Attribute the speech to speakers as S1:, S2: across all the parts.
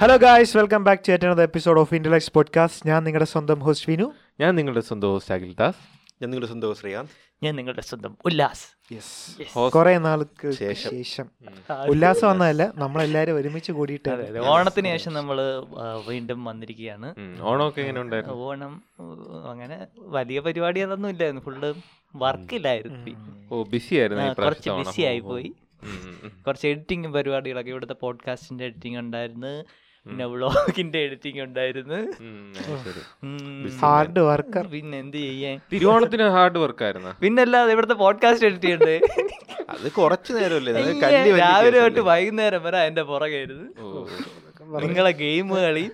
S1: Hello guys welcome back to another episode of Intellex podcast ഞാൻ നിങ്ങളുടെ സ്വന്തം host Vinu
S2: ഞാൻ നിങ്ങളുടെ സ്വന്തം ഹോസ്റ്റ് അഖിൽ ദാസ്
S3: ഞാൻ നിങ്ങളുടെ സ്വന്തം ശ്രീകാന്ത്
S4: ഞാൻ നിങ്ങളുടെ സ്വന്തം ഉല്ലാസ് Yes.
S1: കുറെ നാൾക്ക്
S3: ശേഷം.
S1: ശേഷം ഉല്ലാസം വന്നതല്ല നമ്മളെല്ലാരും ഒരുമിച്ച് കൂടിയിട്ട്
S4: അതെ അതെ ഓണത്തിന് ശേഷം നമ്മൾ വീണ്ടും വന്നിരിക്കുകയാണ്
S2: ഉം, ഓണമൊക്കെ എങ്ങനെ ഉണ്ടായിരുന്നു
S4: ഓണം ഉം, അങ്ങനെ വലിയ പരിപാടി അതൊന്നും ഇല്ലായിരുന്നു ഫുള്ള് വർക്കിലായിരുന്നു
S2: ഓ ബിസി ആയിരുന്നു ഈ
S4: കുറച്ച്
S2: പ്രാവശ്യത്തെ ഓണം.
S4: ബിസി ആയി പോയി
S2: ഉം, ഉം, ഉം.
S4: കുറച്ച് എഡിറ്റിംഗ് പരിപാടികളൊക്കെ ഇവിടുത്തെ പോഡ്കാസ്റ്റിന്റെ എഡിറ്റിംഗ് ഉണ്ടായിരുന്നു പിന്നെ വ്ളോഗിന്റെ എഡിറ്റിംഗ് ഉണ്ടായിരുന്നു
S2: ഉം, അത് ശരി.
S4: ഉം,
S1: ഹാർഡ് വർക്കർ
S4: പിന്നെ എന്ത് ചെയ്യാൻ
S2: തിരുവോണത്തിന് ഹാർഡ് വർക്ക് ആയിരുന്നു
S4: പിന്നെ അല്ലാതെ ഇവിടുത്തെ പോഡ്കാസ്റ്റ് എഡിറ്റ് ചെയ്യണ്ടേ
S3: അത് കുറച്ച് നേരമല്ലേ അത്
S4: ഇല്ല,
S3: കല്ല് വലിയ
S4: രാവിലെ തൊട്ട്
S3: കേസല്ലേ.
S4: വൈകുന്നേരം വരെ അതിന്റെ പുറകായിരുന്നു നിങ്ങളെ ഗെയിം കളി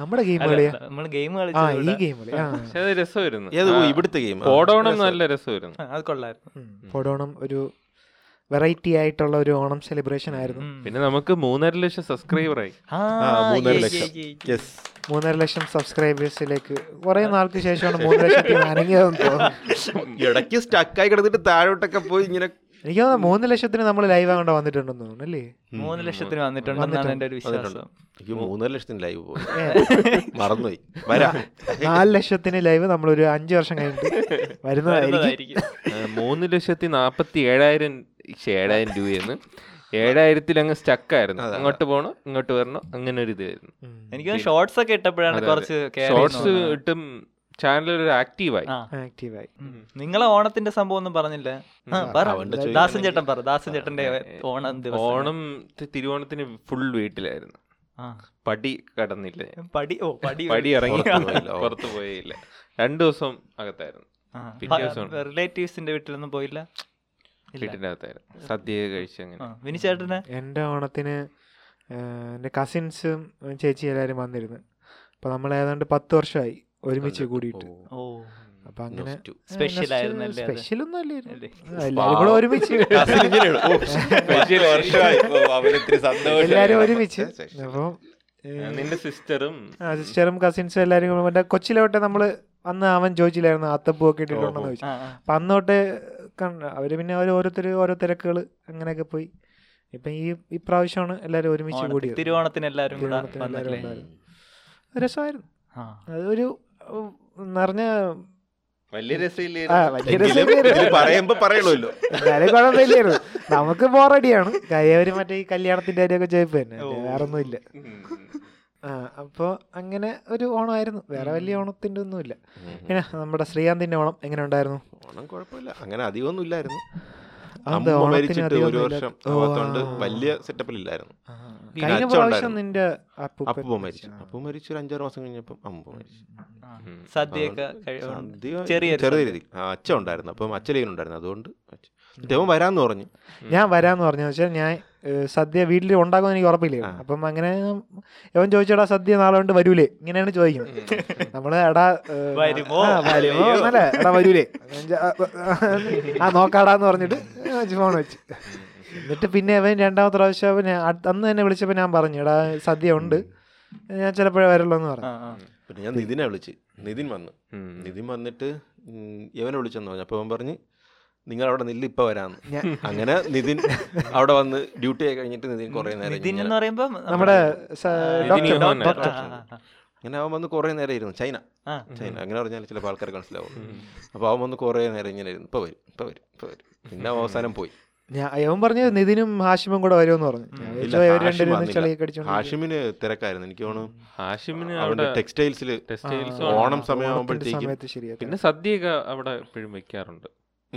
S1: നമ്മുടെ ഗെയിം
S4: അല്ല,
S1: കളിയാ
S4: നമ്മള് ഗെയിം
S1: ആ
S4: കളിച്ചു
S1: ഈ ഗെയിം കളി ആ
S2: പക്ഷെ അത് രസമായിരുന്നു
S3: ഏത്
S2: ആ,
S3: ഓ, ഇവിടുത്തെ ഗെയിം
S2: ഓടോണം നല്ല രസമായിരുന്നു
S4: അത് കൊള്ളായിരുന്നു
S1: ഉം. ഓടോണം ഒരു വെറൈറ്റി ആയിട്ടുള്ള ഒരു ഓണം സെലിബ്രേഷൻ ആയിരുന്നു
S2: പിന്നെ നമുക്ക് മൂന്നര ലക്ഷം സബ്സ്ക്രൈബർ ആയി
S3: മൂന്നര
S4: യെ,
S3: ലക്ഷം
S4: യെ, യെ.
S3: യെസ്
S1: മൂന്നര ലക്ഷം സബ്സ്ക്രൈബേഴ്സിലേക്ക് കുറെ നാൾക്ക് ശേഷമാണ് മൂന്ന് ലക്ഷത്തിൽ അനങ്ങിയതെന്ന് തോന്നുന്നു
S3: ഇടയ്ക്ക് സ്റ്റക്കായി കിടന്നിട്ട് താഴോട്ടൊക്കെ പോയി ഇങ്ങനെ
S1: എനിക്ക് തോന്നുന്നു മൂന്ന് ലക്ഷത്തിന് നമ്മൾ ലൈവ് ആകണ്ട വന്നിട്ടുണ്ടെന്ന് തോന്നുന്നു അല്ലേ
S4: മൂന്ന് ലക്ഷത്തിന് വന്നിട്ടുണ്ടെന്നാണ് എന്റെ ഒരു വിശ്വാസം
S3: എനിക്ക് മൂന്നര ലക്ഷത്തിന് ലൈവ് പോയി മറന്നുപോയി വരാ
S1: നാല് ലക്ഷത്തിന് ലൈവ് നമ്മളൊരു അഞ്ച് വർഷം കഴിഞ്ഞിട്ട് വരുന്നതായിരിക്കും
S4: വരുന്നതായിരിക്കും.
S2: ആ, മൂന്ന് ലക്ഷത്തി നാപ്പത്തി ഏഴായിരം ശ്ശെ, ഏഴായിരം രൂപയെന്ന് ഏഴായിരത്തിൽ അങ്ങ് സ്റ്റക്ക് ആയിരുന്നു അങ്ങോട്ട് പോകണം ഇങ്ങോട്ട് വരണം അങ്ങനെ ഒരു ഇതായിരുന്നു
S4: എനിക്ക് ഷോർട്സ് ഒക്കെ ഇട്ടപ്പോഴാണ് കുറച്ച് care
S2: ഷോർട്സ്
S4: ചെയ്യുന്നത്.
S2: ഇട്ടും ചാനൽ ഒരു ആക്റ്റീവായി
S4: ആ.
S1: ആക്റ്റീവായി
S4: ഉം. നിങ്ങളെ ഓണത്തിന്റെ സംഭവം ഒന്നും പറഞ്ഞില്ല ആ, പറ.
S3: അവന്റെ ചോദ്യം
S4: ദാസൻ ചേട്ടൻ പറ ദാസൻ ചേട്ടന്റെ ഓണം ദിവസം
S2: ഓണം തി- തിരുവോണത്തിന് ഫുൾ വീട്ടിലായിരുന്നു
S4: ആ.
S2: പടി കടന്നില്ല ഞാൻ.
S4: പടി ഓ പടി
S2: പടി ഇറങ്ങി
S3: പുറത്ത് പോയില്ല.
S2: പുറത്ത് പോയില്ല രണ്ടു ദിവസം അകത്തായിരുന്നു പിറ്റേ ദിവസമാണ്.
S4: റിലേറ്റീവ്സിന്റെ വീട്ടിലൊന്നും പോയില്ല ഇല്ല.
S2: വീട്ടിന്റെ അകത്തായിരുന്നു സദ്യ കഴിച്ച്
S4: ആ,
S2: അങ്ങനെ
S4: വിനി ചേട്ടന്
S1: എൻ്റെ ഓണത്തിന് ഏഹ്, എൻ്റെ കസിൻസും ചേച്ചി എല്ലാവരും വന്നിരുന്നു അപ്പോൾ നമ്മൾ ഏതാണ്ട് പത്ത് വർഷമായി ഒരുമിച്ച് കൂടിയിട്ട്
S4: ഓ
S1: അപ്പം അങ്ങനെ
S3: Nos two.
S4: Special ആയിരുന്നല്ലേ അത്?
S1: സ്പെഷ്യൽ ഒന്നും
S4: അല്ലേ?
S1: അല്ലായിരുന്നു എല്ലാവരും കൂടെ ഒരുമിച്ച് എല്ലാവരും ഒരുമിച്ച് അപ്പം
S2: ഞാൻ നിന്റെ സിസ്റ്ററും
S1: സിസ്റ്ററും കസിൻസും എല്ലാവരും കൂടെ മറ്റേ കൊച്ചിലോട്ടെ നമ്മൾ അന്ന് അവൻ ചോദിച്ചില്ലായിരുന്നു അത്തപ്പൂ ഒക്കെ ഇട്ടിട്ടുണ്ടെന്ന് ചോദിച്ചു
S4: ആ, ആ.
S1: അപ്പം അന്ന് തൊട്ട് കണ്ട അവർ പിന്നെ അവർ ഓരോരുത്തർ ഓരോ തിരക്കുകൾ അങ്ങനെയൊക്കെ പോയി ഇപ്പം ഈ ഇപ്രാവശ്യമാണ് എല്ലാവരും ഒരുമിച്ച്
S4: ഓണത്തിന്-
S1: കൂടിയത്
S4: തിരുവോണത്തിന് എല്ലാവരും കൂടെ
S1: തിരുവോണത്തിന് എല്ലാവരും
S4: വന്നില്ലേ
S1: ഉണ്ടായിരുന്നു. രസമായിരുന്നു
S4: ആ.
S1: അതൊരു ഉം, നിറഞ്ഞ
S2: വലിയ
S1: ആ,
S2: രസമില്ലായിരുന്നു
S1: വലിയ
S3: എങ്കിലും
S1: രസമില്ലായിരുന്നു.
S3: ഇതില് പറയുമ്പോ പറയണമല്ലോ
S1: എന്നാലും കുഴപ്പമില്ലായിരുന്നു നമുക്ക് ബോറടിയാണ് കയ്യവര് മറ്റേ ഈ കല്യാണത്തിന്റെ കാര്യമൊക്കെ ചോദിപ്പ് തന്നെ അല്ലേ? വേറൊന്നുമില്ല ആ അപ്പോൾ അങ്ങനെ ഒരു ഓണമായിരുന്നു വേറെ വലിയ ഓണത്തിന്റെ ഒന്നുമില്ല പിന്നെ നമ്മുടെ ശ്രീകാന്തിന്റെ ഓണം എങ്ങനെ ഉണ്ടായിരുന്നു
S3: ഓണം കുഴപ്പമില്ല അങ്ങനെ അധികമൊന്നും ഇല്ലായിരുന്നു
S1: അതെന്താ,
S3: അമ്മ
S1: ഓണത്തിന്
S3: മരിച്ചിട്ട്
S1: അധികം
S3: ഒരു
S1: ഒന്നും
S3: വർഷം
S1: ഇല്ലാത്ത- ഓ,
S3: ആവാത്തോണ്ട്
S1: ആ.
S3: വലിയ സെറ്റപ്പിലില്ലായിരുന്നു
S1: കഴിഞ്ഞ
S3: അച്ഛൻ
S1: പ്രാവശ്യം
S3: ഉണ്ടായിരുന്നു.
S1: നിന്റെ അപ്പൂപ്പൻ
S3: അപ്പൂപ്പ മരിച്ചു അപ്പൂപ്പ മരിച്ചു ഒരു അഞ്ചാറ് മാസം കഴിഞ്ഞപ്പം അമ്മ മരിച്ചു
S4: ആ. സദ്യയൊക്കെ കഴിവുണ്ട്.
S3: സദ്യ ചെറിയ
S4: ചെറിയൊരു സദ്യ.
S3: രീതിയിൽ ആ, അച്ഛൻ ഉണ്ടായിരുന്നു അപ്പം അച്ഛൻ ഉണ്ടായിരുന്നു അതുകൊണ്ട് അച്ഛൻ- ദേവൻ വരാന്ന് പറഞ്ഞു
S1: ഞാൻ വരാന്ന് പറഞ്ഞു വെച്ചാൽ ഞാൻ ഏഹ്, സദ്യ വീട്ടിൽ ഉണ്ടാക്കുമെന്ന് എനിക്ക് ഉറപ്പില്ല അപ്പം അങ്ങനെ ഇവൻ ചോദിച്ചടാ സദ്യ നാളെ കൊണ്ട് വരൂലേ ഇങ്ങനെയാണ് ചോദിക്കുന്നത് നമ്മള് എടാ ഏഹ്,
S4: വരുമോ?
S1: ആ, വരുമോ എന്നല്ല എടാ വരൂലേ ആ, ആ നോക്കാടാന്ന് പറഞ്ഞിട്ട് ഫോൺ വെച്ച് എന്നിട്ട് പിന്നെ അവൻ രണ്ടാമത്തെ പ്രാവശ്യം അവൻ അ- അന്ന് തന്നെ വിളിച്ചപ്പോൾ ഞാൻ പറഞ്ഞു എടാ സദ്യ ഉണ്ട് ഞാൻ ചിലപ്പോഴേ വരുള്ളൂ എന്ന്
S4: ആ,
S1: പറഞ്ഞു
S4: ആ.
S3: പിന്നെ ഞാൻ നിതിനെ വിളിച്ച് നിതിൻ വന്ന് നിതിൻ വന്നിട്ട് ഉം, ഇവനെ വിളിച്ചെന്ന് പറഞ്ഞു അപ്പോൾ അവൻ പറഞ്ഞ് നിങ്ങൾ അവിടെ നില്ല് ഇപ്പം വരാന്ന് അങ്ങനെ നിതിൻ അവിടെ വന്ന് ഡ്യൂട്ടി ഒക്കെ കഴിഞ്ഞിട്ട് നിതിൻ കുറേ നേരം
S4: നിതിൻ
S3: ഇങ്ങനെ-
S4: എന്ന് പറയുമ്പോ
S1: നമ്മുടെ സ- ഡോക്ടർ
S2: യോഹന്നാൻ.
S1: ഡോക്ടർ
S3: അങ്ങനെ അവൻ വന്ന് കുറേ നേരം ഇരുന്നു ചൈന
S4: ആ.
S3: ചൈന അങ്ങനെ പറഞ്ഞാൽ ചിലപ്പോൾ ആൾക്കാർ മനസ്സിലാവും അപ്പോൾ അവൻ വന്ന് കുറേ നേരം ഇങ്ങനെ ഇരുന്നു ഇപ്പോൾ വരും ഇപ്പോൾ വരും ഇപ്പോൾ വരും പിന്നെ അവൻ അവസാനം പോയി
S1: ഞാൻ അവൻ പറഞ്ഞു നിതിനും ഹാഷിമും കൂടെ വരുമെന്ന് പറഞ്ഞു ഞാൻ
S3: ഇല്ല,
S1: വിചാരിച്ചു ഇവര്
S3: ഹാഷിം
S1: രണ്ടുപേരും ഒന്ന്
S3: വന്നില്ല.
S1: ചളിയൊക്കെ അടിച്ചോണ്ട്
S3: ഹാഷിമിന് തിരക്കായിരുന്നു എനിക്ക് തോന്നുന്നു
S2: ഹാഷിമിന്
S3: അവിടെ
S2: അവിടെ
S3: ടെക്സ്റ്റൈൽസിൽ
S2: ടെക്സ്റ്റൈൽസ്
S3: ഓണം
S1: ഓണത്തിന്റെ
S3: സമയമാകുമ്പോഴത്തേക്കും
S1: സമയത്ത് ശരിയാ
S2: പിന്നെ സദ്യയൊക്കെ അവിടെ എപ്പോഴും വെക്കാറുണ്ട്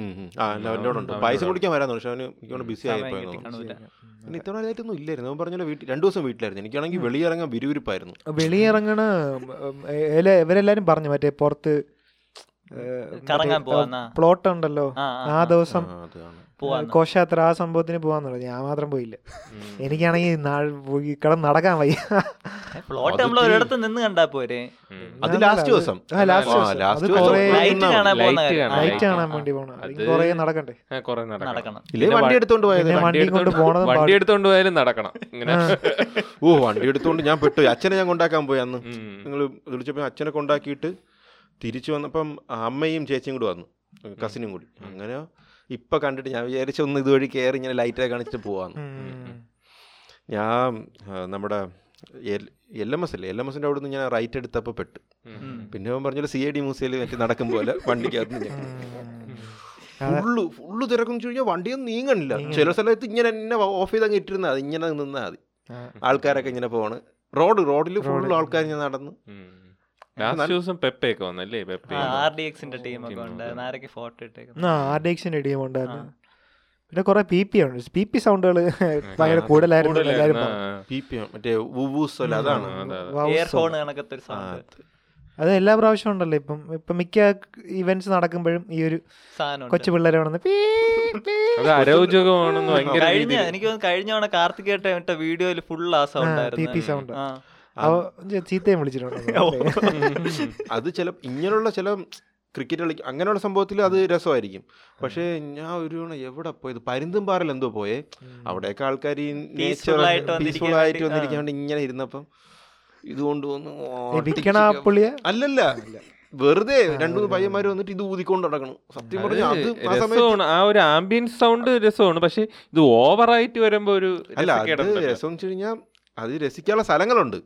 S3: ഉം ഉം. ആ അവനോടുണ്ട് പായസം കുടിക്കാൻ വരാന്ന് പക്ഷെ അവന് എനിക്കോട് ബിസി ആയി പോയെന്ന്
S4: കിട്ടി
S3: തോന്നുന്നു
S4: കാണൂല.
S3: പിന്നെ ഇത്തവണ ഇതായിട്ടൊന്നും ഇല്ലായിരുന്നു അവൻ പറഞ്ഞല്ലോ വീട്ടിൽ രണ്ടു ദിവസം വീട്ടിലായിരുന്നു എനിക്കാണെങ്കിൽ വെളിയിറങ്ങാൻ വിരുവിരിപ്പായിരുന്നു
S1: വെളിയിറങ്ങണ ഇവരെല്ലാരും പറഞ്ഞു മറ്റേ പുറത്ത്
S4: കറങ്ങാൻ പോവാന്നാ
S1: പ്ലോട്ട് ഉണ്ടല്ലോ
S4: ആ,
S1: ആ ദിവസം
S3: ആ, അതാണ്
S4: പോവാന്ന്.
S1: കോശയാത്ര ആ സംഭവത്തിന് പോവാന്ന് പറഞ്ഞു ഞാൻ മാത്രം പോയില്ല എനിക്കാണെങ്കിൽ നാൾ- പോയി കിടന്ന് നടക്കാൻ വയ്യ
S4: പ്ലോട്ട് നമ്മൾ ഒരിടത്ത് നിന്ന് കണ്ടാ പോരെ
S3: അത്
S1: ഞാനല്ല,
S3: ലാസ്റ്റ് ദിവസം
S1: ആ, last
S3: ആ,
S1: ദിവസം.
S3: last
S1: അത്
S3: ദിവസം
S1: കുറേ
S3: പോയി
S4: ലൈറ്റ്
S3: നിന്നാ മതി.
S4: കാണാൻ പോകുന്ന
S2: Light
S4: കാര്യം.
S2: കാണാൻ.
S1: ലൈറ്റ് കാണാൻ വേണ്ടി പോകണം
S2: അത്
S1: കൊറേ നടക്കണ്ടേ
S2: കൊറേ
S4: നടക്കണം.
S2: നടക്കണം
S3: ഇല്ലേ വണ്ടി എടുത്തോണ്ട് പോയത്
S1: പിന്നെ വണ്ടി കൊണ്ട് പോണതും
S2: വണ്ടി
S1: പാടില്ല.
S2: എടുത്തോണ്ട് പോയാലും നടക്കണം ഇങ്ങനെ
S3: ഓ വണ്ടി എടുത്തോണ്ട് ഞാൻ പെട്ടു അച്ഛനെ ഞാൻ കൊണ്ടാക്കാൻ പോയി അന്ന് നിങ്ങൾ വിളിച്ചപ്പോൾ അച്ഛനെ കൊണ്ടാക്കിയിട്ട് തിരിച്ചു വന്നപ്പം അമ്മയും ചേച്ചിയും കൂടി വന്നു കസിനും കൂടി അങ്ങനെ ഇപ്പം കണ്ടിട്ട് ഞാൻ വിചാരിച്ചു ഒന്ന് ഇതുവഴി കയറി ഇങ്ങനെ ലൈറ്റൊക്കെ കാണിച്ചിട്ട് പോവാന്ന്
S1: ഉം.
S3: ഞാൻ ആ, നമ്മുടെ എൽ എം എസ് അല്ലേ എൽ എം എസിൻ്റെ അവിടെ നിന്ന് ഞാൻ റൈറ്റ് എടുത്തപ്പോൾ പെട്ട് പിന്നെ അവൻ പറഞ്ഞല്ലോ സി ഐ ഡി മ്യൂസിയിൽ മറ്റേ നടക്കും പോലെ വണ്ടിക്കകത്ത് ഞാൻ ഫുള്ള് ഫുള്ള് തിരക്കും ചോദിച്ചാൽ വണ്ടിയൊന്നും നീങ്ങണില്ല ചില സ്ഥലത്ത് ഇങ്ങനെ എന്നെ ഓഫ് ചെയ്ത് അങ്ങ് ഇട്ടിരുന്നാൽ അത് ഇങ്ങനെ നിന്നാൽ മതി ആൾക്കാരൊക്കെ ഇങ്ങനെ പോവാണ് റോഡ് റോഡിൽ ഫുള്ള് ആൾക്കാർ ഇങ്ങനെ നടന്ന്
S2: ലാസ്റ്റ് ദിവസം പെപ്പയൊക്കെ വന്നല്ലേ പെപ്പ
S4: ആർ ഡി എക്സിന്റെ ടീമൊക്കെ ഉണ്ടായിരുന്നു ആരൊക്കെ ഫോട്ടോ ഇട്ടേക്കുന്നു
S1: ആർഡിയക്സിന്റെ ഇടിയും ഉണ്ടായിരുന്നു പിന്നെ കുറെ പി പി ഉണ്ട് പി പി സൗണ്ടുകൾ ഭയങ്കര കൂടുതലായിരുന്നു എല്ലാവരും പറഞ്ഞു.
S3: പി പി മറ്റേ വുവൂസല അതാണ്
S1: Wow
S4: ഇയർ
S1: sound.
S4: ഫോൺ കണക്കത്തെ ഒരു സാധനം
S1: അത് എല്ലാ പ്രാവശ്യം ഉണ്ടല്ലോ ഇപ്പം ഇപ്പം മിക്ക ഇവന്റ്സ് നടക്കുമ്പോഴും ഈ ഒരു
S4: സാധനം ഉണ്ട്.
S1: കൊച്ചു പിള്ളേരെ വന്ന് പീ, പീ.
S2: അത് അരോചകമാണെന്ന് ഭയങ്കര
S4: കഴിഞ്ഞ
S2: രീതിയിൽ
S4: എനിക്ക് തോന്നുന്നു കഴിഞ്ഞ തവണ കാർത്തിക് ഏട്ടൻ ഇട്ട വീഡിയോയിൽ ഫുൾ ആ സൗണ്ട്
S1: പി പി
S4: ആയിരുന്നു
S1: സൗണ്ട്
S4: ആ.
S1: അവ ചീത്തയും വിളിച്ചിട്ടുണ്ട്
S3: അത് ചില ഇങ്ങനെയുള്ള ചില ക്രിക്കറ്റ് കളി അങ്ങനെയുള്ള സംഭവത്തിൽ അത് രസമായിരിക്കും പക്ഷേ ഞാൻ ഒരു തവണ എവിടെ പോയത് പരുന്തുംപാറൽ എന്തോ പോയേ അവിടെയൊക്കെ ആൾക്കാർ ഈ
S4: Peaceful
S3: nature-
S4: ആയിട്ട് വന്നിരിക്കാൻ
S3: peaceful ആയിട്ട്
S4: വേണ്ടി, ആ.
S3: വന്നിരിക്കാൻ വേണ്ടി ഇങ്ങനെ ഇരുന്നപ്പം ഇതുകൊണ്ട് വന്ന്
S1: വിൽക്കണ ആ
S3: ഓടിച്ച്
S1: പുള്ളിയെ
S3: അല്ലല്ല വെറുതെ രണ്ടു മൂന്ന് പയ്യന്മാര് വന്നിട്ട് ഇത് ഊതിക്കൊണ്ട് നടക്കണം സത്യം പറഞ്ഞാൽ അത് ആ സമയത്ത്
S2: രസമാണ് ആ ഒരു ആംബിയൻസ് സൗണ്ട് രസമാണ് പക്ഷെ ഇത് ഓവറായിട്ട് വരുമ്പോ ഒരു
S3: അല്ല അത്
S2: രസക്കേടുണ്ടല്ലോ.
S3: രസം എന്ന് വെച്ച് കഴിഞ്ഞാൽ അത് രസിക്കാനുള്ള സ്ഥലങ്ങളുണ്ട്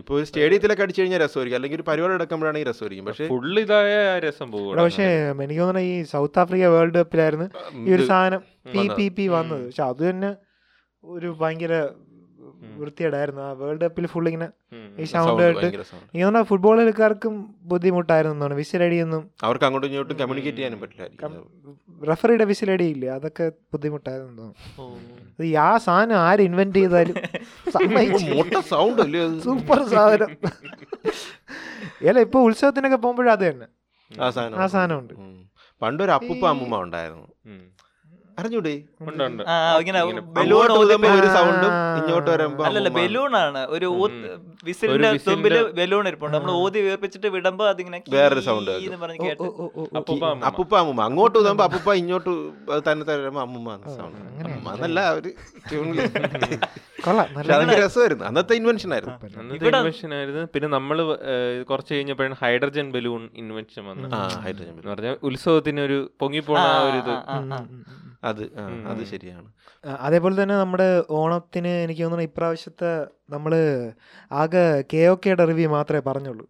S3: ഇപ്പോൾ ഒരു സ്റ്റേഡിയത്തിലൊക്കെ അടിച്ചു കഴിഞ്ഞാൽ രസമായിരിക്കും അല്ലെങ്കിൽ ഒരു പരിപാടി എടുക്കുമ്പോഴാണെങ്കിൽ രസമായിരിക്കും പക്ഷേ
S2: ഫുള്ള് ഇതായ ആ രസം പോകും
S1: ഇവിടെ പക്ഷേ എനിക്ക് തോന്നുന്നു ഈ സൗത്ത് ആഫ്രിക്ക വേൾഡ് കപ്പിലായിരുന്നു ഈ ഒരു സാധനം പി പി പി വന്നത് പക്ഷെ അത് തന്നെ ഒരു ഭയങ്കര വൃത്തികേടായിരുന്നു ആ വേൾഡ് കപ്പിൽ ഫുൾ ഇങ്ങനെ ഈ സൗണ്ട് കേട്ട്
S3: ഭയങ്കര sound.
S1: എനിക്ക് തോന്നുന്നു ഫുട്ബോൾ കളിക്കാർക്കും ബുദ്ധിമുട്ടായിരുന്നു എന്നാണ് വിസിലടിയൊന്നും
S3: അവർക്ക് അങ്ങോട്ടും ഇങ്ങോട്ടും കമ്മ്യൂണിക്കേറ്റ് ചെയ്യാനും പറ്റില്ലായിരിക്കും
S1: റഫറിയുടെ വിസിലടിയില്ലേ അതൊക്കെ ബുദ്ധിമുട്ടായിരുന്നു എന്ന് തോന്നുന്നു
S4: ഓ.
S1: അത് ഈ ആ സാധനം ആര് ഇൻവെന്റ് ചെയ്താലും സമ്മതിച്ചു
S3: മൊട്ട സൗണ്ട് അല്ലേ അത്?
S1: സൂപ്പർ സാധനം അല്ല ഇപ്പൊ ഉത്സവത്തിനൊക്കെ പോകുമ്പോഴും അത് തന്നെ
S3: ആ സാധനം
S1: ആ സാധനമുണ്ട്.
S3: ഉം. പണ്ടൊരു അപ്പൂപ്പ അമ്മൂമ്മ ഉണ്ടായിരുന്നു അറിഞ്ഞൂടെ
S2: ഉണ്ടുണ്ട്
S4: ആ, ഇങ്ങനെ ബലൂൺ
S3: അങ്ങോട്ട് ഊതുമ്പോ ഒരു സൗണ്ടും ഇങ്ങോട്ട് വരുമ്പോ
S4: അല്ലല്ല
S3: അമ്മൂമ്മ.
S4: ബലൂണാണ് ഒരു വിസിലിന്റെ തുമ്പില് ബലൂൺ ഇരിപ്പുണ്ട് നമ്മൾ ഓതി വീർപ്പിച്ചിട്ട് വിടുമ്പോ അതിങ്ങനെ കീ
S3: വേറൊരു sound
S4: എന്ന്
S3: കേൾക്കും.
S4: പറഞ്ഞ് കേട്ട്
S1: ഓ, ഓ, ഓ.
S2: അപ്പൂപ്പ അമ്മൂമ്മ.
S3: അപ്പൂപ്പ അമ്മൂമ്മ അങ്ങോട്ട് ഊതുമ്പോ അപ്പൂപ്പ ഇങ്ങോട്ട് അത് തന്നെ തന്നെ വരുമ്പോ അമ്മൂമ്മ എന്ന് sound. അമ്മൂമ്മ എന്നല്ല ഒരു ട്യൂണില്
S1: കൊള്ളാം നല്ല
S3: പക്ഷെ അതൊക്കെ രസമായിരുന്നു അന്നത്തെ ഇൻവെൻഷൻ ആയിരുന്നു
S2: അന്നത്തെ ഇൻവെൻഷൻ ആയിരുന്നു പിന്നെ നമ്മൾ കുറച്ച് കഴിഞ്ഞപ്പോഴാണ് ഹൈഡ്രജൻ ബലൂൺ ഇൻവെൻഷൻ വന്നത്
S3: ആ ഹൈഡ്രജൻ
S2: എന്ന് പറഞ്ഞാൽ ഉത്സവത്തിന് ഒരു പൊങ്ങിപ്പോണ ആ ഒരു ഇത്
S4: ആ, ആ, ആ.
S3: അത് ആ, അത് ശരിയാണ്
S1: ആ, അതേപോലെ തന്നെ നമ്മുടെ ഓണത്തിന് എനിക്ക് തോന്നുന്നു ഇപ്രാവശ്യത്തെ നമ്മൾ ആകെ കെ ഒ കെയുടെ റിവ്യൂ മാത്രമേ പറഞ്ഞുള്ളൂ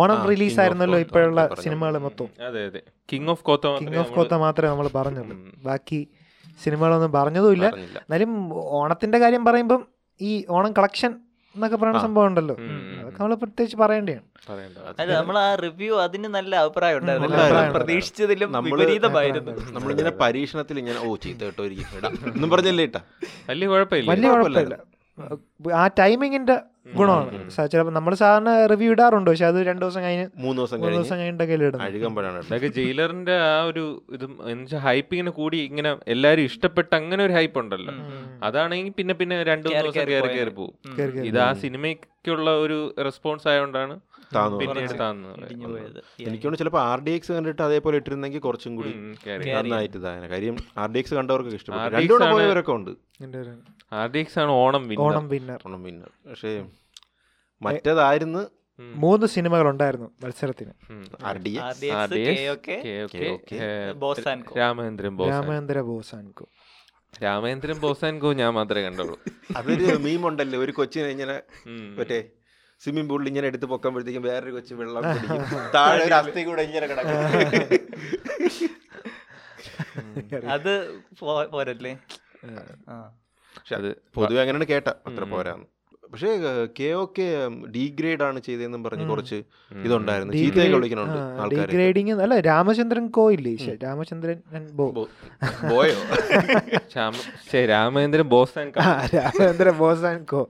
S1: ഓണം
S3: ആ,
S1: റിലീസ്
S3: King of
S1: ആയിരുന്നല്ലോ
S3: Kotha
S1: ഇപ്പോഴുള്ള
S3: പറഞ്ഞത്.
S1: സിനിമകൾ മൊത്തം
S2: അതെ അതെ King of Kotha
S1: King of Kotha മാത്രമേ നമ്മൾ പറഞ്ഞുള്ളൂ ബാക്കി സിനിമകളൊന്നും പറഞ്ഞതുമില്ല
S3: പറഞ്ഞില്ല.
S1: എന്നാലും ഓണത്തിന്റെ കാര്യം പറയുമ്പം ഈ ഓണം കളക്ഷൻ എന്നൊക്കെ പറയുന്ന സംഭവം ഉണ്ടല്ലോ അതൊക്കെ നമ്മൾ പ്രത്യേകിച്ച് പറയേണ്ടതാണ്
S4: അല്ല നമ്മൾ ആ റിവ്യൂ അതിന് നല്ല അഭിപ്രായം ഉണ്ടായിരുന്നു
S1: നല്ല
S4: നമ്മൾ
S1: അഭിപ്രായം.
S4: പ്രതീക്ഷിച്ചതിലും
S3: നമ്മള്
S4: വിപരീതമായിരുന്നു
S3: നമ്മളിങ്ങനെ പരീക്ഷണത്തിൽ ഇങ്ങനെ ഓ ചീത്ത കേട്ടോ ഇരിക്കും ഇടാ. ഒന്നും പറഞ്ഞല്ലേ ഇട്ടാ
S2: വലിയ കുഴപ്പമില്ല
S1: വലിയ കുഴപ്പമില്ല ആ ടൈമിങ്ങിന്റെ ഗുണമാണ് ചിലപ്പോൾ നമ്മൾ സാധാരണ റിവ്യൂ ഇടാറുണ്ട് പക്ഷെ അത് രണ്ട് ദിവസം കഴിഞ്ഞ്
S3: മൂന്ന് ദിവസം
S1: മൂന്ന്
S3: കഴിഞ്ഞ്
S1: ദിവസം കഴിഞ്ഞിട്ടൊക്കെ ഇടുന്നത്
S3: അഴുകമ്പഴാണ് ഇട്ടത്.
S2: അതൊക്കെ ജയിലറിന്റെ ആ ഒരു ഇതും എന്നുവെച്ചാൽ ഹൈപ്പ് ഇങ്ങനെ കൂടി ഇങ്ങനെ എല്ലാരും ഇഷ്ടപ്പെട്ട അങ്ങനെ ഒരു ഹൈപ്പ് ഉണ്ടല്ലോ അതാണെങ്കിൽ പിന്നെ പിന്നെ രണ്ടു മൂന്ന് ദിവസം കയറി കയറി പോകും
S1: കേറി കേറി
S2: ഇത് ആ സിനിമയ്ക്കുള്ള ഒരു റെസ്പോൺസ് ആയതുകൊണ്ടാണ്
S3: താന്നു
S2: പിന്നീട് താന്നത്
S4: ഇടിഞ്ഞു പോയത്
S3: എനിക്ക് തോന്നുന്നു ചിലപ്പോൾ ആർ ഡി എക്സ് കണ്ടിട്ട് അതേപോലെ ഇട്ടിരുന്നെങ്കിൽ കുറച്ചും കൂടി നന്നായിട്ട് ഇതായ കാര്യം ആർ ഡി എക്സ് കണ്ടവർക്ക് ഇഷ്ടപ്പെട്ടു
S2: RDX
S3: രണ്ടുകൂടെ
S2: ആണ്
S3: പോയവരൊക്കെ ഉണ്ട്
S1: എൻ്റെ ഒരു
S2: ആർ ഡി എക്സ് ആണ് ഓണം വിന്നർ
S1: ഓണം വിന്നർ
S3: ഒരെണ്ണം പിന്നെ പക്ഷേ മറ്റേതായിരുന്നു
S1: മൂന്ന് സിനിമകൾ ഉണ്ടായിരുന്നു മത്സരത്തിന്
S3: R D
S4: R
S3: X
S4: D X K ഒക്കെ
S3: KOK.
S4: Boss and co.
S2: Ramendran ബോസാൻ
S1: Ramendra boss and co
S2: Ramendran boss and co ഞാൻ മാത്രമേ കണ്ടുള്ളൂ
S3: അതൊരു മീമുണ്ടല്ലോ ഒരു കൊച്ചിനെ ഇങ്ങനെ മറ്റേ സ്വിമ്മിംഗ് പൂളിൽ ഇങ്ങനെ എടുത്ത് പൊക്കുമ്പോഴത്തേക്കും വേറൊരു കൊച്ചു വെള്ളം കുടിക്കും. താഴെ ഒരു അസ്ഥി കൂടെ ഇങ്ങനെ കിടക്കും
S4: അത് പോ- പോരല്ലേ ആ.
S3: പക്ഷെ അത്
S2: അത്
S3: പൊതുവെ അങ്ങനെയാണ് കേട്ട അത്ര പോരാന്ന് പക്ഷേ കെ ഒ കെ ഡീഗ്രേഡ് ആണ് ചെയ്തതെന്നും പറഞ്ഞ് കുറച്ച് ഇതുണ്ടായിരുന്നു ചീത്തയൊക്കെ വിളിക്കണുണ്ട് ആൾക്കാർ
S1: ഡിഗ്രേഡിങ് അല്ല രാമചന്ദ്രൻ കോ ഇല്ലേ ശ്ശെ, രാമചന്ദ്രൻ and ബോ
S3: പോയോ
S2: ശ്യാമ- ശ്ശെ, രാമേന്ദ്രൻ ബോസാൻ
S1: ആ, രാമേന്ദ്ര ബോസാൻകോ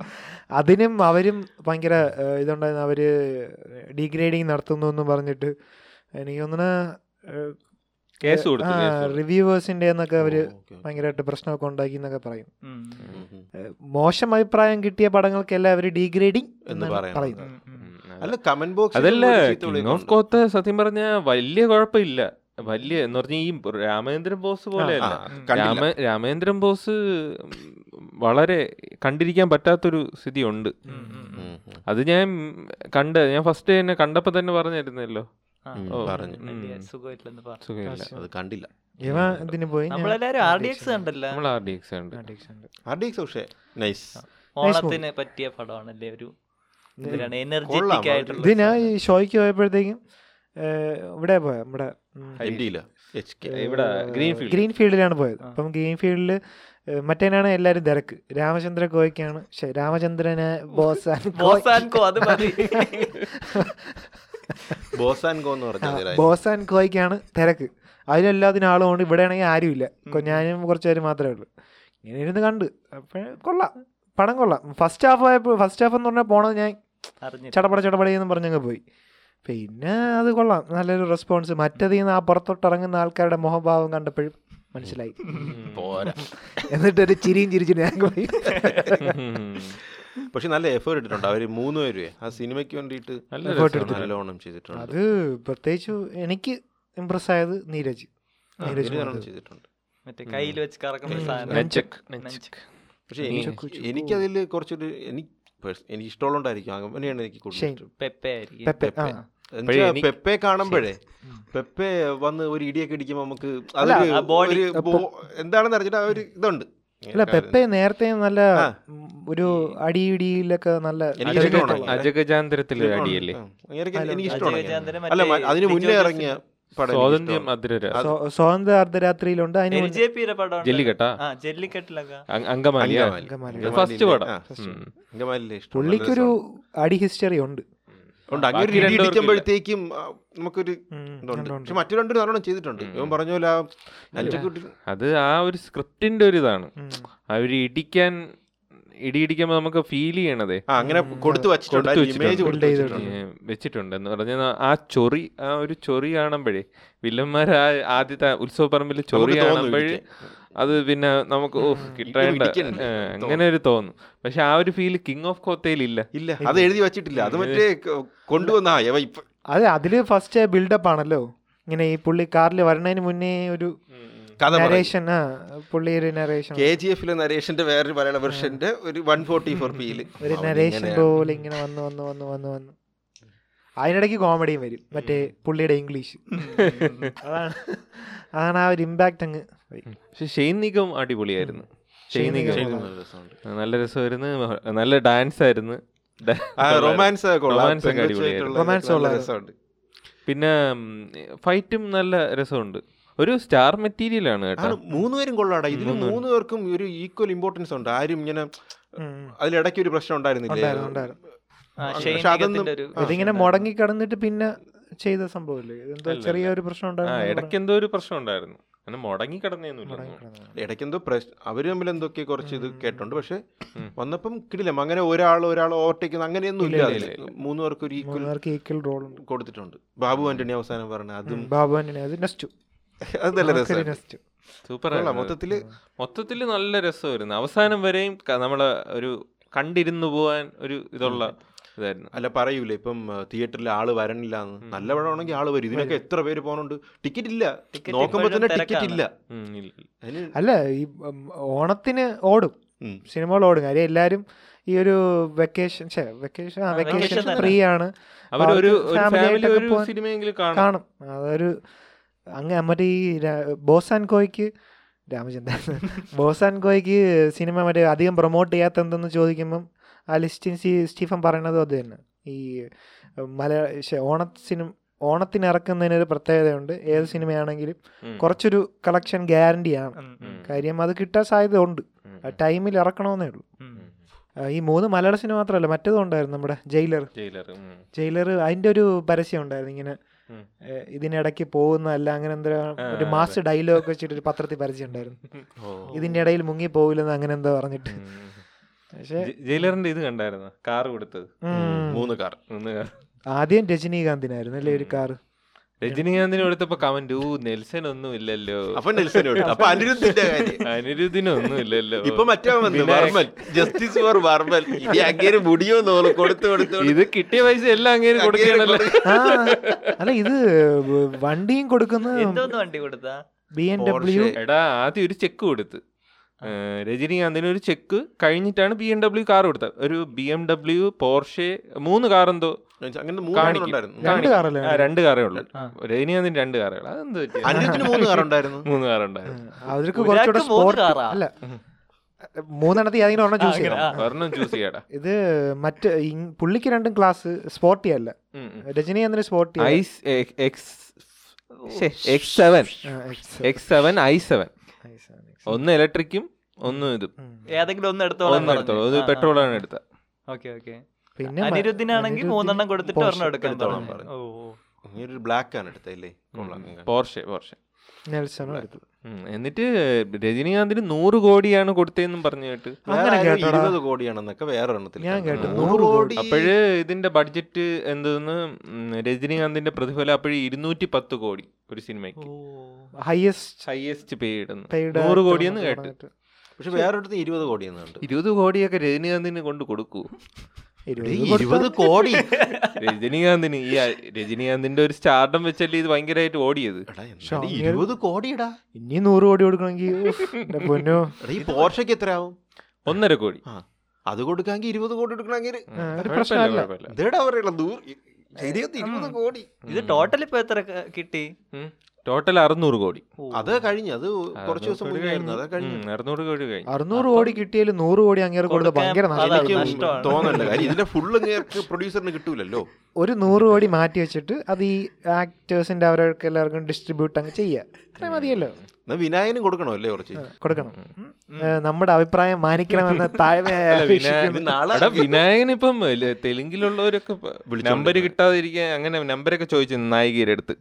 S1: അതിനും അവരും ഭയങ്കര ഏ, ഇതുണ്ടായിരുന്നു അവര് ഡിഗ്രേഡിങ് നടത്തുന്നു എന്ന് പറഞ്ഞിട്ട് എനിക്ക്
S2: കേസ് കൊടുത്തു കേസ്
S1: തോന്നുന്ന
S2: കൊടുത്തു.
S1: റിവ്യൂവേഴ്സിന്റെ എന്നൊക്കെ അവര്
S3: ഓ, okay, okay.
S1: ഭയങ്കരമായിട്ട് പ്രശ്നമൊക്കെ ഉണ്ടാക്കി എന്നൊക്കെ പറയും
S4: ഉം.
S3: ഉം, ഉം.
S1: ഏ, മോശം അഭിപ്രായം കിട്ടിയ പടങ്ങൾക്കെല്ലാം അവർ ഡിഗ്രേഡിങ്
S3: എന്ന്
S1: എന്ന്
S3: പറയുന്നത്.
S1: പറയുന്നത്
S4: ഉം, ഉം.
S2: ഉം, അതെ.
S3: അല്ല കമന്റ് ബോക്സ്
S2: അതല്ല കിങ് ഓഫ് കോത്ത് സത്യം പറഞ്ഞ വലിയ കുഴപ്പമില്ല വലിയ എന്ന് പറഞ്ഞ ഈ രാമേന്ദ്രൻ ബോസ് പോലെയല്ല രാമ രാമേന്ദ്രൻ ബോസ് ഉം, വളരെ കണ്ടിരിക്കാൻ പറ്റാത്തൊരു സ്ഥിതി ഉണ്ട് അത് ഞാൻ കണ്ട് ഞാൻ ഫസ്റ്റ് തന്നെ കണ്ടപ്പോ തന്നെ പറഞ്ഞിരുന്നല്ലോ
S4: ആ.
S3: ഉം,
S2: ഓ,
S3: പറഞ്ഞു.
S2: ഉം,
S4: വലിയ സുഖമില്ലെന്ന് പറഞ്ഞു
S2: സുഖമില്ല
S3: അത് കണ്ടില്ല
S1: ഇവ ഇതിന് പോയി ഞാൻ-
S4: നമ്മളെല്ലാരും ആർ ഡി എക്സ് കണ്ടല്ല
S2: നമ്മൾ ആർ ഡി എക്സ് ഉണ്ട്
S1: ആ, ഡിക്ഷൻ ഉണ്ട്.
S3: ആർ ഡി എക്സ് പക്ഷേ നൈസ്
S4: ഓണത്തിന് പറ്റിയ പടമാണല്ലേ ഒരു ഇതിലാണ്
S3: കൊള്ളാം,
S4: എനർജറ്റിക്
S3: ഒരു-
S4: ആയിട്ടുള്ള
S1: ഇത് ഞാൻ ഈ ഷോയ്ക്ക് പോയപ്പോഴത്തേക്കും ഏഹ്, ഇവിടെ പോയ നമ്മുടെ ഉം,
S3: എംഡിയില്ല എച്ച് കെ
S2: ഇവിടെ ഗ്രീൻ ഫീൽഡ്
S1: ഗ്രീൻ ഫീൽഡിലാണ് പോയത് അപ്പം ഗ്രീൻ ഫീൽഡിൽ മറ്റേനാണ് എല്ലാവരും തിരക്ക് രാമചന്ദ്ര ഗോയ്ക്കാണ് ശ്ശെ, രാമചന്ദ്രന് ബോസ് ആൻഡ് ഗോയ്.
S4: ബോസാൻകോ അത് മതി
S3: ബോസ് ആൻഡ് ഗോ എന്ന് പറഞ്ഞാൽ
S1: ബോസ് ആൻഡ് ഗോയ്ക്കാണ് തിരക്ക് അതിലെല്ലാത്തിനും ആളും ഉണ്ട് ഇവിടെ ആണെങ്കിൽ ആരുമില്ല കൊ- ഞാനും കുറച്ച് പേര് മാത്രമേ ഉള്ളൂ ഇങ്ങനെ ഇരുന്ന് കണ്ട് അപ്പോഴേ കൊള്ളാം പടം കൊള്ളാം ഫസ്റ്റ് ഹാഫ് ആയപ്പോൾ ഫസ്റ്റ് ഹാഫ് എന്ന് പറഞ്ഞാൽ പോണത് ഞാൻ
S4: അറിഞ്ഞില്ല
S1: ചടപട ചടപടി എന്ന് പറഞ്ഞങ്ങ് പോയി പിന്നെ അത് കൊള്ളാം നല്ലൊരു റെസ്പോൺസ് മറ്റതിൽ നിന്ന് ആ പുറത്തോട്ട് ഇറങ്ങുന്ന ആൾക്കാരുടെ മുഖഭാവം കണ്ടപ്പോഴും മനസ്സിലായി
S3: പോരാ
S1: എന്നിട്ടൊരു ചിരിയും ചിരിച്ചു ഞാൻ പോയി
S3: പക്ഷെ നല്ല എഫേർട്ട് ഇട്ടിട്ടുണ്ട് അവര് മൂന്ന് പേരുവേ ആ സിനിമയ്ക്ക് വേണ്ടിയിട്ട്
S2: നല്ല
S1: effort
S3: രസം,
S1: എടുത്തിട്ടുണ്ട്.
S3: നല്ലോണം ചെയ്തിട്ടുണ്ട്
S1: അത് പ്രത്യേകിച്ച് എനിക്ക് ഇമ്പ്രസ് ആയത് നീരജ്
S3: ആ,
S1: നീരജ്
S3: നല്ലോണം
S1: മാധവ്.
S3: ചെയ്തിട്ടുണ്ട്
S4: മറ്റേ കയ്യിൽ വെച്ച് കറക്കുന്ന സാധനം
S2: നെഞ്ചക്ക്
S4: നെഞ്ചക്ക്.
S3: പക്ഷെ എനിക്ക് എനിക്കതിൽ കുറച്ചൊരു എനിക്ക് pers- എനിക്ക് ഇഷ്ടമുള്ളതുകൊണ്ടായിരിക്കും അങ്ങനെയാണ് എനിക്ക് കൂടുതൽ
S1: ഷെയ്ൻ.
S3: ഇഷ്ടം.
S4: പെപ്പെ ആയിരിക്കും
S1: പെപ്പെ ആ
S3: എന്നുവെച്ചാ
S2: എനിക്ക്
S3: പെപ്പെ കാണുമ്പോഴേ പെപ്പെ വന്ന് ഒരു ഇടിയൊക്കെ ഇടിക്കുമ്പോൾ നമുക്ക്
S1: അല്ല,
S3: അതൊരു
S4: ആ body,
S3: ഒരു ബോ- എന്താണെന്ന് അറിഞ്ഞിട്ട് ആ ഒരു ഇതുണ്ട്
S1: അല്ല പെപ്പെ നേരത്തെ നല്ല
S3: ആ.
S1: ഉം, ഒരു അടിയിടിയിലൊക്കെ നല്ല
S3: എനിക്ക്
S1: അടിയൊക്കെ
S3: ഇഷ്ടമാണ്.
S1: ഉള്ള-
S2: അജഗജാന്തരത്തിലെ അടിയല്ലേ
S3: ആ, എനിക്ക് എനിക്ക്
S1: അല്ല,
S3: ഇഷ്ടമാണ്
S4: അജയചന്ദ്രൻ
S3: അല്ല
S4: മറ്റേ
S3: അതിന് മുന്നേ
S4: ലിജോ
S3: ഇറങ്ങിയ പടം എനിക്ക്
S2: സ്വാതന്ത്ര്യം
S3: ഇഷ്ടമാണ്.
S2: അതിരരാ
S1: സ്വ- സ്വതന്ത്ര അർദ്ധരാത്രിയിലുണ്ട് അതിന്
S4: എൽ
S1: മുന്നേ
S4: ജെ പിയുടെ പടം
S2: ജെല്ലിക്കെട്ടാ?
S4: ആ ജെല്ലിക്കെട്ടിലൊക്കെ
S2: അങ്കമാലിയാ
S3: അങ്കമാലി.
S1: അങ്കമാലി.
S3: അങ്കമാലിയിലെ-
S2: ഫസ്റ്റ് പടം
S3: ആ,
S2: ഉം.
S3: അങ്കമാലിയിലെ ഇഷ്ടമാണ്.
S1: പുള്ളിക്കൊരു
S3: നല്ല
S1: അടി ഹിസ്റ്ററി ഉണ്ട്
S3: രസമാണ്. ഉണ്ട് അങ്ങനെ ഒരു
S2: ബാക്കി
S3: ഇടി
S2: രണ്ടുപേർക്കില്ല.
S3: ഇടിക്കുമ്പോഴത്തേക്കും ആ, നമുക്കൊരു
S1: ഉം,
S3: ഇതുണ്ട്
S1: ഉണ്ട്, ഉണ്ട്.
S3: പക്ഷെ മറ്റു രണ്ടും നല്ലോണം ചെയ്തിട്ടുണ്ട് ഇവൻ പറഞ്ഞ പോലെ ആ അഞ്ചക്കുട്ടി
S2: അത് ആ ഒരു സ്ക്രിപ്റ്റിന്റെ ഒരു ഇതാണ് അവര് ഇടിക്കാൻ ഇടി ഇടിക്കുമ്പോ നമുക്ക് ഫീൽ ചെയ്യണതേ
S3: ആ അങ്ങനെ കൊടുത്തു വച്ചിട്ടുണ്ട്
S2: കൊടുത്തു
S3: ഇമേജ്
S2: വെച്ചിട്ടുണ്ട്.
S3: കൊടുത്തു
S1: Build
S3: വെച്ചിട്ടുണ്ട്
S2: ഏ, വെച്ചിട്ടുണ്ട് എന്ന് പറഞ്ഞാൽ ആ ചൊറി ആ ഒരു ചൊറി കാണുമ്പോഴേ വില്ലന്മാർ ആ ആദ്യത്തെ ഉത്സവ പറമ്പിൽ ചൊറി
S3: തോന്നും
S2: കാണുമ്പോഴേ അത് പിന്നെ നമുക്ക് ഓ കിട്ടേണ്ട
S3: ഇടിക്കണ്ട.
S2: ഏ, അങ്ങനെ ഒരു തോന്നും പക്ഷെ ആ ഒരു ഫീല് കിങ് ഓഫ് കോത്തയിൽ ഇല്ല
S3: ഇല്ല അത് എഴുതി വച്ചിട്ടില്ല അത് മറ്റേ ക- കൊണ്ടുവന്ന ആ, ഇവ ഇപ്പ-
S1: അത് അതില് ഫസ്റ്റ് ബിൽഡപ്പ് ആണല്ലോ ഇങ്ങനെ ഈ പുള്ളി കാറിൽ വരണതിന് മുന്നേ ഒരു
S3: കഥ
S1: നരേഷൻ ആ പുള്ളി ഒരു നരേഷൻ
S3: കെ ജി എഫിലെ നരേഷന്റെ വേറൊരു മലയാള വെർഷന്റെ ഒരു വൺ ഫോർട്ടി ഫോർ പിയില്
S1: ഒരു നരേഷൻ പോലെ ഇങ്ങനെ വന്ന് വന്ന് വന്ന് വന്ന് വന്ന് അതിനിടയ്ക്ക് കോമഡിയും വരും മറ്റേ പുള്ളിയുടെ ഇംഗ്ലീഷ് അതാണ് അതാണ് ആ ഒരു ഇമ്പാക്റ്റ് അങ്ങ് പോയി.
S2: പക്ഷെ ഷെയ്ൻ നിഗം അടിപൊളിയായിരുന്നു ഷെയ്ൻ നിഗം നല്ല രസമായിരുന്നു നല്ല ഡാൻസ് ആയിരുന്നു ഡാ-
S3: റൊമാൻസ്
S2: Romance ഒക്കെ അടിപൊളിയായിരുന്നു.
S1: Romance കൊള്ളാം.
S2: പിന്നെ ഫൈറ്റും നല്ല രസമുണ്ട് ഒരു സ്റ്റാർ മെറ്റീരിയൽ ആണ് കേട്ടോ
S3: ആണ് മൂന്നുപേരും കൊള്ളാടാ ഇതിന് മൂന്ന് പേർക്കും ഒരു ഈക്വൽ ഇമ്പോർട്ടൻസ് ഉണ്ട് ആരും ഇങ്ങനെ
S1: ഉം.
S3: അതിലിടയ്ക്ക് ഒരു പ്രശ്നം ഉണ്ടായിരുന്നില്ലേ
S1: ഉണ്ടായിരുന്നു, ഉണ്ടായിരുന്നു.
S4: ആ,
S3: പക്ഷെ
S4: ഷെയ്ൻ
S3: അതൊന്നും-
S4: നിഗത്തിന്റെ ഒരു
S1: ഇതിങ്ങനെ മുടങ്ങി കിടന്നിട്ട് പിന്നെ ചെയ്ത സംഭവമില്ലേ എന്തോ ചെറിയൊരു പ്രശ്നം
S2: ആ
S1: ഉണ്ടായിരുന്നു
S2: ഇടയ്ക്ക് എന്തോ ഒരു പ്രശ്നം ഉണ്ടായിരുന്നു അങ്ങനെ മുടങ്ങി കിടന്നേന്നുമില്ല
S3: ഇടയ്ക്കെന്തോ പ്രശ്നം അവർ തമ്മിൽ എന്തൊക്കെ കുറച്ച് ഇത് കേട്ടുണ്ട് പക്ഷെ വന്നപ്പം കിടില്ല അങ്ങനെ ഒരാൾ ഒരാൾ ഓവർടേക്കുന്ന അങ്ങനെയൊന്നും ഇല്ല അതില്. മൂന്ന് പേർക്ക് ഒരു ഈക്വൽ
S1: മൂന്നുപേർക്ക് ഈക്വൽ റോൾ ഉണ്ട്
S3: കൊടുത്തിട്ടുണ്ട് ബാബു ആന്റണി അവസാനം പറഞ്ഞ അതും
S1: ബാബു ആന്റണി അത് നെസ്റ്റ്
S3: അത് നല്ല രസമാണ്
S1: നെസ്റ്റ്
S2: സൂപ്പർ
S3: കൊള്ളാം. മൊത്തത്തില്
S2: മൊത്തത്തിൽ നല്ല രസമായിരുന്നു അവസാനം വരെയും ക- നമ്മളെ ഒരു കണ്ടിരുന്നു പോവാൻ ഒരു ഇതുള്ള ഇതായിരുന്നു
S3: അല്ല പറയൂലേ ഇപ്പം തിയേറ്ററിൽ ആള് വരണില്ല എന്ന് നല്ല പടമാണെങ്കിൽ ആള് വരും ഇതിനൊക്കെ എത്ര പേര് പോകണുണ്ട് ടിക്കറ്റ് ഇല്ല
S4: Ticket
S3: നോക്കുമ്പോ തന്നെ
S4: ഇപ്പോഴും
S3: ടിക്കറ്റ് ഇല്ല
S2: ഉം, ഇല്ല, ഇല്ല.
S3: അതിന്
S1: അല്ല ഈ ഉം, ഓണത്തിന് ഓടും
S3: ഉം.
S1: സിനിമകൾ ഓടും കാര്യം എല്ലാരും ഈ ഒരു വെക്കേഷൻ ഛേ വെക്കേഷൻ ആ വെക്കേഷൻ
S4: vacation തന്നെ.
S1: ഫ്രീ ആണ്
S2: അവരൊരു
S1: അവർക്ക്
S2: ഒരു
S1: family
S2: ഫാമിലി
S1: ആയിട്ടൊക്കെ
S2: ഒരു
S1: പോവാൻ
S2: സിനിമയെങ്കിലും കാണാം
S1: കാണും അതൊരു അങ്ങനെ മറ്റേ ഈ രാ- ബോസ് ആൻഡ് കോയ്ക്ക് രാമചന്ദ്രൻ ബോസ് ആൻഡ് കോയ്ക്ക് സിനിമ മറ്റേ അധികം പ്രൊമോട്ട് ചെയ്യാത്ത എന്തെന്ന് ചോദിക്കുമ്പം ആ ലിസ്റ്റിൻ സി സ്റ്റീഫൻ പറയണതും അത് തന്നെ ഈ മലയാള ശ്ശെ, ഓണ സിനിമ ഓണത്തിന് ഇറക്കുന്നതിനൊരു പ്രത്യേകതയുണ്ട് ഏത് സിനിമയാണെങ്കിലും
S2: ഉം.
S1: കുറച്ചൊരു കളക്ഷൻ ഗ്യാരണ്ടിയാണ്
S4: ഉം,
S2: ഉം.
S1: കാര്യം അത് കിട്ടാൻ സാധ്യത ഉണ്ട്
S2: ഉം.
S1: ആ ടൈമിൽ ഇറക്കണമെന്നേ ഉള്ളൂ
S4: ഉം.
S1: ആ, ഈ മൂന്ന് മലയാള സിനിമ മാത്രമല്ല മറ്റേതും ഉണ്ടായിരുന്നു നമ്മുടെ ജയിലർ
S2: ജയിലർ ഉം.
S1: ജയിലർ അതിൻ്റെ ഒരു പരസ്യം ഉണ്ടായിരുന്നു ഇങ്ങനെ
S2: ഉം.
S1: ഏ, ഇതിനിടയ്ക്ക് പോകുന്നതല്ല അങ്ങനെ എന്തോ ഒരു മാസ് ഡയലോഗ് വെച്ചിട്ട് ഒരു പത്രത്തിൽ പരസ്യം ഉണ്ടായിരുന്നു ഇതിൻ്റെ ഇടയിൽ മുങ്ങി പോകില്ലെന്ന് അങ്ങനെ എന്തോ പറഞ്ഞിട്ട് പക്ഷേ
S2: ജെ- ജയിലറിന്റെ ഇത് കണ്ടായിരുന്നു കാർ കൊടുത്തത്
S1: ഉം,
S3: മൂന്ന് കാർ
S2: ഒന്ന് കാർ
S1: ആദ്യം രജനീകാന്തിനായിരുന്നു അല്ലേ ഒരു കാറ്
S2: രജനീകാന്തിന് കൊടുത്തപ്പോ കമന്റ് ഓ നെൽസൻ ഒന്നും ഇല്ലല്ലോ
S3: അപ്പൊ നെൽസനെ വിട്ടു അപ്പൊ അനിരുദ്ധിന്റെ കാര്യം
S2: അനിരുദ്ധിനൊന്നും ഇല്ലല്ലോ
S3: ഇപ്പൊ മറ്റേ വന്നു വർമ്മൽ ജസ്റ്റിസ് ഫോർ വർമ്മൽ ഇനി അങ്ങേര് മുടിയോ നോളൂ കൊടുത്തു കൊടുത്തു കൊടുത്തു.
S2: ഇത് കിട്ടിയ പൈസ എല്ലാം അങ്ങനെ കൊടുക്കണല്ലോ
S1: ആ അല്ല ഇത് വണ്ടിയും കൊടുക്കുന്ന
S4: എന്തോന്ന് വണ്ടി കൊടുത്താ
S1: ബി എൻ ഡബ്ല്യു
S2: എടാ ആദ്യം ഒരു ചെക്ക് കൊടുത്ത് ഏ, രജനീകാന്തിന് ഒരു ചെക്ക് കഴിഞ്ഞിട്ടാണ് ബി എം ഡബ്ല്യു കാർ കൊടുത്തത് ഒരു ബി എം ഡബ്ല്യു പോർഷെ മൂന്ന് കാർ എന്തോ
S3: അങ്ങനെ മൂന്ന് കാർ
S2: കാണിക്കും
S3: ഉണ്ടായിരുന്നു
S1: രണ്ട്
S2: കാണിക്കും.
S1: കാറല്ലേ
S2: ആ, രണ്ട് കാറേ ഉള്ളൂ രജനീകാന്തിന് രണ്ട് കാറുകൾ അതെന്ത് പറ്റി
S3: അനിരുദ്ധിന് മൂന്ന് കാർ ഉണ്ടായിരുന്നു
S2: മൂന്ന് കാറുണ്ടായിരുന്നു
S1: അവർക്ക്
S4: ഒരാൾക്ക്
S1: കുറച്ചുകൂടെ
S4: മൂന്ന്
S1: സ്പോർട്ട്
S4: കാറാ?
S1: അല്ല മൂന്നെണ്ണത്തിൽ അതിങ്ങനെ ഒരെണ്ണം ചൂസ്
S4: അങ്ങനെ,
S1: ചെയ്യണം
S4: ആ.
S2: ഒരെണ്ണം ചൂസ് ചെയ്യടാ
S1: ഇത് മറ്റ് ഇങ്- പുള്ളിക്ക് രണ്ടും ക്ലാസ് സ്പോർട്ട് ചെയ്യല്ല രജനി അതിന് സ്പോർട്ട് ചെയ്യാ
S2: ഐസ് എക്സ് എക്സ് സെവൻ
S1: ആ, Excel.
S2: X seven I
S1: Excel,
S2: seven
S1: Excel.
S2: ഒന്ന് ഇലക്ട്രിക്കും ഒന്ന് ഇതും
S1: ഉം.
S4: ഏതെങ്കിലും ഒന്ന്
S2: ഒന്ന് എടുത്തോളൂ ഇത് പെട്രോൾ ആണ് എടുത്ത
S4: ഓക്കെ ഓക്കെ
S1: പിന്നെ മ-
S4: അനിരുദ്ധിനാണെങ്കിൽ
S1: അനിരുദ്ധിന്
S4: മൂന്നെണ്ണം കൊടുത്തിട്ട്
S1: Porsche
S4: ഒരെണ്ണം എടുക്കാൻ
S3: എടുത്തോളാൻ
S4: പറഞ്ഞു ഓ ഓ.
S3: ഇനി ഒരു ബ്ലാക്ക് ആണ് എടുത്തല്ലേ കൊള്ളാം
S2: പോർഷെ പോർഷെ
S1: നെൽസണും എടുത്തു
S2: ഉം. എന്നിട്ട് രജനീകാന്തിന് നൂറ് കോടിയാണ് കൊടുത്തതെന്നും പറഞ്ഞു കേട്ട്
S1: അങ്ങനെ
S3: വേറെ ആരോ
S1: കേട്ടോടാ.
S3: ഇരുപത് കോടിയാണെന്നൊക്കെ വേറെ എണ്ണത്തിൽ
S1: ഞാൻ
S3: കണ്ടു.
S1: കേട്ടു
S2: ആ.
S1: നൂറ് കോടി
S2: അപ്പോഴ് ഇതിന്റെ ബഡ്ജറ്റ് എന്തെന്ന് ഉം, രജനീകാന്തിന്റെ പ്രതിഫലം അപ്പോഴ് ഇരുന്നൂറ്റി പത്ത് കോടി ഒരു സിനിമയ്ക്ക്
S1: ഹയസ്റ്റ്
S2: ഹയസ്റ്റ് പേ ഇടുന്നു
S1: പെയ്ഡ്
S2: നൂറ് കോടിയെന്ന് കേട്ട്
S3: പക്ഷെ വേറൊരിടത്ത് ഇരുപത് കോടിയെന്ന് കണ്ടു
S2: ഇരുപത് കോടിയൊക്കെ രജനീകാന്തിന് കൊണ്ട് കൊടുക്കൂ
S3: ഡേയ്, ഇരുപത് കോടി
S2: രജനീകാന്തിന് ഈ ആ- രജനീകാന്തിന്റെ ഒരു സ്റ്റാർഡം വെച്ചല്ലേ ഇത് ഭയങ്കരമായിട്ട് ഓടിയത്
S3: എടാ, എന്താണ്
S1: ഷാ, നീ-
S3: ഇരുപത് കോടിയടാ
S1: ഇനി നൂറ് കോടി കൊടുക്കണമെങ്കിൽ ഉഫ്, എന്റെ പൊന്നോ
S3: എടാ, ഈ പോർഷയ്ക്ക് എത്രയാവും
S2: ഒന്നര കോടി
S3: ആ അത് കൊടുക്കാമെങ്കിൽ ഇരുപത് കോടി എടുക്കണമെങ്കിൽ
S2: ഉം,
S1: ആ, ഒരു
S2: കുഴപ്പമില്ല,
S1: പ്രശ്നമല്ല.
S2: കുഴപ്പമില്ല.
S3: ഇതേടാ പറയണ ദൂർ ശരിയത്ത് ഇരുപത് കോടി
S4: ഇത് ടോട്ടൽ ഇപ്പൊ എത്ര ക- കിട്ടി
S2: ഉം. ടോട്ടൽ അറുന്നൂറ് കോടി
S4: ഓ.
S3: അത് കഴിഞ്ഞു അത് കുറച്ച് ദിവസം മുന്നേ ആയിരുന്നു അത് കഴിഞ്ഞു
S2: ഉം, അറുന്നൂറ് കോടി കഴിഞ്ഞു
S1: അറുന്നൂറ് കോടി കിട്ടിയാലും നൂറ് കോടി അങ്ങേറെ കൊടുത്ത
S4: കൊടുക്കാൻ
S1: ഭയങ്കര നഷ്ടം.
S4: അതാണ്
S3: എനിക്ക്
S4: നഷ്ടമാണ്.
S3: തോന്നണ്ട കാര്യം ഇതിന്റെ ഫുള്ള് നിങ്ങൾക്ക് പ്രൊഡ്യൂസറിന് കിട്ടൂലല്ലോ
S1: ഒരു നൂറ് കോടി മാറ്റി വെച്ചിട്ട് അത് ഈ ആക്ടേഴ്സിന്റെ അവരൊക്കെ എല്ലാവർക്കും ഡിസ്ട്രിബ്യൂട്ട് അങ്ങ് ചെയ്യാ അത്ര മതിയല്ലോ
S3: എന്നാ വിനായകനും കൊടുക്കണമല്ലേ കുറച്ച്
S1: കൊടുക്കണം ഉം. ഏ, നമ്മുടെ അഭിപ്രായം മാനിക്കണമെന്ന് താഴ്മ
S3: ഇത് നാളെ
S2: എടാ വിനായകൻ ഇപ്പം ല- തെലുങ്കിലുള്ളവരൊക്കെ നമ്പർ കിട്ടാതിരിക്കാൻ അങ്ങനെ നമ്പരൊക്കെ ചോദിച്ചു നായികയുടെ അടുത്ത്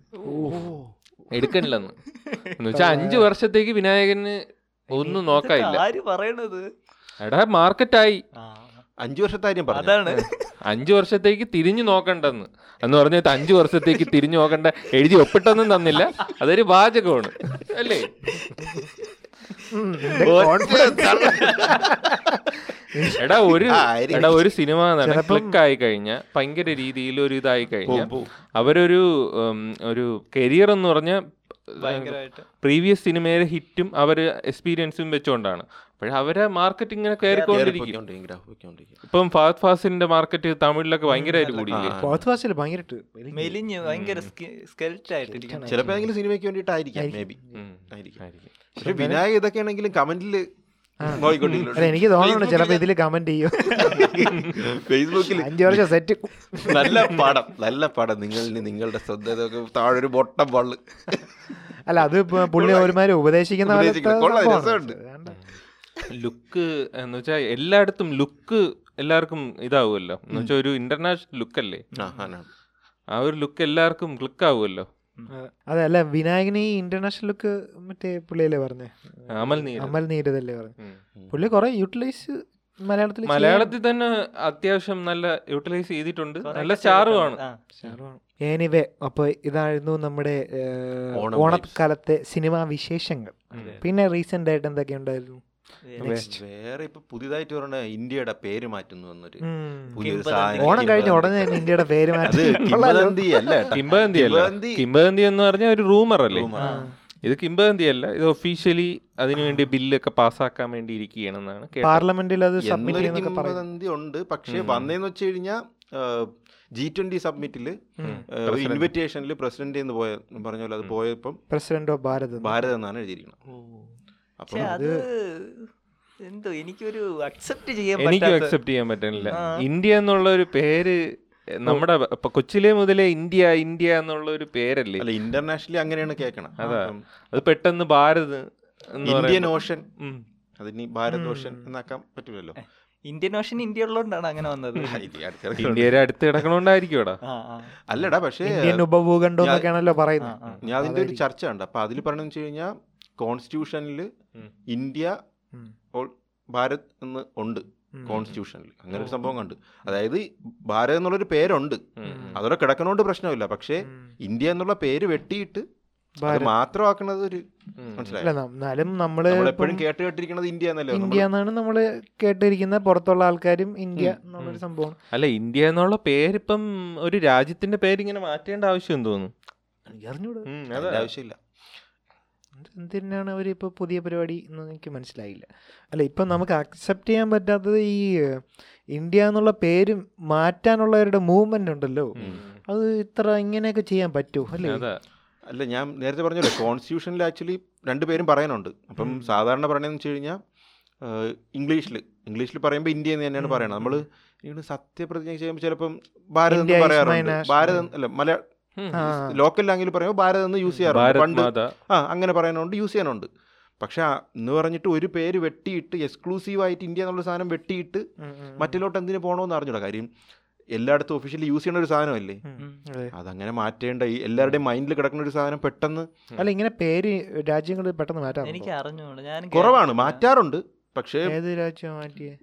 S2: എടുക്കണില്ലെന്ന് എന്ന് വെച്ചാൽ അഞ്ചു വർഷത്തേക്ക് വിനായകന് ഒന്നും നോക്കാനില്ല
S4: ആര് പറയണത്
S2: എടാ മാർക്കറ്റായി
S4: ആ,
S3: അഞ്ചു വർഷത്തെ കാര്യം പറഞ്ഞു
S4: അതാണ്
S2: അഞ്ചു വർഷത്തേക്ക് തിരിഞ്ഞു നോക്കണ്ടെന്ന് എന്ന് പറഞ്ഞിട്ട് അഞ്ചു വർഷത്തേക്ക് തിരിഞ്ഞു നോക്കണ്ട എഴുതി ഒപ്പിട്ടൊന്നും തന്നില്ല അതൊരു വാചകമാണ് അല്ലേ എടാ ഒരു
S3: ആയിരിക്കും.
S2: എടാ ഒരു സിനിമ നടൻ
S1: ചിലപ്പം-
S2: ക്ലിക്ക് ആയി കഴിഞ്ഞാൽ ഭയങ്കര രീതിയിൽ ഒരു ഇതായി കഴിഞ്ഞാൽ അവരൊരു ഉം, ഒരു കരിയർ എന്ന് പറഞ്ഞാൽ
S4: ഭയങ്കരമായിട്ട്
S2: പ്രീവിയസ് സിനിമയിലെ ഹിറ്റും അവർ എക്സ്പീരിയൻസും വെച്ചുകൊണ്ടാണ് അപ്പോഴേ അവരെ മാർക്കറ്റ് ഇങ്ങനെ കയറിക്കൊണ്ടിരിക്കും ഇപ്പം ഫഹദ് ഫാസിലിന്റെ മാർക്കറ്റ് തമിഴിലൊക്കെ ഭയങ്കരമായിട്ട് കൂടിയില്ലേ
S1: കോത്തുവാസിൽ ഭയങ്കരമായിട്ട് വലിയ-
S4: മെലിഞ്ഞ് ഭയങ്കര സ്കെൽറ്റ് ആയിട്ടിരിക്കണം
S3: ചിലപ്പോ ഏതെങ്കിലും സിനിമയ്ക്ക് വേണ്ടിയിട്ടായിരിക്കാം മേ ബി
S2: ഉം.
S3: ആയിരിക്കും
S2: ആയിരിക്കും.
S3: പക്ഷെ വിനായക ഇതൊക്കെ ആണെങ്കിലും കമന്റിൽ
S1: അല്ല എനിക്ക് തോന്നുന്നുണ്ട് ചിലപ്പോ ഇതില് കമന്റ് ചെയ്യും
S3: ഫേസ്ബുക്കിൽ
S1: അഞ്ചു വർഷം സെറ്റ്
S3: നല്ല പടം നല്ല പടം നിങ്ങളിൽ നിങ്ങളുടെ ശ്രദ്ധ ഇതൊക്കെ താഴെ ഒരു പൊട്ടം പള്ള്
S1: അല്ല അത് ഇപ്പൊ പുള്ളി ഒരുമാതിരി ഉപദേശിക്കുന്ന പോലത്തെ
S3: ഉപദേശിക്കുന്ന- കൊള്ളാം,
S1: സംഭവമാണ്.
S3: രസമുണ്ട്.
S1: അതുകൊണ്ട്
S2: ലുക്ക് എന്ന് വെച്ചാൽ എല്ലായിടത്തും ലുക്ക് എല്ലാവർക്കും ഇതാവുമല്ലോ എന്ന് വെച്ചാൽ ഒരു ഇന്റർനാഷണൽ ലുക്ക് അല്ലേ
S3: ആ, ആണ്.
S2: ആ ഒരു ലുക്ക് എല്ലാവർക്കും ക്ലിക്ക് ആവുമല്ലോ
S1: അതല്ല വിനായകന് ഈ ഇന്റർനാഷണൽ ലുക്ക് മറ്റേ പുള്ളിയല്ലേ പറഞ്ഞേ
S2: അമൽ നീര
S1: അമൽ നീരതല്ലേ പറഞ്ഞു പുള്ളി കുറെ യൂട്ടിലൈസ് മലയാളത്തിൽ
S2: മലയാളത്തിൽ തന്നെ അത്യാവശ്യം നല്ല യൂട്ടിലൈസ് ചെയ്തിട്ടുണ്ട് നല്ല സ്റ്റാറുമാണ്
S4: ആ.
S1: എനിവേ അപ്പൊ ഇതായിരുന്നു നമ്മുടെ ഏഹ്,
S3: ഓണം
S1: ഓണക്കാലത്തെ സിനിമാ വിശേഷങ്ങൾ പിന്നെ റീസെന്റ് ആയിട്ട് എന്തൊക്കെ ഉണ്ടായിരുന്നു
S3: വേറെ ഇപ്പൊ പുതിയതായിട്ട് പറഞ്ഞ ഇന്ത്യയുടെ പേര് മാറ്റുന്നു എന്നൊരു
S1: ഉം.
S3: പുതിയൊരു
S4: കിംബദന്തി.
S3: സാധനം
S1: ഓണം കഴിഞ്ഞ
S3: കിംബദന്തി.
S1: ഉടനെ തന്നെ ഇന്ത്യയുടെ പേര്
S3: അത്
S1: മാറ്റി കൊള്ളാലോ.
S3: കിംബദന്തി അല്ല കേട്ടോ.
S2: കിംബന്തി അല്ല
S3: കിംബദന്തി
S2: കിംബന്തി എന്ന് പറഞ്ഞാൽ ഒരു റൂമർ അല്ലേ
S3: Rumor.
S2: ഇത് കിംബന്തി അല്ല ഇത് ഒഫീഷ്യലി അതിനുവേണ്ടി ബില്ലൊക്കെ പാസ്സാക്കാൻ വേണ്ടി ഇരിക്കുകയാണെന്നാണ് കേട്ടത്.
S1: പാർലമെന്റിൽ അത് സബ്മിറ്റ്
S3: എന്നൊരു
S1: ചെയ്യുന്നൊക്കെ പറയുന്നു
S3: കിംബദന്തി ഉണ്ട് പക്ഷേ വന്നേന്ന് വെച്ച് കഴിഞ്ഞാൽ ജി ട്വന്റി സബ്മിറ്റില് ഇൻവിറ്റേഷനിൽ പ്രസിഡന്റ് എന്ന് പോയ പറഞ്ഞ പോലെ അത് പോയപ്പം
S1: പ്രസിഡന്റ് ഓഫ് ഭാരത് എന്ന്.
S3: ഭാരത് എന്നാണ് എഴുതിയിരിക്കുന്നത് അപ്പം
S4: പക്ഷെ അത് എന്തോ എനിക്കൊരു അക്സെപ്റ്റ് ചെയ്യാൻ
S2: എനിക്കും
S4: പറ്റാത്ത
S2: അക്സെപ്റ്റ് ചെയ്യാൻ പറ്റുന്നില്ല ഇന്ത്യ എന്നുള്ള ഒരു പേര് നമ്മുടെ ഇപ്പൊ കൊച്ചിലെ മുതലേ ഇന്ത്യ ഇന്ത്യ എന്നുള്ള ഒരു പേരല്ലേ
S3: അല്ല ഇന്റർനാഷണലി അങ്ങനെയാണ് കേൾക്കണം അപ്പം
S2: അത് പെട്ടെന്ന് ഭാരത് എന്ന്
S3: ഇന്ത്യൻ
S2: പറയുന്നത്
S3: ഓഷൻ
S2: ഉം.
S3: അതിന് ഭാരത് ഓഷൻ എന്നാക്കാൻ പറ്റൂലല്ലോ
S4: ഇന്ത്യൻ ഓഷൻ ഇന്ത്യ ഉള്ളതുകൊണ്ടാണ് അങ്ങനെ വന്നത്
S3: ഇത് അടുത്തിടക്ക്
S2: ഇന്ത്യയുടെ അടുത്ത് കിടക്കണോണ്ടായിരിക്കുമടാ
S4: ആ, ആ.
S3: അല്ലടാ പക്ഷേ
S1: ഇന്ത്യൻ ഉപഭൂഖണ്ഡം എന്നൊക്കെയാണല്ലോ പറയുന്നത്
S3: ഞാൻ അതിന്റെ ഒരു ചർച്ച ഉണ്ട് അപ്പൊ അതിൽ പറഞ്ഞു കഴിഞ്ഞാൽ കോൺസ്റ്റിറ്റ്യൂഷനിൽ ഇന്ത്യ
S1: ഉം.
S3: ഓൾ- ഭാരത് എന്ന് ഉണ്ട്
S1: ഉം.
S3: കോൺസ്റ്റിറ്റ്യൂഷനിൽ അങ്ങനെ ഒരു സംഭവം കണ്ട് അതായത് ഭാരത് എന്നുള്ളൊരു പേരുണ്ട് അതോടെ കിടക്കണോണ്ട് പ്രശ്നമില്ല പക്ഷേ ഇന്ത്യ എന്നുള്ള പേര് വെട്ടിയിട്ട് അത്
S1: ഭാരത്.
S3: മാത്രമാക്കണത് ഒരു മനസ്സിലായോ
S1: അല്ല എന്നാലും നമ്മള്
S3: നമ്മൾ
S1: ഇപ്പം
S3: എപ്പോഴും കേട്ട് കേട്ടിരിക്കണത് ഇന്ത്യ എന്നല്ലേ
S1: ഇന്ത്യ എന്നാണ് നമ്മള് കേട്ടിരിക്കുന്ന പുറത്തുള്ള ആൾക്കാരും ഇന്ത്യ എന്നുള്ളൊരു സംഭവം
S2: അല്ല ഇന്ത്യ എന്നുള്ള പേരിപ്പം ഒരു രാജ്യത്തിന്റെ പേര് ഇങ്ങനെ മാറ്റേണ്ട ആവശ്യം എന്ന് തോന്നുന്നു
S1: അറിഞ്ഞൂടാ
S2: ഉം,
S3: അതിന്റെ
S2: അതാ.
S3: ആവശ്യമില്ല
S1: എന്ത് എന്തിനാണ് അവർ ഇപ്പോൾ പുതിയ പരിപാടി എന്ന് എനിക്ക് മനസ്സിലായില്ല അല്ല ഇപ്പം നമുക്ക് അക്സെപ്റ്റ് ചെയ്യാൻ പറ്റാത്തത് ഈ ഏഹ്, ഇന്ത്യ എന്നുള്ള പേര് മാറ്റാനുള്ളവരുടെ മൂവ്മെന്റ് ഉണ്ടല്ലോ അത് ഇത്ര ഇങ്ങനെയൊക്കെ ചെയ്യാൻ പറ്റുമോ അല്ലേ
S2: അതാ
S3: അല്ല ഞാൻ നേരത്തെ പറഞ്ഞല്ലോ കോൺസ്റ്റിറ്റ്യൂഷനിൽ ആക്ച്വലി രണ്ടുപേരും പറയാനുണ്ട് അപ്പം സാധാരണ പറയണമെന്ന് വെച്ച് കഴിഞ്ഞാൽ ഇംഗ്ലീഷിൽ ഇംഗ്ലീഷിൽ പറയുമ്പോൾ ഇന്ത്യ എന്ന് തന്നെയാണ് പറയുന്നത് നമ്മൾ ഇവിടെ സത്യപ്രതിജ്ഞ ചെയ്യുമ്പോൾ ചിലപ്പം ഭാരത് എന്ന്
S1: India is my
S3: പറയാറുണ്ട്
S1: national-
S3: ഭാരത് അല്ല മല
S1: ആ.
S3: ലോക്കൽ ലാംഗ്വേജിൽ പറയുമ്പോൾ ഭാരത് എന്ന് യൂസ് ചെയ്യാറുണ്ട്
S2: ഭാരത്
S3: പണ്ട്
S2: മാതാ
S3: ആ അങ്ങനെ പറയാനുണ്ട് യൂസ് ചെയ്യാനുണ്ട് പക്ഷെ ആ എന്ന് പറഞ്ഞിട്ട് ഒരു പേര് വെട്ടിയിട്ട് എക്സ്ക്ലൂസീവായിട്ട് ഇന്ത്യ എന്നുള്ള സാധനം വെട്ടിയിട്ട്
S1: ഉം, ഉം, ഉം.
S3: മറ്റിലോട്ട് എന്തിനു പോകണമെന്ന് അറിഞ്ഞൂടാ കാര്യം എല്ലായിടത്തും ഒഫീഷ്യലി യൂസ് ചെയ്യുന്ന ഒരു സാധനമല്ലേ
S1: ഉം, അതെ.
S3: അതങ്ങനെ മാറ്റേണ്ട ഈ എല്ലാവരുടെയും മൈൻഡിൽ കിടക്കുന്ന ഒരു സാധനം പെട്ടെന്ന്
S1: അല്ല ഇങ്ങനെ പേര് രാജ്യങ്ങൾ പെട്ടെന്ന് മാറ്റാം
S4: എനിക്ക് അറിഞ്ഞൂടാ ഞാൻ
S3: കുറവാണ്
S4: കേട്ടിട്ടില്ല.
S3: മാറ്റാറുണ്ട് പക്ഷേ
S1: ഏത് രാജ്യം മാറ്റിയേ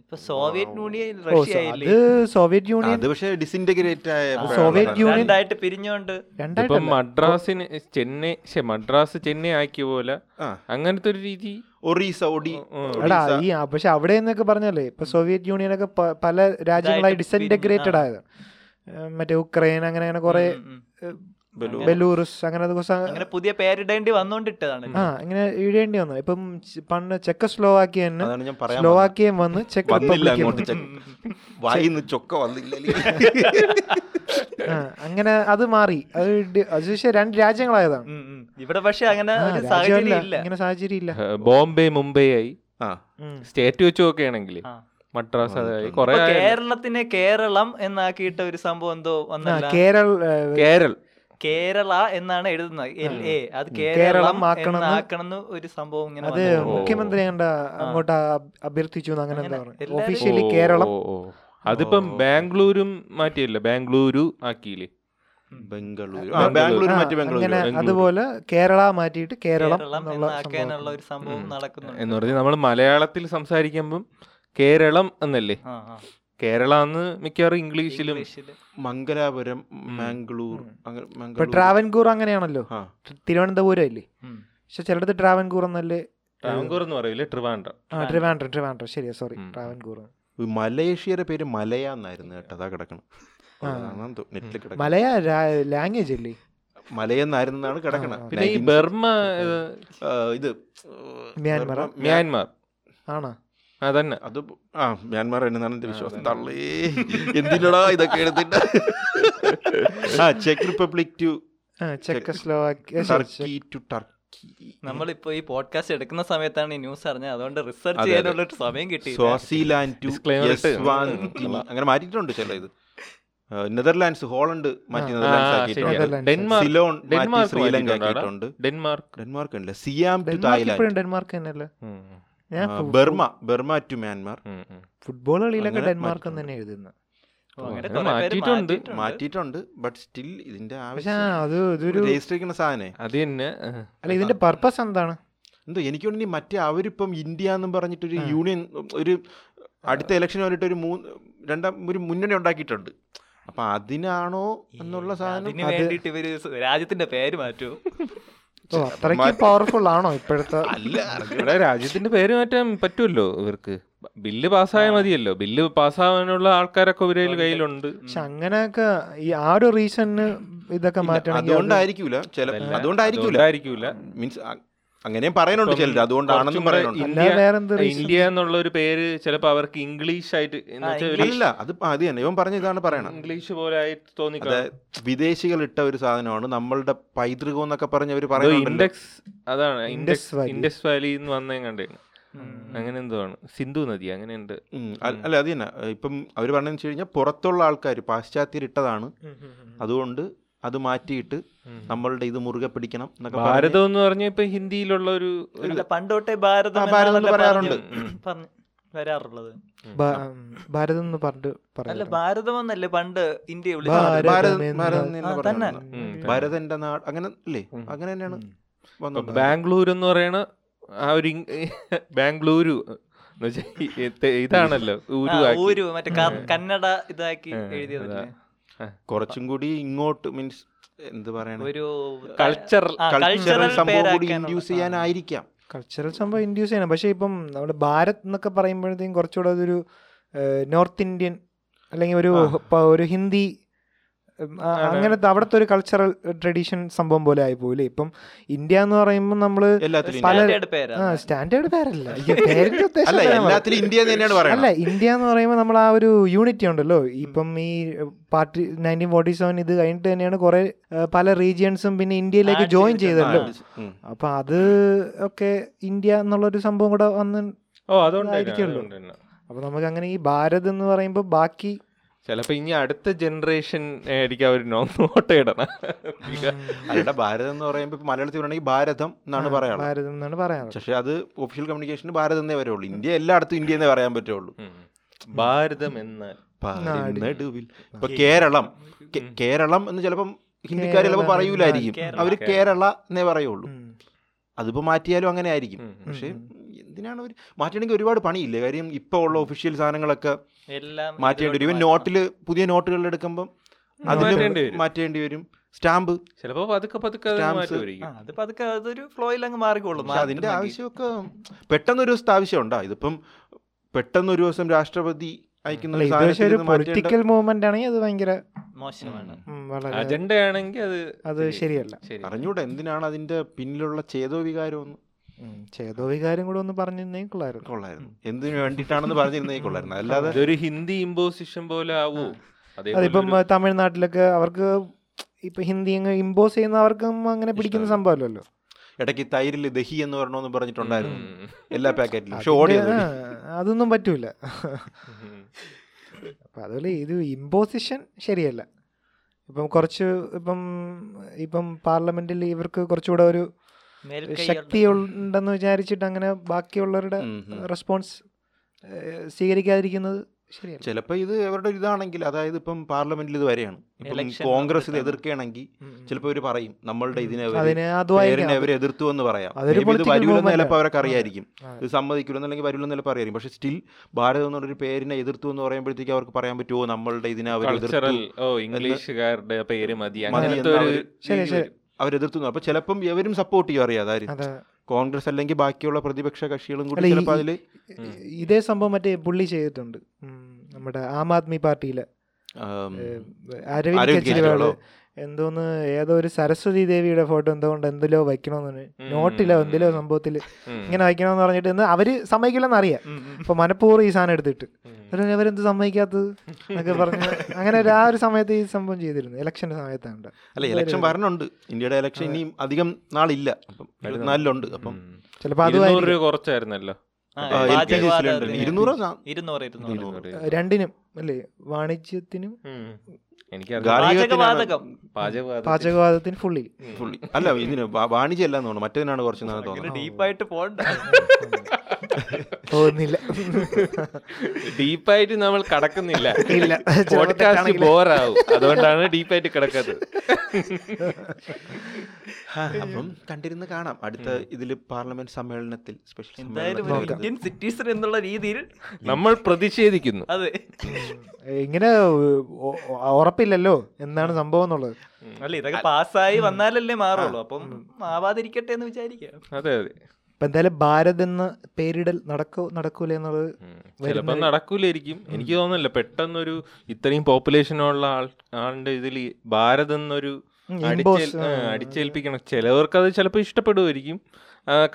S4: ഇപ്പൊ സോവിയറ്റ് യൂണിയൻ
S1: ഓ,
S4: റഷ്യ
S1: സോ-
S4: ആയില്ലേ
S1: അത് സോവിയറ്റ് യൂണിയൻ
S3: അത് പക്ഷേ ഡിസിൻറ്റഗ്രേറ്റ് ആയ
S1: അത്
S3: ഇപ്പോഴാണ്
S1: സോവിയറ്റ്
S3: സാധനം.
S1: യൂണിയൻ-
S4: രണ്ടായിട്ട് പിരിഞ്ഞോണ്ട്
S2: ഇപ്പം
S1: രണ്ടായിട്ടല്ല
S2: മദ്രാസിന് ചെന്നൈ ശ്ശെ, മദ്രാസ് ചെന്നൈ ആക്കിയ പോലെ
S3: ആ.
S2: അങ്ങനത്തെ ഒരു രീതി
S3: ഒറീസ ഒഡി
S2: ഉം, ഉം.
S1: എടാ
S3: ഒഡീസ.
S1: ഈ ആ, പക്ഷെ അവിടെ എന്നൊക്കെ പറഞ്ഞല്ലേ ഇപ്പൊ സോവിയറ്റ് യൂണിയൻ ഒക്കെ പ- പല രാജ്യങ്ങളായി
S4: ഇതായിട്ട്
S1: ഡിസൻറ്റഗ്രേറ്റഡ്
S4: പിരിഞ്ഞ്, ആ.
S1: ആയത് ഏഹ് മറ്റേ ഉക്രൈൻ അങ്ങനെ അങ്ങനെ കുറെ
S4: ഉം, ഉം.
S3: ബലൂ-
S4: അങ്ങനെ-
S1: ബെലൂറുസ് അങ്ങനെ അത് കുറച്ച് അങ്ങ-
S4: അങ്ങനെ പുതിയ പേരിടേണ്ടി വന്നോണ്ടിട്ടതാണ്
S1: ആ ഇങ്ങനെ ഇഴേണ്ടി വന്നു ഇപ്പം ച് പണ്ട് ചെക്ക സ്ലോവാക്കിയ തന്നെ
S3: അതാണ് ഞാൻ പറയാൻ
S1: സ്ലോവാക്കിയം വന്ന് ചെക്ക്
S3: വന്നില്ല
S1: റിപ്പബ്ലിക്കും
S3: അങ്ങോട്ട്
S1: വന്നു.
S3: വായിന്ന് ചൊക്ക വന്നില്ല
S1: ആ, അങ്ങനെ അത് മാറി അത് ഡി- അത് പക്ഷേ രണ്ട് രാജ്യങ്ങളായതാണ്
S4: ഉം, ഉം. ഇവിടെ പക്ഷെ അങ്ങനെ
S1: ആ,
S4: ഒരു
S1: രാജ്യമില്ല.
S4: സാഹചര്യം ഇല്ല
S1: ഇങ്ങനെ സാഹചര്യം ഇല്ല
S2: ഏഹ്, ബോംബെ മുംബൈ ആയി
S3: ആ
S1: ഉം.
S2: സ്റ്റേറ്റ് വെച്ച് നോക്കുകയാണെങ്കിൽ
S4: ആ.
S2: മദ്രാസ് അതായി
S3: ഇപ്പൊ
S2: കുറെ
S4: ഇപ്പൊ
S2: ആയല്ലോ.
S4: കേരളത്തിനെ കേരളം എന്നാക്കിയിട്ട ഒരു സംഭവം എന്തോ
S1: ആ,
S4: വന്നല്ല
S1: കേരൾ ഏ,
S2: കേരൾ
S4: കേരള എന്നാണ് എഴുതുന്നത് എൽ എ അത്
S1: കേരളം
S4: കേരളം
S1: ആക്കണം എന്ന്
S4: ആക്കണം ഒരു സംഭവം ഇങ്ങനെ
S1: അത്
S4: വന്നല്ലോ.
S1: മുഖ്യമന്ത്രി കണ്ട അങ്ങോട്ട് ആ- അഭ്യർത്ഥിച്ചു എന്ന് അങ്ങനെ എന്താ
S4: അങ്ങനെ
S1: പറയുക
S4: എല്ലാരും-
S1: ഒഫീഷ്യലി കേരളം
S2: ഓ, ഓ, ഓ. അതിപ്പം ബാംഗ്ലൂരും മാറ്റിയില്ല ബാംഗ്ലൂരു ആക്കിയില്ലേ
S3: ബംഗളൂരു ആ ബാംഗ്ലൂർ
S1: ആ,
S3: മറ്റു
S1: അങ്ങനെ
S3: ബംഗളൂരു
S1: അതുപോലെ കേരള മാറ്റിയിട്ട് കേരളം
S4: കേരളം
S1: എന്നുള്ള
S4: എന്നാക്കാനുള്ള
S1: സംഭവം.
S4: ഒരു സംഭവം നടക്കുന്നുണ്ട്
S2: എന്ന് പറഞ്ഞാൽ നമ്മൾ മലയാളത്തിൽ സംസാരിക്കുമ്പം കേരളം എന്നല്ലേ
S4: ആ, ആ.
S2: കേരള എന്ന് മിക്കവാറും ഇംഗ്ലീഷിലും
S4: ഇംഗ്ലീഷില്.
S3: മംഗലാപുരം മാംഗ്ലൂർ അങ്ങനെ
S1: ഇപ്പൊ
S3: മംഗളൂരു
S1: ട്രാവൻകൂർ അങ്ങനെയാണല്ലോ
S3: ആ.
S1: തിരുവനന്തപുരം അല്ലേ
S4: ഉം.
S1: പക്ഷെ ചിലടത്ത് ട്രാവൻകൂർ എന്നല്ലേ
S2: ട്രാവൻകൂർ എന്ന് പറയില്ലേ ട്രിവാൻഡ്രം
S1: ആ ട്രിവാൻഡ്രം ട്രിവാൻഡ്രം ശരിയാ സോറി ട്രാവൻകൂർ
S3: ഈ മലേഷ്യയുടെ പേര് മലയ എന്നായിരുന്നു കേട്ടോ അതാ കിടക്കണം നെറ്റിൽ കിടക്കണം
S1: മലയ ലാംഗ്വേജ് അല്ലേ
S3: മലയെന്നായിരുന്നാണ് കിടക്കണം
S2: പിന്നെ ഈ ബർമ ഏഹ്,
S3: ഇത്
S1: മ്യാൻമർ
S3: ബർമ്മ-
S2: മ്യാൻമാർ
S1: ആണോ
S2: അതന്നെ
S3: അത് ആ മ്യാൻമാർ എന്നാണ് എന്റെ വിശ്വാസം തള്ളേ എന്തിനടാ ഇതൊക്കെ എടുത്തിട്ട് ആ ചെക്ക് റിപ്പബ്ലിക് ടു
S1: ആ ചെക്കസ്ലോവാക്യ
S3: ടർക്കി ടു ടർക്കി
S4: നമ്മളിപ്പോ ഈ പോഡ്കാസ്റ്റ് എടുക്കുന്ന സമയത്താണ് ഈ ന്യൂസ് അറിഞ്ഞത് അതുകൊണ്ട് റിസർച്ച്
S3: അതെ, അതെ.
S4: ചെയ്യാനുള്ള ഒരു സമയം കിട്ടി
S3: സ്വാസിലാൻഡ് ടു
S2: Disclaimer ഇട്ട്.
S3: അങ്ങനെ മാറ്റിയിട്ടുണ്ട് ചില ഇത് ആ, നെതർലാൻഡ്സ് ഹോളണ്ട് മാറ്റി
S2: ആ,
S3: നെതർലാൻഡ്സ്
S2: ശരിയാ.
S3: ആക്കിയിട്ടുണ്ട്
S1: Netherlands.
S2: ഡെൻമാർക്ക്
S3: സിലോൺ മാറ്റി
S2: ഡെൻമാർക്ക്
S3: ശ്രീലങ്ക
S2: മാറ്റിയിട്ടുണ്ടോ അവിടെ?
S3: ആക്കിയിട്ടുണ്ട്
S2: ഡെൻമാർക്ക്
S3: ഡെൻമാർക്ക് ഉണ്ടല്ലേ സിയാം ടു
S1: ഡെൻമാർക്ക്
S3: തായ്ലാൻഡ്
S1: ഇപ്പോഴും ഡെൻമാർക്ക് തന്നെയല്ലേ
S2: ഉം.
S1: ഞാൻ
S3: ആ, ബർമ ബർമ ടു മ്യാൻമാർ
S2: ഉം, ഉം.
S1: ഫുട്ബോൾ കളിയിലൊക്കെ
S3: അങ്ങനെ
S1: ഡെൻമാർക്ക്
S3: മാറ്റിയിട്ടുണ്ട്.
S1: തന്നെ എഴുതുന്നത്
S4: ഓ, അങ്ങനെ
S2: അങ്ങനെ
S4: കുറേ പേര്
S2: മാറ്റിയിട്ടുണ്ട്.
S3: മാറ്റിയിട്ടുണ്ട് ബട്ട് സ്റ്റിൽ ഇതിന്റെ
S1: പക്ഷെ
S3: ആവശ്യം
S1: ആ, അത് ഇതൊരു
S3: രജിസ്റ്റർ ചെയ്യുന്ന സാധനേ
S2: അത് തന്നെ ഏഹ്,
S1: അല്ല ഇതിന്റെ പർപ്പസ് എന്താണ്
S3: എന്തോ എനിക്ക് തോന്നുന്നു മറ്റേ അവരിപ്പം ഇന്ത്യ എന്നും പറഞ്ഞിട്ടൊരു യൂണിയൻ ഒരു അടുത്ത ഇലക്ഷൻ വേണ്ടിയിട്ട് ഒരു മൂന്ന് രണ്ടാം ഒരു മുന്നണി ഉണ്ടാക്കിയിട്ടുണ്ട് അപ്പൊ അതിനാണോ എന്നുള്ള സാധനം
S4: അതിന് വേണ്ടിട്ട് ഇവര് രാജ്യത്തിന്റെ പേര് മാറ്റൂ
S1: ഓ അത്രയ്ക്ക് പവർഫുൾ ആണോ ഇപ്പോഴത്തെ
S3: അല്ല അറിഞ്ഞൂടാ.
S2: ഇവിടെ രാജ്യത്തിന്റെ പേര് മാറ്റാൻ പറ്റുമല്ലോ ഇവർക്ക് ബില്ല് പാസ്സായാൽ മതിയല്ലോ ബില്ല് പാസ്സാവാനുള്ള ആൾക്കാരൊക്കെ ഇവരെ കയ്യിലുണ്ട്
S1: പക്ഷെ അങ്ങനെയൊക്കെ ഈ ആ ഒരു റീസണിന് ഇതൊക്കെ മാറ്റണമെങ്കിൽ അത്
S3: അതുകൊണ്ടായിരിക്കൂല ചില അതുകൊണ്ടായിരിക്കൂല
S2: അതുകൊണ്ടായിരിക്കൂല.
S3: മീൻസ് അങ്ങനെയും പറയാനുണ്ട് ചിലർ അതുകൊണ്ടാണെന്നും
S2: കുറച്ചും കൂടെ
S3: പറയാനുണ്ട്
S2: ഇന്ത്യ
S1: അല്ലാതെ വേറെന്ത്
S2: ആ, ഇന്ത്യ എന്നുള്ള ഒരു പേര് ചിലപ്പോ അവർക്ക് ഇംഗ്ലീഷ് ആയിട്ട് എന്ന് വെച്ചാ ഒരു
S3: അല്ല അത് അത് തന്നെ ഇവൻ പറഞ്ഞ ഇതാണ് പറയണം
S2: ഇംഗ്ലീഷ് പോലെ ആയിട്ട്
S3: അതെ
S2: തോന്നിക്കാണും
S3: വിദേശികൾ ഇട്ട ഒരു സാധനമാണ് നമ്മളുടെ പൈതൃകം എന്നൊക്കെ പറഞ്ഞ് അവർ പറയുന്നുണ്ടല്ലോ
S2: ഇൻഡെക്സ് അതാണ് ഇൻഡെക്സ്
S1: Valley.
S2: ഇൻഡസ് വാലിയിൽ നിന്ന് വന്നേ കണ്ടേ അങ്ങനെ എന്തോ ആണ് സിന്ധു നദി അങ്ങനെ ഉണ്ട്
S3: ഉം, അല്ല അല്ല, അത് തന്നെ ഇപ്പം അവർ പറഞ്ഞെന്ന് വെച്ച് കഴിഞ്ഞാൽ പുറത്തുള്ള ആൾക്കാർ പാശ്ചാത്യർ ഇട്ടതാണ് അതുകൊണ്ട് അത് മാറ്റിയിട്ട് നമ്മളുടെ ഇത് മുറുകെ പിടിക്കണം എന്നൊക്കെ
S2: ഭാരതം എന്ന് പറഞ്ഞ ഇപ്പൊ ഹിന്ദിയിലുള്ള ഒരു ഒരു-
S4: പണ്ടോട്ടെ ഭാരതം
S3: ആ, ഭാരതം
S4: എന്നാണല്ലോ
S3: എന്ന് പറയാറുണ്ട്.
S4: പറഞ്ഞ്- പറഞ്ഞ് വരാറുള്ളത്
S1: ഭ- ഉം, ഭാരതം എന്ന് പറഞ്ഞിട്ട്
S4: അല്ല
S1: പറയാം
S4: ഭാരതം എന്നല്ലേ പണ്ട് ഇന്ത്യ
S1: ഭാരതം.
S4: വിളിച്ചത്
S3: ഭാരതം
S1: എന്ന-
S3: ഭാരതം എന്ന്
S4: ആ,
S3: പറയുന്നത്.
S2: ഉം, തന്നെ.
S3: ഭാരതന്റെ നാട് അങ്ങനെ അല്ലേ അങ്ങനെ തന്നെയാണ്
S2: ഇപ്പൊ
S3: വന്നത്
S2: ബാംഗ്ലൂർ എന്ന് പറയണ ആ ഒരു ഇങ് ബാംഗ്ലൂരു എന്ന് വെച്ചാ ഈ ഇത് ഇതാണല്ലോ ഊരു
S4: ആ,
S2: ആക്കി.
S4: ഊരു മറ്റേ ക- കന്നഡ ഇതാക്കി എഴുതിയത്
S2: അതാ.
S3: കുറച്ചും കൂടി ഇങ്ങോട്ട് മീൻസ് എന്ത് പറയണ
S4: ഒരു
S2: Cultural-
S3: കൾച്ചറൽ സംഭവം കൂടി ഇൻഡ്യൂസ് ചെയ്യാനായിരിക്കാം
S1: കൾച്ചറൽ സംഭവം ഇൻഡ്യൂസ് ചെയ്യണം പക്ഷേ ഇപ്പം നമ്മുടെ ഭാരത് എന്നൊക്കെ പറയുമ്പോഴത്തേക്കും കുറച്ചുകൂടെ അതൊരു നോർത്ത് ഇന്ത്യൻ അല്ലെങ്കിൽ ഒരു പ- ഒരു ഹിന്ദി ആ, അങ്ങനത്തെ അവിടുത്തെ ഒരു കൾച്ചറൽ ട്രഡീഷൻ സംഭവം പോലെ ആയി പോലെ ഇപ്പം ഇന്ത്യ എന്ന് പറയുമ്പോൾ നമ്മള്
S3: എല്ലാത്തിലും
S1: പല-
S3: ഇന്ത്യ.
S4: standard പേരാ.
S1: സ്റ്റാൻഡേർഡ് പേരല്ല അയ്യോ, പേരിന്റെ ഉദ്ദേശം
S3: അല്ല
S1: എന്താ നമ്മള്?
S3: എല്ലാത്തിലും ഇന്ത്യ എന്ന് തന്നെയാണ്
S1: അല്ല
S3: പറയുന്നത്
S1: ഇന്ത്യ എന്ന് പറയുമ്പോൾ നമ്മൾ ആ ഒരു യൂണിറ്റി ഉണ്ടല്ലോ ഇപ്പം ഈ പാർട്ടി നയൻറ്റീൻ ഫോർട്ടി സെവൻ ഇത് കഴിഞ്ഞിട്ട് തന്നെയാണ് കുറെ പല റീജിയൻസും പിന്നെ ഇന്ത്യയിലേക്ക്
S4: Add
S1: ജോയിൻ
S4: ചെയ്തിട്ടുണ്ട്.
S1: ചെയ്തല്ലോ
S4: ആ.
S3: ഉം.
S1: അപ്പൊ അത് ഒക്കെ ഇന്ത്യ എന്നുള്ളൊരു സംഭവം കൂടെ വന്ന്
S2: ഓ അതുകൊണ്ട് തന്നെ,
S1: ആയിരിക്കുമല്ലോ.
S2: അതുകൊണ്ട് തന്നെ.
S1: അപ്പൊ നമുക്ക് അങ്ങനെ ഈ ഭാരത് എന്ന് പറയുമ്പോൾ ബാക്കി
S2: ചിലപ്പോ ഇനി അടുത്ത ജനറേഷൻ ആയിരിക്കും അവർ നോട്ട് ഇടണം
S3: അല്ല ഭാരതം എന്ന് പറയുമ്പോൾ ഇപ്പൊ മലയാളത്തിൽ പറയണമെങ്കിൽ ഭാരതം എന്നാണ് പറയാനുള്ളത്
S1: ഭാരത് എന്നാണ് പറയാറ്
S3: പക്ഷെ അത് ഒഫീഷ്യൽ കമ്മ്യൂണിക്കേഷന് ഭാരതം എന്നേ വരുള്ളൂ ഇന്ത്യ എല്ലായിടത്തും ഇന്ത്യ എന്നേ പറയാൻ പറ്റുള്ളൂ
S2: ഉം. ഭാരതം എന്നാൽ
S1: നാട്.
S3: നടുവിൽ ഇപ്പൊ കേരളം കെ- കേരളം എന്ന് ചിലപ്പം ഹിന്ദിക്കാർ ചിലപ്പോൾ
S1: കേരളം,
S3: പറയൂലായിരിക്കും
S4: കേരളം.
S3: അവര് കേരള എന്നേ പറയുള്ളൂ
S1: ഉം.
S3: അതിപ്പോ മാറ്റിയാലും അങ്ങനെ ആയിരിക്കും
S2: ഉം.
S3: പക്ഷേ എന്തിനാണ് അവർ മാറ്റണമെങ്കിൽ ഒരുപാട് പണിയില്ലേ കാര്യം ഇപ്പോൾ ഉള്ള ഒഫീഷ്യൽ സാധനങ്ങളൊക്കെ
S4: എല്ലാം
S3: മാറ്റേണ്ടി വരും ഇവൻ
S4: ഇതിലോട്ട് മാറ്റണം.
S3: നോട്ടിൽ പുതിയ നോട്ടുകൾ എടുക്കുമ്പം
S2: മാറ്റേണ്ടി
S3: അതിന്
S2: വരും.
S3: മാറ്റേണ്ടി വരും സ്റ്റാമ്പ്
S2: ചിലപ്പോ പതുക്കെ പതുക്കെ അത്
S3: Stamps.
S4: ആ,
S2: മാറ്റുമായിരിക്കും
S4: അതിപ്പോ അതൊക്കെ അതൊരു ഫ്ലോയിൽ അങ്ങ് മാറിക്കോളും
S3: പക്ഷെ അതിന്റെ ആവശ്യമൊക്കെ പെട്ടെന്നൊരു ദിവസത്തെ ആവശ്യം ഉണ്ടോ ഇതിപ്പം പെട്ടെന്നൊരു ദിവസം രാഷ്ട്രപതി അയക്കുന്ന
S1: അല്ല,
S3: ഒരു
S1: ഇത് പക്ഷെ
S3: സാധനത്തിൽ
S1: ഒരു
S3: നിന്ന് മാറ്റേണ്ട-
S1: പൊളിറ്റിക്കൽ മൂവ്മെന്റ് ആണെങ്കിൽ അത് ഭയങ്കര
S4: മോശമാണ്
S1: ഉം, വളരെ
S2: അജണ്ട ആണെങ്കിൽ അത്
S1: അത് ശരിയല്ല
S2: ശരി
S3: അറിഞ്ഞൂടാ എന്തിനാണ് അതിന്റെ പിന്നിലുള്ള ചേതോ വികാരം ഒന്ന്
S1: ഉം, ചേതോ വികാരം കൂടെ ഒന്ന് പറഞ്ഞിരുന്നേ കൊള്ളായിരുന്നു
S3: കൊള്ളായിരുന്നു എന്തിനു വേണ്ടിയിട്ടാണെന്ന് പറഞ്ഞിരുന്നേ കൊള്ളായിരുന്നു അല്ലാതെ
S2: ഇതൊരു ഹിന്ദി ഇമ്പോസിഷൻ പോലെ ആവോ അതേപോലെ
S1: അതിപ്പം
S2: ഒരു-
S1: തമിഴ്നാട്ടിലൊക്കെ അവർക്ക് ഇപ്പൊ ഹിന്ദി അങ്ങ് ഇമ്പോസ് ചെയ്യുന്ന അവർക്കും അങ്ങനെ പിടിക്കുന്ന സംഭവമല്ലല്ലോ
S3: ഇടയ്ക്ക് തൈരിൽ ദഹി എന്ന് പറഞ്ഞോന്ന് പറഞ്ഞിട്ടുണ്ടായിരുന്നു
S2: ഉം.
S3: എല്ലാ പാക്കറ്റിലും പക്ഷെ
S1: അതിന്റെ-
S3: ഓടിയത്
S1: ആ, അതൊന്നും പറ്റൂല അപ്പൊ അതുപോലെ ഇത് ഇമ്പോസിഷൻ ശരിയല്ല ഇപ്പം കുറച്ച് ഇപ്പം ഇപ്പം പാർലമെന്റിൽ ഇവർക്ക് കുറച്ചുകൂടെ ഒരു
S4: മേൽക്കൈയുള്ള-
S1: ശക്തി ഉണ്ടെന്ന് വിചാരിച്ചിട്ട് അങ്ങനെ ബാക്കിയുള്ളവരുടെ
S3: ഉം, ഉം.
S1: റെസ്പോൺസ് ഏഹ്, സ്വീകരിക്കാതിരിക്കുന്നത് ശരിയല്ല
S3: ചിലപ്പോ ഇത് അവരുടെ ഒരു ഇതാണെങ്കിൽ അതായത് ഇപ്പം പാർലമെന്റിൽ ഇത് വരെയാണ് ഇപ്പം
S4: Election
S3: കോൺഗ്രസ് ഇത്
S4: നടന്നിട്ടാണ്.
S3: എതിർക്കുകയാണെങ്കിൽ ചിലപ്പോൾ ഇവർ പറയും നമ്മളുടെ ഇതിനെ
S1: അതിനെ അതുമായി
S3: അവർ എതിർത്തു എന്ന് പറയാം
S1: അതൊരു
S3: Maybe ഇത്
S1: political
S3: വരൂലെന്ന്
S1: movement
S3: ചിലപ്പോൾ
S1: ആണ്.
S3: അവർക്ക് അറിയായിരിക്കും
S1: ആ.
S3: ഇത് സമ്മതിക്കില്ലെന്ന് അല്ലെങ്കിൽ വരൂലെന്ന് ചിലപ്പോൾ അറിയായിരിക്കും പക്ഷെ സ്റ്റിൽ ഭാരതം എന്നുള്ളൊരു പേരിനെ എതിർത്തു എന്ന് പറയുമ്പോഴത്തേക്ക് അവർക്ക് പറയാൻ പറ്റുമോ നമ്മളുടെ ഇതിനെ അവർ എതിർത്തു
S2: കൾച്ചറൽ ഓ ഇംഗ്ലീഷുകാരുടെ പേര് മതി
S3: മതി
S2: അങ്ങനത്തെ
S3: എന്ന്
S2: ഒരു
S3: അവര്
S1: ശരി,
S3: രീതി
S1: ശരി.
S3: വരും. അവർ എതിർത്തു അപ്പൊ ചിലപ്പം ഇവരും സപ്പോർട്ട് ചെയ്യും അറിയാം അതായത്
S1: അതെ
S3: കോൺഗ്രസ് അല്ലെങ്കിൽ ബാക്കിയുള്ള പ്രതിപക്ഷ കക്ഷികളും
S1: അല്ല,
S3: കൂടി
S1: ഈ-
S3: ചിലപ്പോൾ അതിൽ
S1: ഈ- ഇതേ സംഭവം മറ്റേ പുള്ളി ചെയ്തിട്ടുണ്ട് ഉം, നമ്മുടെ ആം ആദ്മി പാർട്ടിയിലെ ഏഹ്, അരവിന്ദ്
S3: അരവിന്ദ്
S1: കെജ്രിവാള്
S3: കെജ്രിവാളോ?
S1: എന്തോന്ന് ഏതോ ഒരു സരസ്വതി ദേവിയുടെ ഫോട്ടോ എന്തുകൊണ്ട് എന്തിലോ വയ്ക്കണമെന്ന് നോട്ടിലോ എന്തിലോ സംഭവത്തിൽ ഇങ്ങനെ വയ്ക്കണമെന്ന് പറഞ്ഞിട്ട് ഇന്ന് അവര് സമ്മതിക്കില്ലെന്ന് അറിയാം അപ്പൊ മനഃപൂർവ്വം ഈ സാധനം എടുത്തിട്ട് അവര് അവരെന്ത് സമ്മതിക്കാത്തത് എന്നൊക്കെ പറഞ്ഞ് അങ്ങനെ ഒരു ആ ഒരു സമയത്ത് ഈ സംഭവം ചെയ്തിരുന്നു ഇലക്ഷന്റെ സമയത്താണ്
S3: അല്ല ഇലക്ഷൻ വരണുണ്ട് ഇന്ത്യയുടെ ഇലക്ഷൻ ഇനിയും അധികം നാളില്ല അപ്പം ഇരുപത്തിനാലിലുണ്ട് അപ്പം
S1: ചിലപ്പോ
S2: ഇരുന്നൂറ്
S1: അതുമായിരിക്കും
S2: രൂപ കുറച്ചായിരുന്നല്ലോ
S4: ആ,
S3: ആ, എൽ കെ ജി
S4: വാചകവാദം
S3: സിലിണ്ടർ
S4: അതിന്
S3: ഇരുന്നൂറ്
S4: ഇരുന്നൂറ് ഇരുന്നൂറ്
S3: ഇരുന്നൂറ്.
S1: രണ്ടിനും അല്ലേ വാണിജ്യത്തിനും
S2: എനിക്ക്
S3: ഗാർഹികത്തിനാണ്
S4: വാചകവാതകം
S2: പാചകവാദം
S1: പാചകവാദത്തിന് ഫുള്ളി
S3: fully. അല്ല ഇതിന് വാ- വാണിജ്യം അല്ല തോന്നുന്നു മറ്റേതിനാണ് കുറച്ച് നാളെ
S4: അങ്ങനെ
S3: തോന്നുന്നത്
S4: ഡീപ്പായിട്ട് പോണ്ട
S1: പോകുന്നില്ല
S2: ഡീപ്പായിട്ട് നമ്മൾ കടക്കുന്നില്ല
S1: ഇല്ല. ചിലപ്പോ
S2: പോഡ്കാസ്റ്റ്
S1: തെറ്റാണെങ്കിലും.
S2: ബോറാവും അതുകൊണ്ടാണ് ഡീപ്പായിട്ട് കിടക്കാത്തത്
S3: ആ, അപ്പം കണ്ടിരുന്ന് കാണാം അടുത്ത ഇതിൽ പാർലമെന്റ് സമ്മേളനത്തിൽ സ്പെഷ്യൽ
S4: എന്തായാലും ഒരു ഇന്ത്യൻ സിറ്റിസൺ എന്നുള്ള രീതിയിൽ
S2: നമ്മൾ പ്രതിഷേധിക്കുന്നു
S4: അതെ
S1: ഇങ്ങനെ ഉ- ഉ- ഉറപ്പില്ലല്ലോ എന്താണ് സംഭവം എന്നുള്ളത്
S4: അല്ല ഇതൊക്കെ പാസ്സായി വന്നാലല്ലേ മാറുള്ളൂ അപ്പം ആവാതിരിക്കട്ടെ എന്ന് വിചാരിക്കാം
S2: അതെ അതെ
S1: ഇപ്പൊ എന്തായാലും ഭാരത് എന്ന പേരിടൽ നടക്കോ നടക്കൂല എന്നുള്ളത്
S2: ചിലപ്പോൾ നടക്കൂലായിരിക്കും എനിക്ക് തോന്നുന്നില്ല പെട്ടെന്നൊരു ഇത്രയും പോപ്പുലേഷനുള്ള ആൾ ആളുടെ ഇതിൽ ഭാരത് എന്നൊരു
S1: ഉം,
S2: അടിച്ചേൽ-
S1: impose,
S2: ആ, അടിച്ചേൽപ്പിക്കണം ചിലവർക്ക് അത് ചിലപ്പോൾ ഇഷ്ടപ്പെടുമായിരിക്കും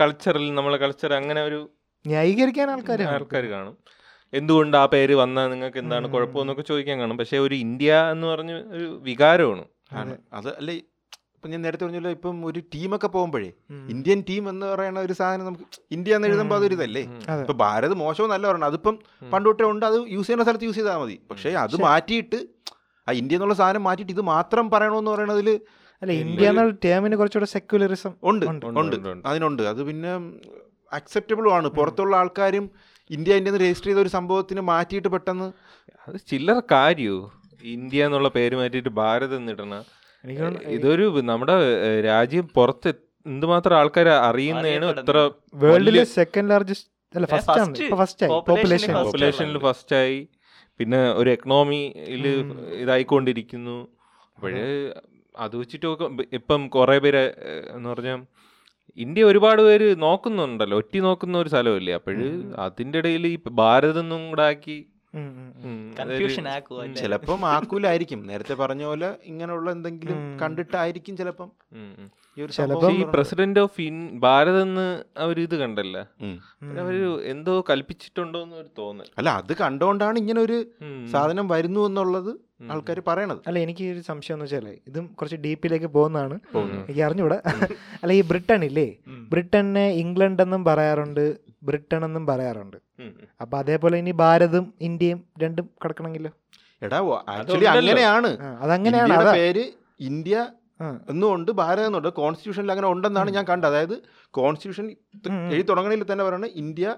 S2: കൾച്ചറിൽ നമ്മളെ കൾച്ചർ അങ്ങനെ ഒരു
S1: ന്യായീകരിക്കാൻ ആൾക്കാർ
S2: ആൾക്കാർ കാണും എന്തുകൊണ്ട് ആ പേര് വന്നാൽ നിങ്ങൾക്ക് എന്താണ് കുഴപ്പമെന്നൊക്കെ ചോദിക്കാൻ കാണും പക്ഷേ ഒരു ഇന്ത്യ എന്ന് പറഞ്ഞ ഒരു വികാരമാണ്
S3: ആണ്. അത് അല്ലേ ഇപ്പം ഞാൻ നേരത്തെ പറഞ്ഞല്ലോ ഇപ്പം ഒരു ടീമൊക്കെ പോകുമ്പോഴേ ഇന്ത്യൻ ടീം എന്ന് പറയുന്ന ഒരു സാധനം നമുക്ക് ഇന്ത്യ എന്ന് എഴുതുമ്പോൾ അതൊരു ഇതല്ലേ
S1: അതെ.
S3: ഇപ്പൊ ഭാരത് മോശവും നല്ല പറയണം അതിപ്പം പണ്ട് തൊട്ടേ ഉണ്ട് അത് യൂസ് ചെയ്യുന്ന സ്ഥലത്ത് യൂസ് ചെയ്താൽ മതി പക്ഷേ അത് മാറ്റിയിട്ട് ആ ഇന്ത്യ എന്നുള്ള സാധനം മാറ്റിയിട്ട് ഇത് മാത്രം പറയണമെന്ന് പറയണതിൽ
S1: അല്ല ഇന്ത്യ എന്നുള്ള ടേമിന് കുറച്ചുകൂടെ സെക്യുലറിസം
S3: ഉണ്ട്
S1: ഉണ്ട്,
S3: ഉണ്ട്
S2: ഉണ്ട്, ഉണ്ട്.
S3: അതിനുണ്ട് അത് പിന്നെ അക്സെപ്റ്റബിളും ആണ് പുറത്തുള്ള ആൾക്കാരും ഇന്ത്യ ഇന്ത്യ രജിസ്റ്റർ ചെയ്ത ഒരു സംഭവത്തിന് മാറ്റിയിട്ട് പെട്ടെന്ന്
S2: അത് ചില്ലറ കാര്യോ ഇന്ത്യ എന്നുള്ള പേര് മാറ്റിയിട്ട് ഭാരത് എന്നിടണ
S1: എനിക്ക് തോന്നുന്നു
S2: ഇതൊരു നമ്മുടെ ഏഹ്, രാജ്യം പുറത്ത് എന്തുമാത്രം ആൾക്കാർ അറിയുന്നതാണ് ഇത്ര
S1: വേൾഡിലെ സെക്കൻഡ് ലാർജസ്റ്റ് അല്ല ഫസ്റ്റ് ആണ്
S4: first.
S1: ഇപ്പൊ ഫസ്റ്റ് ആയി
S4: Population
S1: പോപ്പുലേഷൻ
S4: first.
S2: പോപ്പുലേഷനിൽ ഫസ്റ്റായി പിന്നെ ഒരു എക്കണോമിയിൽ ഇതായിക്കൊണ്ടിരിക്കുന്നു അപ്പോഴ് അത് വെച്ചിട്ടൊക്കെ ബ- ഇപ്പം കുറേ പേര് ഏഹ്, എന്ന് പറഞ്ഞാൽ ഇന്ത്യ ഒരുപാട് പേര് നോക്കുന്നുണ്ടല്ലോ ഒറ്റി നോക്കുന്ന ഒരു സ്ഥലമല്ലേ അപ്പോഴ് അതിൻ്റെ ഇടയിൽ ഈ ഭാരതം എന്നും കൂടെ ആക്കി
S1: ഉം, ഉം, ഉം.
S2: ഉം, അതൊരു-
S4: കൺഫ്യൂഷൻ ആക്കുക
S3: ചിലപ്പം ആക്കൂലായിരിക്കും നേരത്തെ പറഞ്ഞ പോലെ ഇങ്ങനെയുള്ള എന്തെങ്കിലും കണ്ടിട്ടായിരിക്കും ചിലപ്പം
S2: ഉം, ഉം.
S3: ഈ ഒരു
S1: ചിലപ്പം-
S2: പക്ഷേ
S3: സംഭവം
S2: ഈ പ്രസിഡന്റ് ഓഫ് ഇൻ ഭാരത് എന്ന് അവരിത് കണ്ടല്ല
S3: ഉം.
S2: അവര് എന്തോ കൽപ്പിച്ചിട്ടുണ്ടോന്ന് ഒരു തോന്നൽ
S3: അല്ല അത് കണ്ടുകൊണ്ടാണ് ഇങ്ങനെ ഒരു
S2: ഉം,
S3: സാധനം വരുന്നു എന്നുള്ളത്
S2: ഉം.
S3: ആൾക്കാർ പറയണത്
S1: അല്ല എനിക്ക് ഒരു സംശയം എന്ന് വെച്ചാലേ ഇതും കുറച്ച് ഡീപ്പിലേക്ക് പോകുന്നതാണ്
S2: പോകുന്നു.
S1: എനിക്ക് അറിഞ്ഞൂടാ അല്ല ഈ ബ്രിട്ടൻ ഇല്ലേ ബ്രിട്ടനെ ഇംഗ്ലണ്ട് എന്നും പറയാറുണ്ട് ബ്രിട്ടൻ എന്നും പറയാറുണ്ട്
S2: ഉം, ഉം.
S1: അപ്പൊ അതേപോലെ ഇനി ഭാരതും ഇന്ത്യയും രണ്ടും കിടക്കണമെങ്കിലോ
S3: എടാ ആക്ച്വലി
S2: അതുണ്ടല്ലോ.
S3: അങ്ങനെയാണ്
S1: ആ, അതങ്ങനെയാണ്
S3: ഇന്ത്യയുടെ
S1: അതാ
S3: പേര് ഇന്ത്യ
S1: ആ.
S3: എന്നുകൊണ്ട് ഭാരതം എന്നുണ്ട് കോൺസ്റ്റിറ്റ്യൂഷനിൽ അങ്ങനെ ഉണ്ടെന്നാണ് ഞാൻ കണ്ടത് അതായത് കോൺസ്റ്റിറ്റ്യൂഷൻ
S1: ഉം, ഉം.
S3: എഴുതി തുടങ്ങണതിൽ തന്നെ പറയുന്നത് ഇന്ത്യ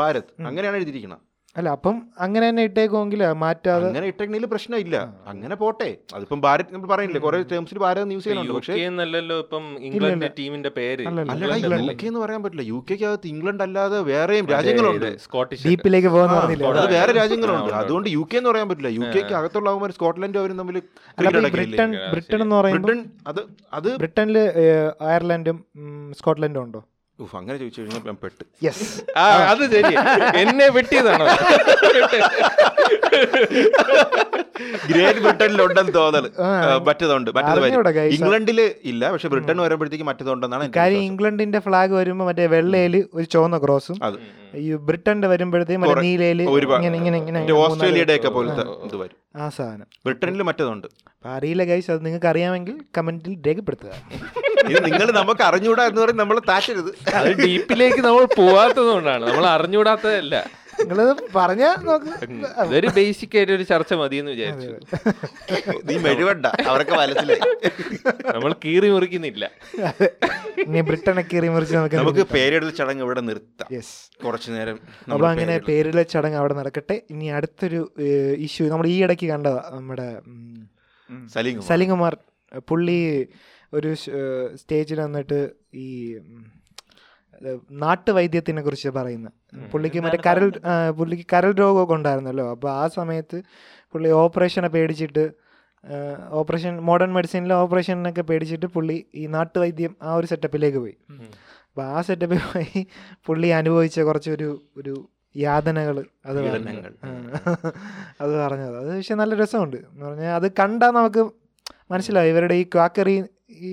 S3: ഭാരത്
S1: ഉം.
S3: അങ്ങനെയാണ് എഴുതിയിരിക്കുന്നത്
S1: അല്ല അപ്പം അങ്ങനെ തന്നെ ഇട്ടേക്കുമെങ്കിൽ മാറ്റാതെ
S3: അങ്ങനെ ഇട്ടെങ്കിൽ പ്രശ്നമില്ല
S1: ആ.
S3: അങ്ങനെ പോട്ടെ അതിപ്പം ഭാരത് നമ്മൾ പറയുന്നില്ലേ കുറെ ടേംസിൽ ഭാരത് ന്യൂസ് ചെയ്യുന്നുണ്ട്
S2: യു
S3: പക്ഷേ
S2: കെ എന്നല്ലല്ലോ ഇപ്പം ഇംഗ്ലണ്ട് ടീമിന്റെ പേര്
S1: അല്ലല്ല.
S3: അല്ലടാ
S1: ഇംഗ്ലണ്ട്
S3: യു കെ എന്ന് പറയാൻ പറ്റില്ല യു കെക്കകത്ത് ഇംഗ്ലണ്ട് അല്ലാതെ വേറെയും രാജ്യങ്ങളുണ്ട്
S2: സ്കോട്ടിഷ്
S1: ഡീപ്പിലേക്ക് പോകുന്ന
S3: ആ,
S1: പറഞ്ഞില്ലേ
S3: അത് വേറെ രാജ്യങ്ങളുണ്ട്
S2: ആ, ഉണ്ട്.
S3: അതുകൊണ്ട് യു കെ എന്ന് പറയാൻ പറ്റില്ല യു കെക്ക് അകത്തുള്ളവന്മാർ സ്കോട്ട്ലൻഡും അവരും തമ്മിൽ
S1: അല്ല
S3: cricket
S1: അപ്പൊ ഈ
S3: കളിക്കില്ലേ?
S1: ബ്രിട്ടൻ
S2: ശരി.
S1: ബ്രിട്ടൻ എന്ന് പറയുമ്പോൾ
S3: ബ്രിട്ടൻ അത് അത്
S1: ബ്രിട്ടനിൽ അയർലൻഡും ഉം, സ്കോട്ട്ലൻഡും ഉണ്ടോ
S3: ഉഫ്, അങ്ങനെ ചോദിച്ചു കഴിഞ്ഞാൽ ഞാൻ പെട്ട്
S1: യെസ്
S2: ആ അത് ശരി എന്നെ വെട്ടിയതാണോ
S3: ഗ്രേറ്റ് ബ്രിട്ടനിലുണ്ടെന്ന് തോന്നൽ
S1: ആ.
S3: മറ്റേതുണ്ട് മറ്റേത് വരും.
S1: അറിഞ്ഞൂടാ, guys.
S3: ഇംഗ്ലണ്ടിൽ ഇല്ല പക്ഷെ ബ്രിട്ടൻ വരുമ്പോഴത്തേക്ക് മറ്റേതുണ്ടെന്നാണ് എൻ്റെ
S1: കാര്യം
S3: വിശ്വാസം.
S1: ഇംഗ്ലണ്ടിന്റെ ഫ്ലാഗ് വരുമ്പോൾ മറ്റേ വെള്ളയില് ഒരു ചുവന്ന ക്രോസും
S3: അത്
S1: ഈ ബ്രിട്ടന്റെ വരുമ്പോഴത്തേക്കും മറ്റേ
S3: കുറെ-
S1: നീലയില്
S3: ഒരുപാട്
S1: ഇങ്ങനെ ഇങ്ങനെ ഇങ്ങനെ
S3: മറ്റേ
S1: മൂന്നാല്
S3: ഓസ്ട്രേലിയയുടെ ഒക്കെ പോലത്തെ ഇത് വരും
S1: ആ സാധനം
S3: ബ്രിട്ടനിൽ മറ്റേതുണ്ട്
S1: അപ്പൊ അറിയില്ല ഗൈസ് അത് നിങ്ങൾക്ക് അറിയാമെങ്കിൽ കമന്റിൽ രേഖപ്പെടുത്തുക
S3: ഇത് നിങ്ങൾ നമുക്ക് അറിഞ്ഞൂടാ എന്ന് പറഞ്ഞ് നമ്മൾ താറ്റരുത്
S2: അത് ഡീപ്പിലേക്ക് നമ്മൾ പോവാത്തത് കൊണ്ടാണ് നമ്മൾ അറിഞ്ഞുകൂടാത്തതല്ല
S1: നിങ്ങളത് പറഞ്ഞാ നോക്ക്
S2: ഇതൊരു ബേസിക് ആയിട്ട് ഒരു ചർച്ച മതി എന്ന് വിചാരിച്ചു
S3: നീ മെഴുവണ്ട അവരൊക്കെ മനസ്സിലായി
S2: നമ്മൾ കീറി മുറിക്കുന്നില്ല
S1: ഇനി ബ്രിട്ടനൊക്കെ റിമറിച്ച്
S3: നമുക്ക്
S1: നമുക്ക്
S3: പേരെടുത്ത ചടങ്ങ് ഇവിടെ നിർത്താം
S1: യെസ്
S3: കുറച്ചു നേരം നമ്മൾ
S1: അപ്പൊ അങ്ങനെ പേരിലെ ചടങ്ങ് അവിടെ നടക്കട്ടെ ഇനി അടുത്തൊരു ഇഷ്യൂ നമ്മൾ ഈ ഇടയ്ക്ക് കണ്ടതാ നമ്മുടെ ഉം,
S3: പേരെടുത്ത്. സലീം കുമാർ.
S1: സലിംകുമാർ പുള്ളി ഒരു സ്റ്റേജിൽ വന്നിട്ട് ഈ ഉം, അത് നാട്ടുവൈദ്യത്തിനെ കുറിച്ച് പറയുന്ന പുള്ളിക്ക് മറ്റേ കരൽ ആ, പുള്ളിക്ക് കരൽ രോഗമൊക്കെ ഉണ്ടായിരുന്നല്ലോ അപ്പോൾ ആ സമയത്ത് പുള്ളി ഓപ്പറേഷനെ പേടിച്ചിട്ട് ആ, ഓപ്പറേഷൻ മോഡേൺ മെഡിസിനിലെ ഓപ്പറേഷനൊക്കെ പേടിച്ചിട്ട് പുള്ളി ഈ നാട്ടുവൈദ്യം ആ ഒരു സെറ്റപ്പിലേക്ക് പോയി അപ്പോൾ ആ സെറ്റപ്പിൽ പോയി പുള്ളി അനുഭവിച്ച കുറച്ചൊരു ഒരു യാതനകൾ അത് പറഞ്ഞു.
S3: പീഡനങ്ങൾ.
S1: ആ. അത് പറഞ്ഞത് അത് പക്ഷെ നല്ല രസമുണ്ട് എന്ന് പറഞ്ഞാൽ അത് കണ്ടാൽ നമുക്ക് മനസ്സിലാവും ഇവരുടെ ഈ ക്വാക്കറി ഈ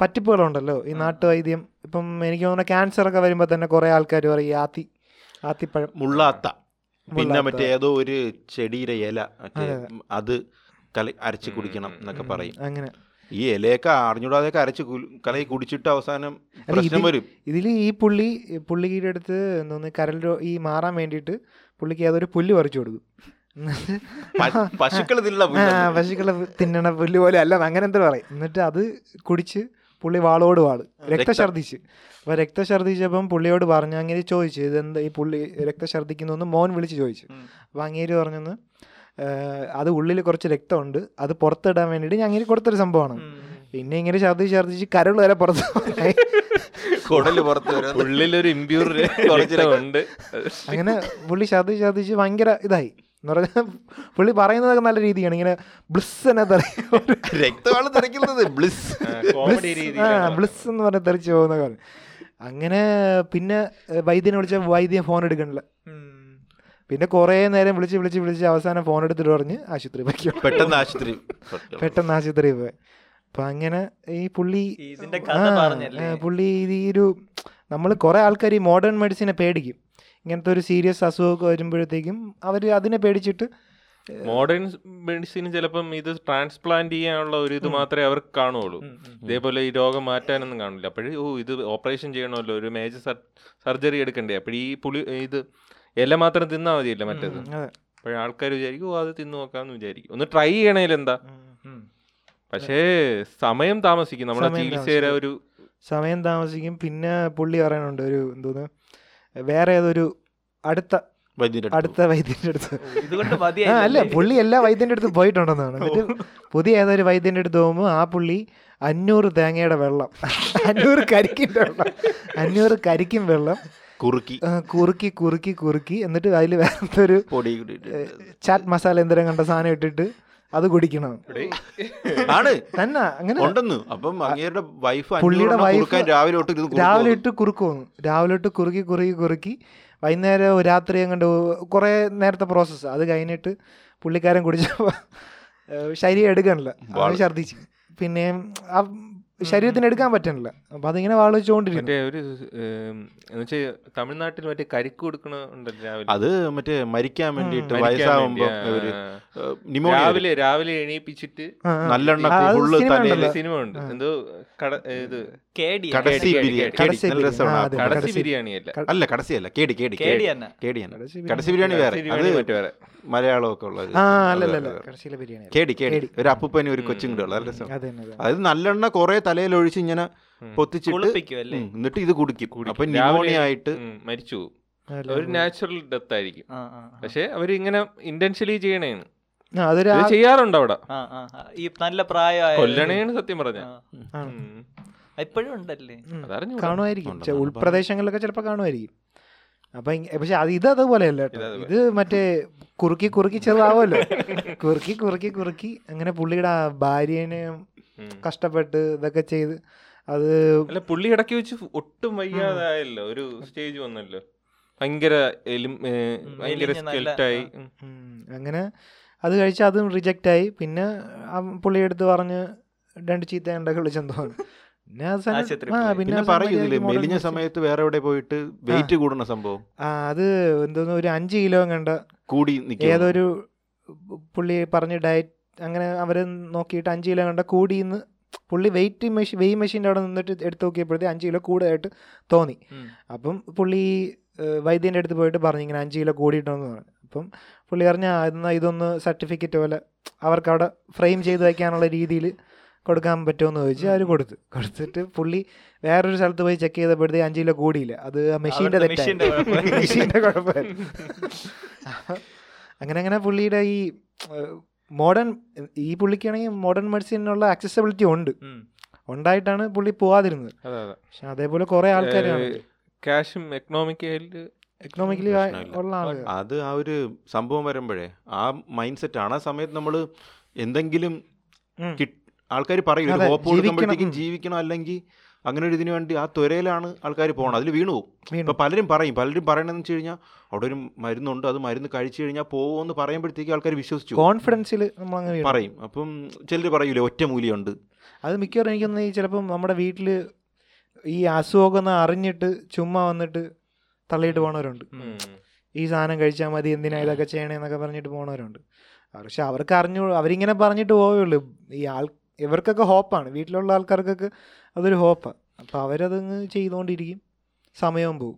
S1: പറ്റിപ്പുകളുണ്ടല്ലോ ഈ നാട്ടുവൈദ്യം ഇപ്പം എനിക്ക് തോന്നുന്ന ക്യാൻസർ ഒക്കെ വരുമ്പോൾ തന്നെ കുറേ ആൾക്കാർ പറയും ഈ ആത്തി ആത്തിപ്പഴം
S3: മുള്ളാത്ത പിന്നെ
S1: മുള്ളാത്ത.
S3: മറ്റേ ഏതോ ഒരു ചെടിയുടെ ഇല മറ്റേ
S1: അതെ,
S3: അത് കല അരച്ച് കുടിക്കണം എന്നൊക്കെ പറയും
S1: അങ്ങനെ
S3: ഈ ഇലയൊക്കെ അറിഞ്ഞൂടാതെയൊക്കെ അരച്ച് കുലി- കലയിൽ കുടിച്ചിട്ട് അവസാനം
S1: അല്ല,
S3: പ്രശ്നം
S1: ഇത്
S3: വരും
S1: ഇതിൽ ഈ പുള്ളി പുള്ളിയുടെ അടുത്ത് എന്തോന്ന് കരൽ രോ- ഈ മാറാൻ വേണ്ടിയിട്ട് പുള്ളിക്ക് ഏതൊരു പുല്ല് പറിച്ചു കൊടുക്കും എന്നിട്ട്
S3: പ- പശുക്കൾ ഇതിലുള്ള
S1: ആ
S3: പുല്ലാണ്.
S1: പശുക്കളെ തിന്നണ പുല്ല് പോലെ അല്ല അങ്ങനെ എന്തോ പറയും എന്നിട്ട് അത് കുടിച്ച് പുള്ളി വാളോട് വാള് രക്തം ഛർദ്ദിച്ച് അപ്പോൾ രക്തം ഛർദ്ദിച്ചപ്പം പുള്ളിയോട് പറഞ്ഞു അങ്ങേര് ചോദിച്ചു ഇതെന്താ ഈ പുള്ളി രക്തം ഛർദ്ദിക്കുന്നൊന്ന് മോൻ വിളിച്ച് ചോദിച്ചു അപ്പോൾ അങ്ങേര് പറഞ്ഞൊന്ന് അത് ഉള്ളിൽ കുറച്ച് രക്തമുണ്ട് അത് പുറത്തിടാൻ വേണ്ടിയിട്ട് ഞാൻ അങ്ങേര് കൊടുത്തൊരു സംഭവമാണ് പിന്നെ ഇങ്ങനെ ഛർദ്ദിച്ച് ഛർദ്ദിച്ച് കരൾ വരെ പുറത്ത് പോയി.
S3: കുടല് പുറത്ത് വരുന്നത്
S2: ഉള്ളിലൊരു ഇമ്പ്യൂർ ഉണ്ട്
S1: അങ്ങനെ പുള്ളി ഛർദ്ദിച്ച് ഛർദ്ദിച്ച് ഭയങ്കര ഇതായി എന്ന് പറഞ്ഞാൽ പുള്ളി പറയുന്നതൊക്കെ നല്ല രീതിയാണ് ഇങ്ങനെ ബ്ലിസ് എന്നെ തറയും
S3: രക്തമാണ് തെറിക്കുന്നത് ബ്ലിസ്
S2: കോമഡി രീതിയിലാണ്
S1: ബ്ലിസ് എന്ന് പറഞ്ഞ തെറിച്ച് പോകുന്ന കാര്യം അങ്ങനെ പിന്നെ ഏഹ്, വൈദ്യനെ വിളിച്ച വൈദ്യൻ ഫോൺ എടുക്കണില്ല പിന്നെ കുറേ നേരം വിളിച്ച് വിളിച്ച് വിളിച്ച് അവസാനം ഫോൺ എടുത്തിട്ട് പറഞ്ഞ് ആശുപത്രി പോയി
S3: പെട്ടെന്ന് ആശുപത്രി
S1: പെട്ടെന്ന് ആശുപത്രി പോയി അപ്പം അങ്ങനെ ഈ പുള്ളി
S4: ഇതിന്റെ കഥ
S1: ആ,
S4: പറഞ്ഞല്ലേ?
S1: ആ, പുള്ളി ഇത് ഈ ഒരു നമ്മൾ കുറേ ആൾക്കാർ ഈ മോഡേൺ മെഡിസിനെ പേടിക്കും ഇങ്ങനത്തെ ഒരു സീരിയസ് അസുഖമൊക്കെ വരുമ്പോഴത്തേക്കും അവർ അതിനെ പേടിച്ചിട്ട്
S2: മോഡേൺ മെഡിസിന് ചിലപ്പം ഇത് ട്രാൻസ്പ്ലാന്റ് ചെയ്യാനുള്ള ഒരു ഇത് മാത്രമേ അവർക്ക് കാണുള്ളൂ ഇതേപോലെ ഈ രോഗം മാറ്റാനൊന്നും കാണില്ല അപ്പോഴേ ഓ ഇത് ഓപ്പറേഷൻ ചെയ്യണമല്ലോ ഒരു മേജർ സർജറി എടുക്കണ്ടേ അപ്പോഴീ പുളി ഇത് ഇല മാത്രം തിന്നാൽ മതിയല്ലേ മറ്റേത്
S1: അതെ
S2: അപ്പോഴേ ആൾക്കാർ വിചാരിക്കും ഓ അത് തിന്നു നോക്കാന്ന് വിചാരിക്കും ഒന്ന് ട്രൈ ചെയ്യണേൽ എന്താ പക്ഷേ സമയം താമസിക്കും നമ്മുടെ
S1: സമയം
S2: ചികിത്സയുടെ ഒരു
S1: സമയം താമസിക്കും പിന്നെ പുള്ളി പറയാനുണ്ട് ഒരു എന്തോന്ന് വേറെ ഏതൊരു അടുത്ത
S3: വൈദ്യുതി
S1: അടുത്ത വൈദ്യന്റെ അടുത്ത്
S4: ഇതുകൊണ്ട്
S1: ആ അല്ല
S4: മതിയായില്ലേ?
S1: പുള്ളി എല്ലാ വൈദ്യന്റെ അടുത്ത് പോയിട്ടുണ്ടെന്നാണ് എന്നിട്ട് പുതിയ ഏതൊരു വൈദ്യന്റെ അടുത്ത് പോകുമ്പോൾ ആ പുള്ളി അഞ്ഞൂറ് തേങ്ങയുടെ വെള്ളം അഞ്ഞൂറ് കരിക്കിൻ്റെ വെള്ളം അഞ്ഞൂറ് കരിക്കും വെള്ളം
S3: കുറുക്കി
S1: ആ, കുറുക്കി കുറുക്കി കുറുക്കി എന്നിട്ട് അതിൽ വേറത്തെ ഒരു
S3: പൊടി കൂടി ഇട്ടിട്ട്.
S1: ചാറ്റ് മസാല എന്തേലും കണ്ട സാധനം ഇട്ടിട്ട് അത് കുടിക്കണം
S3: ആണ്
S1: തന്നെ അങ്ങനെ
S3: ഉണ്ടെന്ന് അപ്പം അങ്ങേരുടെ വൈഫ്
S1: പുള്ളിയുടെ
S3: അഞ്ഞൂറെണ്ണം
S1: wife
S3: കുറുക്കാൻ രാവിലെ തൊട്ട് ഇത് കുറുക്കുവാ.
S1: രാവിലെ ഇട്ട് കുറുക്കുവന്നു രാവിലെ ഇട്ട് കുറുക്കി കുറുക്കി കുറുക്കി വൈകുന്നേരം ഒരു രാത്രി കണ്ട് കുറേ നേരത്തെ പ്രോസസ്സ് അത് കഴിഞ്ഞിട്ട് പുള്ളിക്കാരൻ കുടിച്ചപ്പോൾ ശരീരം എടുക്കണില്ല അത് ഛർദ്ദിച്ച് പിന്നെ ആ ശരീരത്തിന് എടുക്കാൻ പറ്റണില്ല അപ്പം അതിങ്ങനെ വാളിച്ചുകൊണ്ടിരിക്കും
S2: മറ്റേ ഒരു ഏം, എന്നുവെച്ചാ തമിഴ്നാട്ടിൽ മറ്റേ കരിക്ക് കൊടുക്കണുണ്ടല്ലോ രാവിലെ
S3: അത് മറ്റേ മരിക്കാൻ വേണ്ടിയിട്ട്
S2: മരിക്കാൻ
S3: വയസ്സാവുമ്പോ
S2: വേണ്ടിയാ.
S3: ഇവര്
S2: ആ.
S3: ഏഹ്, pneumonia വരും.
S2: രാവിലെ രാവിലെ എണീപ്പിച്ചിട്ട്
S3: നല്ലെണ്ണ
S1: ആ, അത്
S3: ഫുള്ള്
S1: cinema
S3: തലയിൽ
S1: ഉണ്ടല്ലോ.
S2: സിനിമ ഉണ്ട് എന്തോ കട ഇത്
S4: കേടി
S3: കടസി
S2: കേടി,
S3: ബിരിയാണി
S2: കേടി,
S3: കേടി, നല്ല
S1: കേടി.
S3: രസമാണ്
S1: ആ,
S3: ആ
S1: അതെ.
S3: കട-
S2: കടസി
S1: കടസി.
S2: ബിരിയാണിയല്ല
S3: അല്ല കടസിയല്ല കേടി കേടി
S4: കേടി തന്നെ
S3: കേടിയാണ്
S1: കടസി ബിരിയാണി.
S3: കടസി ബിരിയാണി വേറെ
S2: ബിരിയാണി
S3: അത്
S2: മറ്റേ വേറെ
S3: മലയാളമൊക്കെ ഉള്ളത്
S1: ആ അല്ല അല്ല അല്ല കടശീല ബിരിയാണി അല്ല.
S3: കേടി കേടി ഒരു അപ്പൂപ്പനും ഒരു കൊച്ചും കൂടെ ഉള്ളത് നല്ല രസം
S1: അത് തന്നെ അത് തന്നെ.
S3: അതായത് നല്ലെണ്ണ കുറെ തലയിൽ ഒഴിച്ച് ഇങ്ങനെ പൊത്തിച്ചിട്ട്
S4: കുളിപ്പിക്കും അല്ലേ
S3: ഉം, എന്നിട്ട് ഇത് കുടിക്കും
S2: കുടിക്കും.
S3: അപ്പൊ
S2: രാവിലെ-
S3: ന്യൂമോണിയ ആയിട്ട്
S2: ഉം, മരിച്ചു പോകും.
S1: അല്ല,
S2: ഒരു നാച്ചുറൽ ഡെത്ത് ആയിരിക്കും
S4: ആ, ആ, ആ.
S2: പക്ഷെ അവർ ഇങ്ങനെ ഇന്റൻഷ്യലി ചെയ്യണേന്ന്
S1: ആ, അതൊരു
S2: ഇത്
S1: ആ-
S2: ചെയ്യാറുണ്ട് അവിടെ
S4: ആ, ആ, ആ. ഈ നല്ല പ്രായമായ
S2: കൊല്ലണേന്ന് സത്യം പറഞ്ഞ
S1: ആണ്.
S4: ഇപ്പോഴും ഉണ്ടല്ലേ
S1: ഉം.
S2: അതറിഞ്ഞു
S1: കാണുമായിരിക്കും
S3: ഉണ്ട്,
S1: ചെ-
S3: നമ്മൾ
S1: ഉൾപ്രദേശങ്ങളിലൊക്കെ ചിലപ്പോൾ കാണുമായിരിക്കും അപ്പൊ ഇങ്- പക്ഷെ അത് ഇത് അതുപോലെയല്ല കേട്ടോ
S2: ഇതതുപോലെ.
S1: ഇത് മറ്റേ കുറുക്കി കുറുക്കി ചെറുതാവുമല്ലോ കുറുക്കി കുറുക്കി കുറുക്കി അങ്ങനെ പുള്ളിയുടെ ആ ഭാര്യനെ കഷ്ടപ്പെട്ട് ഇതൊക്കെ ചെയ്ത് അത്
S2: അല്ല പുള്ളി ഇടയ്ക്ക് വെച്ച് ഒട്ടും വയ്യാതായല്ലോ ഒരു സ്റ്റേജ് വന്നല്ലോ ഭയങ്കര എലും- ഏ, ഭയങ്കര
S4: മെലിഞ്ഞ നല്ല-
S2: സ്കെൽറ്റായി
S1: ഉം, അങ്ങനെ അത് കഴിച്ച് അതും റിജക്റ്റ് ആയി പിന്നെ ആ പുള്ളി എടുത്ത് പറഞ്ഞ് രണ്ട് ചീത്ത ഉണ്ടൊക്കെ വിളിച്ചെന്ന് തോന്നുന്നു പിന്നെ അവസാനം-
S4: ആശുപത്രി
S1: ആ,
S4: പോയി.
S1: പിന്നെ
S3: പിന്നെ
S1: അവസാനം
S3: പറയൂ ഇതില്
S1: മര്യാദയ്ക്ക് model
S3: മെലിഞ്ഞ
S1: വെച്ച്.
S3: സമയത്ത് വേറെ എവിടെ പോയിട്ട് വെയിറ്റ് കൂടുന്ന സംഭവം
S1: ആ, അത് എന്തോന്ന് ഒരു അഞ്ച് കിലോ കണ്ട
S3: കൂടി നിൽക്കും
S1: ഏതൊരു പുള്ളി പറഞ്ഞ് ഡയറ്റ് അങ്ങനെ അവർ നോക്കിയിട്ട് അഞ്ച് കിലോ കണ്ട കൂടിയെന്ന് പുള്ളി വെയിറ്റ് മെഷീൻ വെയ് മെഷീൻ്റെ അവിടെ നിന്നിട്ട് എടുത്ത് നോക്കിയപ്പോഴത്തേക്ക് അഞ്ച് കിലോ കൂടുതലായിട്ട് തോന്നി
S4: ഉം.
S1: അപ്പം പുള്ളി ഏഹ്, വൈദ്യൻ്റെ അടുത്ത് പോയിട്ട് പറഞ്ഞു ഇങ്ങനെ അഞ്ച് കിലോ കൂടിയിട്ടുണ്ടെന്ന് പറഞ്ഞു അപ്പം പുള്ളി പറഞ്ഞ എന്നാൽ ഇതൊന്ന് സർട്ടിഫിക്കറ്റ് പോലെ അവർക്ക് അവിടെ ഫ്രെയിം ചെയ്ത് വയ്ക്കാനുള്ള രീതിയിൽ കൊടുക്കാൻ പറ്റുമെന്ന് ചോദിച്ചു അവർ കൊടുത്തു കൊടുത്തിട്ട് പുള്ളി വേറൊരു സ്ഥലത്ത് പോയി ചെക്ക് ചെയ്തപ്പോഴത്തേക്ക് അഞ്ച് കിലോ കൂടിയില്ല അത് മെഷീൻ്റെ
S4: അവിടുത്തെ
S1: തെറ്റായി
S4: മെഷീന്റെ കുഴപ്പമായി.
S1: മെഷീൻ്റെ കുഴപ്പമായിരുന്നു അങ്ങനെ അങ്ങനെ പുള്ളിയുടെ ഈ മോഡേൺ ഈ പുള്ളിക്കാണെങ്കിൽ മോഡേൺ മെഡിസിനുള്ള ആക്സസിബിലിറ്റി ഉണ്ട്
S4: ഉം.
S1: ഉണ്ടായിട്ടാണ് പുള്ളി പോവാതിരുന്നത്
S2: അതെ അതെ
S1: പക്ഷെ അതേപോലെ കുറേ ആൾക്കാരാണ്
S2: ക്യാഷും എക്കണോമിക്കയില്
S1: എക്കണോമിക്കലി
S3: പ്രശ്നമില്ല.
S1: ഉള്ള ആളുകൾ
S3: അത് ആ ഒരു സംഭവം വരുമ്പോഴേ ആ മൈൻഡ് സെറ്റ് ആണ് ആ സമയത്ത് നമ്മൾ എന്തെങ്കിലും
S1: ഉം.
S3: ആൾക്കാർ പറയും
S1: അതെ,
S3: ഹോപ്പ്
S1: ജീവിക്കണം.
S3: കൊടുക്കുമ്പോഴത്തേക്കും
S1: ഉം.
S3: ജീവിക്കണം അല്ലെങ്കിൽ അങ്ങനെ ഒരു ഇതിനു വേണ്ടി ആ ത്വരയിലാണ് ആൾക്കാർ പോകണം അതിൽ വീണു പോകും
S1: വീണു.
S3: ഇപ്പൊ പലരും പറയും പലരും പറയണമെന്ന് വെച്ച് കഴിഞ്ഞാൽ അവിടെ ഒരു മരുന്നുണ്ട് അത് മരുന്ന് കഴിച്ചു കഴിഞ്ഞാൽ പോകുമെന്ന് പറയുമ്പോഴത്തേക്കും ആൾക്കാർ വിശ്വസിച്ചു പോകും.
S1: കോൺഫിഡൻസിൽ നമ്മളങ്ങ് വീഴും
S3: പറയും അപ്പം ചിലർ പറയൂലേ ഒറ്റ മൂലിയുണ്ട്
S1: അത് മിക്കവാറും എനിക്കൊന്ന് ഈ ചിലപ്പം നമ്മുടെ വീട്ടിൽ ഈ അസുഖമൊക്കെ അറിഞ്ഞിട്ട് ചുമ്മാ വന്നിട്ട് തള്ളിയിട്ട് പോണവരുണ്ട് ഈ സാധനം കഴിച്ചാൽ മതി എന്തിനാ ഇതൊക്കെ ചെയ്യണേന്നൊക്കെ പറഞ്ഞിട്ട് പോണവരുണ്ട് അത് പക്ഷെ അവർക്ക് അറിഞ്ഞു അവരിങ്ങനെ പറഞ്ഞിട്ട് പോവുള്ളൂ ഈ ആൾ ഇവർക്കൊക്കെ ഹോപ്പാണ് വീട്ടിലുള്ള ആൾക്കാർക്കൊക്കെ അതൊരു ഹോപ്പാണ് അപ്പോൾ അവരതങ്ങ് ചെയ്തുകൊണ്ടിരിക്കും സമയവും പോവും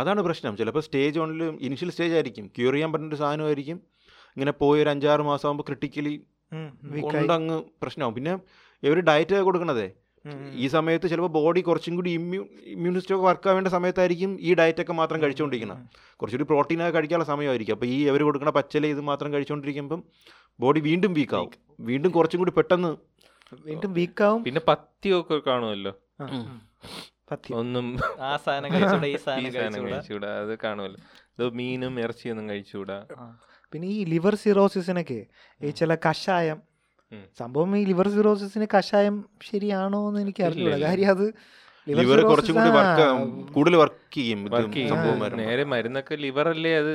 S3: അതാണ് പ്രശ്നം ചിലപ്പോൾ സ്റ്റേജ് ഓണിൽ ഇനിഷ്യൽ സ്റ്റേജ് ആയിരിക്കും ക്യൂർ ചെയ്യാൻ പറ്റുന്ന ഒരു സാധനമായിരിക്കും ഇങ്ങനെ പോയി ഒരു അഞ്ചാറ് മാസം ആകുമ്പോൾ ക്രിട്ടിക്കലി
S1: ഉം, weak ആയി.
S3: കൊണ്ടങ്ങ് പ്രശ്നമാവും പിന്നെ ഇവർ ഡയറ്റ് കൊടുക്കണതേ
S1: ഉം, ഉം.
S3: ഈ സമയത്ത് ചിലപ്പോൾ ബോഡി കുറച്ചും കൂടി ഇമ്മ്യൂ ഇമ്മ്യൂൺ സിസ്റ്റം വർക്ക് ആവേണ്ട സമയത്തായിരിക്കും ഈ ഡയറ്റൊക്കെ മാത്രം കഴിച്ചുകൊണ്ടിരിക്കുന്നത് കുറച്ചുകൂടി പ്രോട്ടീനൊക്കെ കഴിക്കാനുള്ള സമയമായിരിക്കും അപ്പോൾ ഈ അവർ കൊടുക്കുന്ന പച്ചല ഇത് മാത്രം കഴിച്ചുകൊണ്ടിരിക്കുമ്പം ബോഡി വീണ്ടും വീക്കാവും വീണ്ടും കുറച്ചും കൂടി പെട്ടെന്ന്
S1: വീണ്ടും വീക്കാവും
S2: പിന്നെ പത്തിയൊക്കെ കാണുമല്ലോ
S1: പത്തി
S2: ഒന്നും
S4: ആ സാധനം കഴിച്ചൂടെ ഈ
S2: ഈ
S4: സാധനം
S2: സാധനം
S4: കഴിച്ചൂടെ
S2: കഴിച്ചുകൂടാ അത് കാണുമല്ലോ ഇത് മീനും ഇറച്ചിയൊന്നും കഴിച്ചുകൂടാ
S1: പിന്നെ ഈ ലിവർ സിറോസിസിനൊക്കെ ഈ ചില കഷായം
S2: ഉം.
S1: സംഭവം ഈ ലിവർ സിറോസിസിന് കഷായം ശരിയാണോ എന്ന് എനിക്ക് അറിഞ്ഞൂടാ
S2: ഇല്ല, ഇല്ല.
S1: കാര്യം അത് liver
S3: ലിവർ കുറച്ചും കൂടി
S1: cirrhosis ആ,
S3: വർക്ക് കൂടുതൽ വർക്ക് ചെയ്യും ഇത്
S2: വർക്ക്
S3: സംഭവം
S2: ചെയ്യും
S3: വരുമ്പം.
S2: നേരെ മരുന്നൊക്കെ ലിവറല്ലേ അത്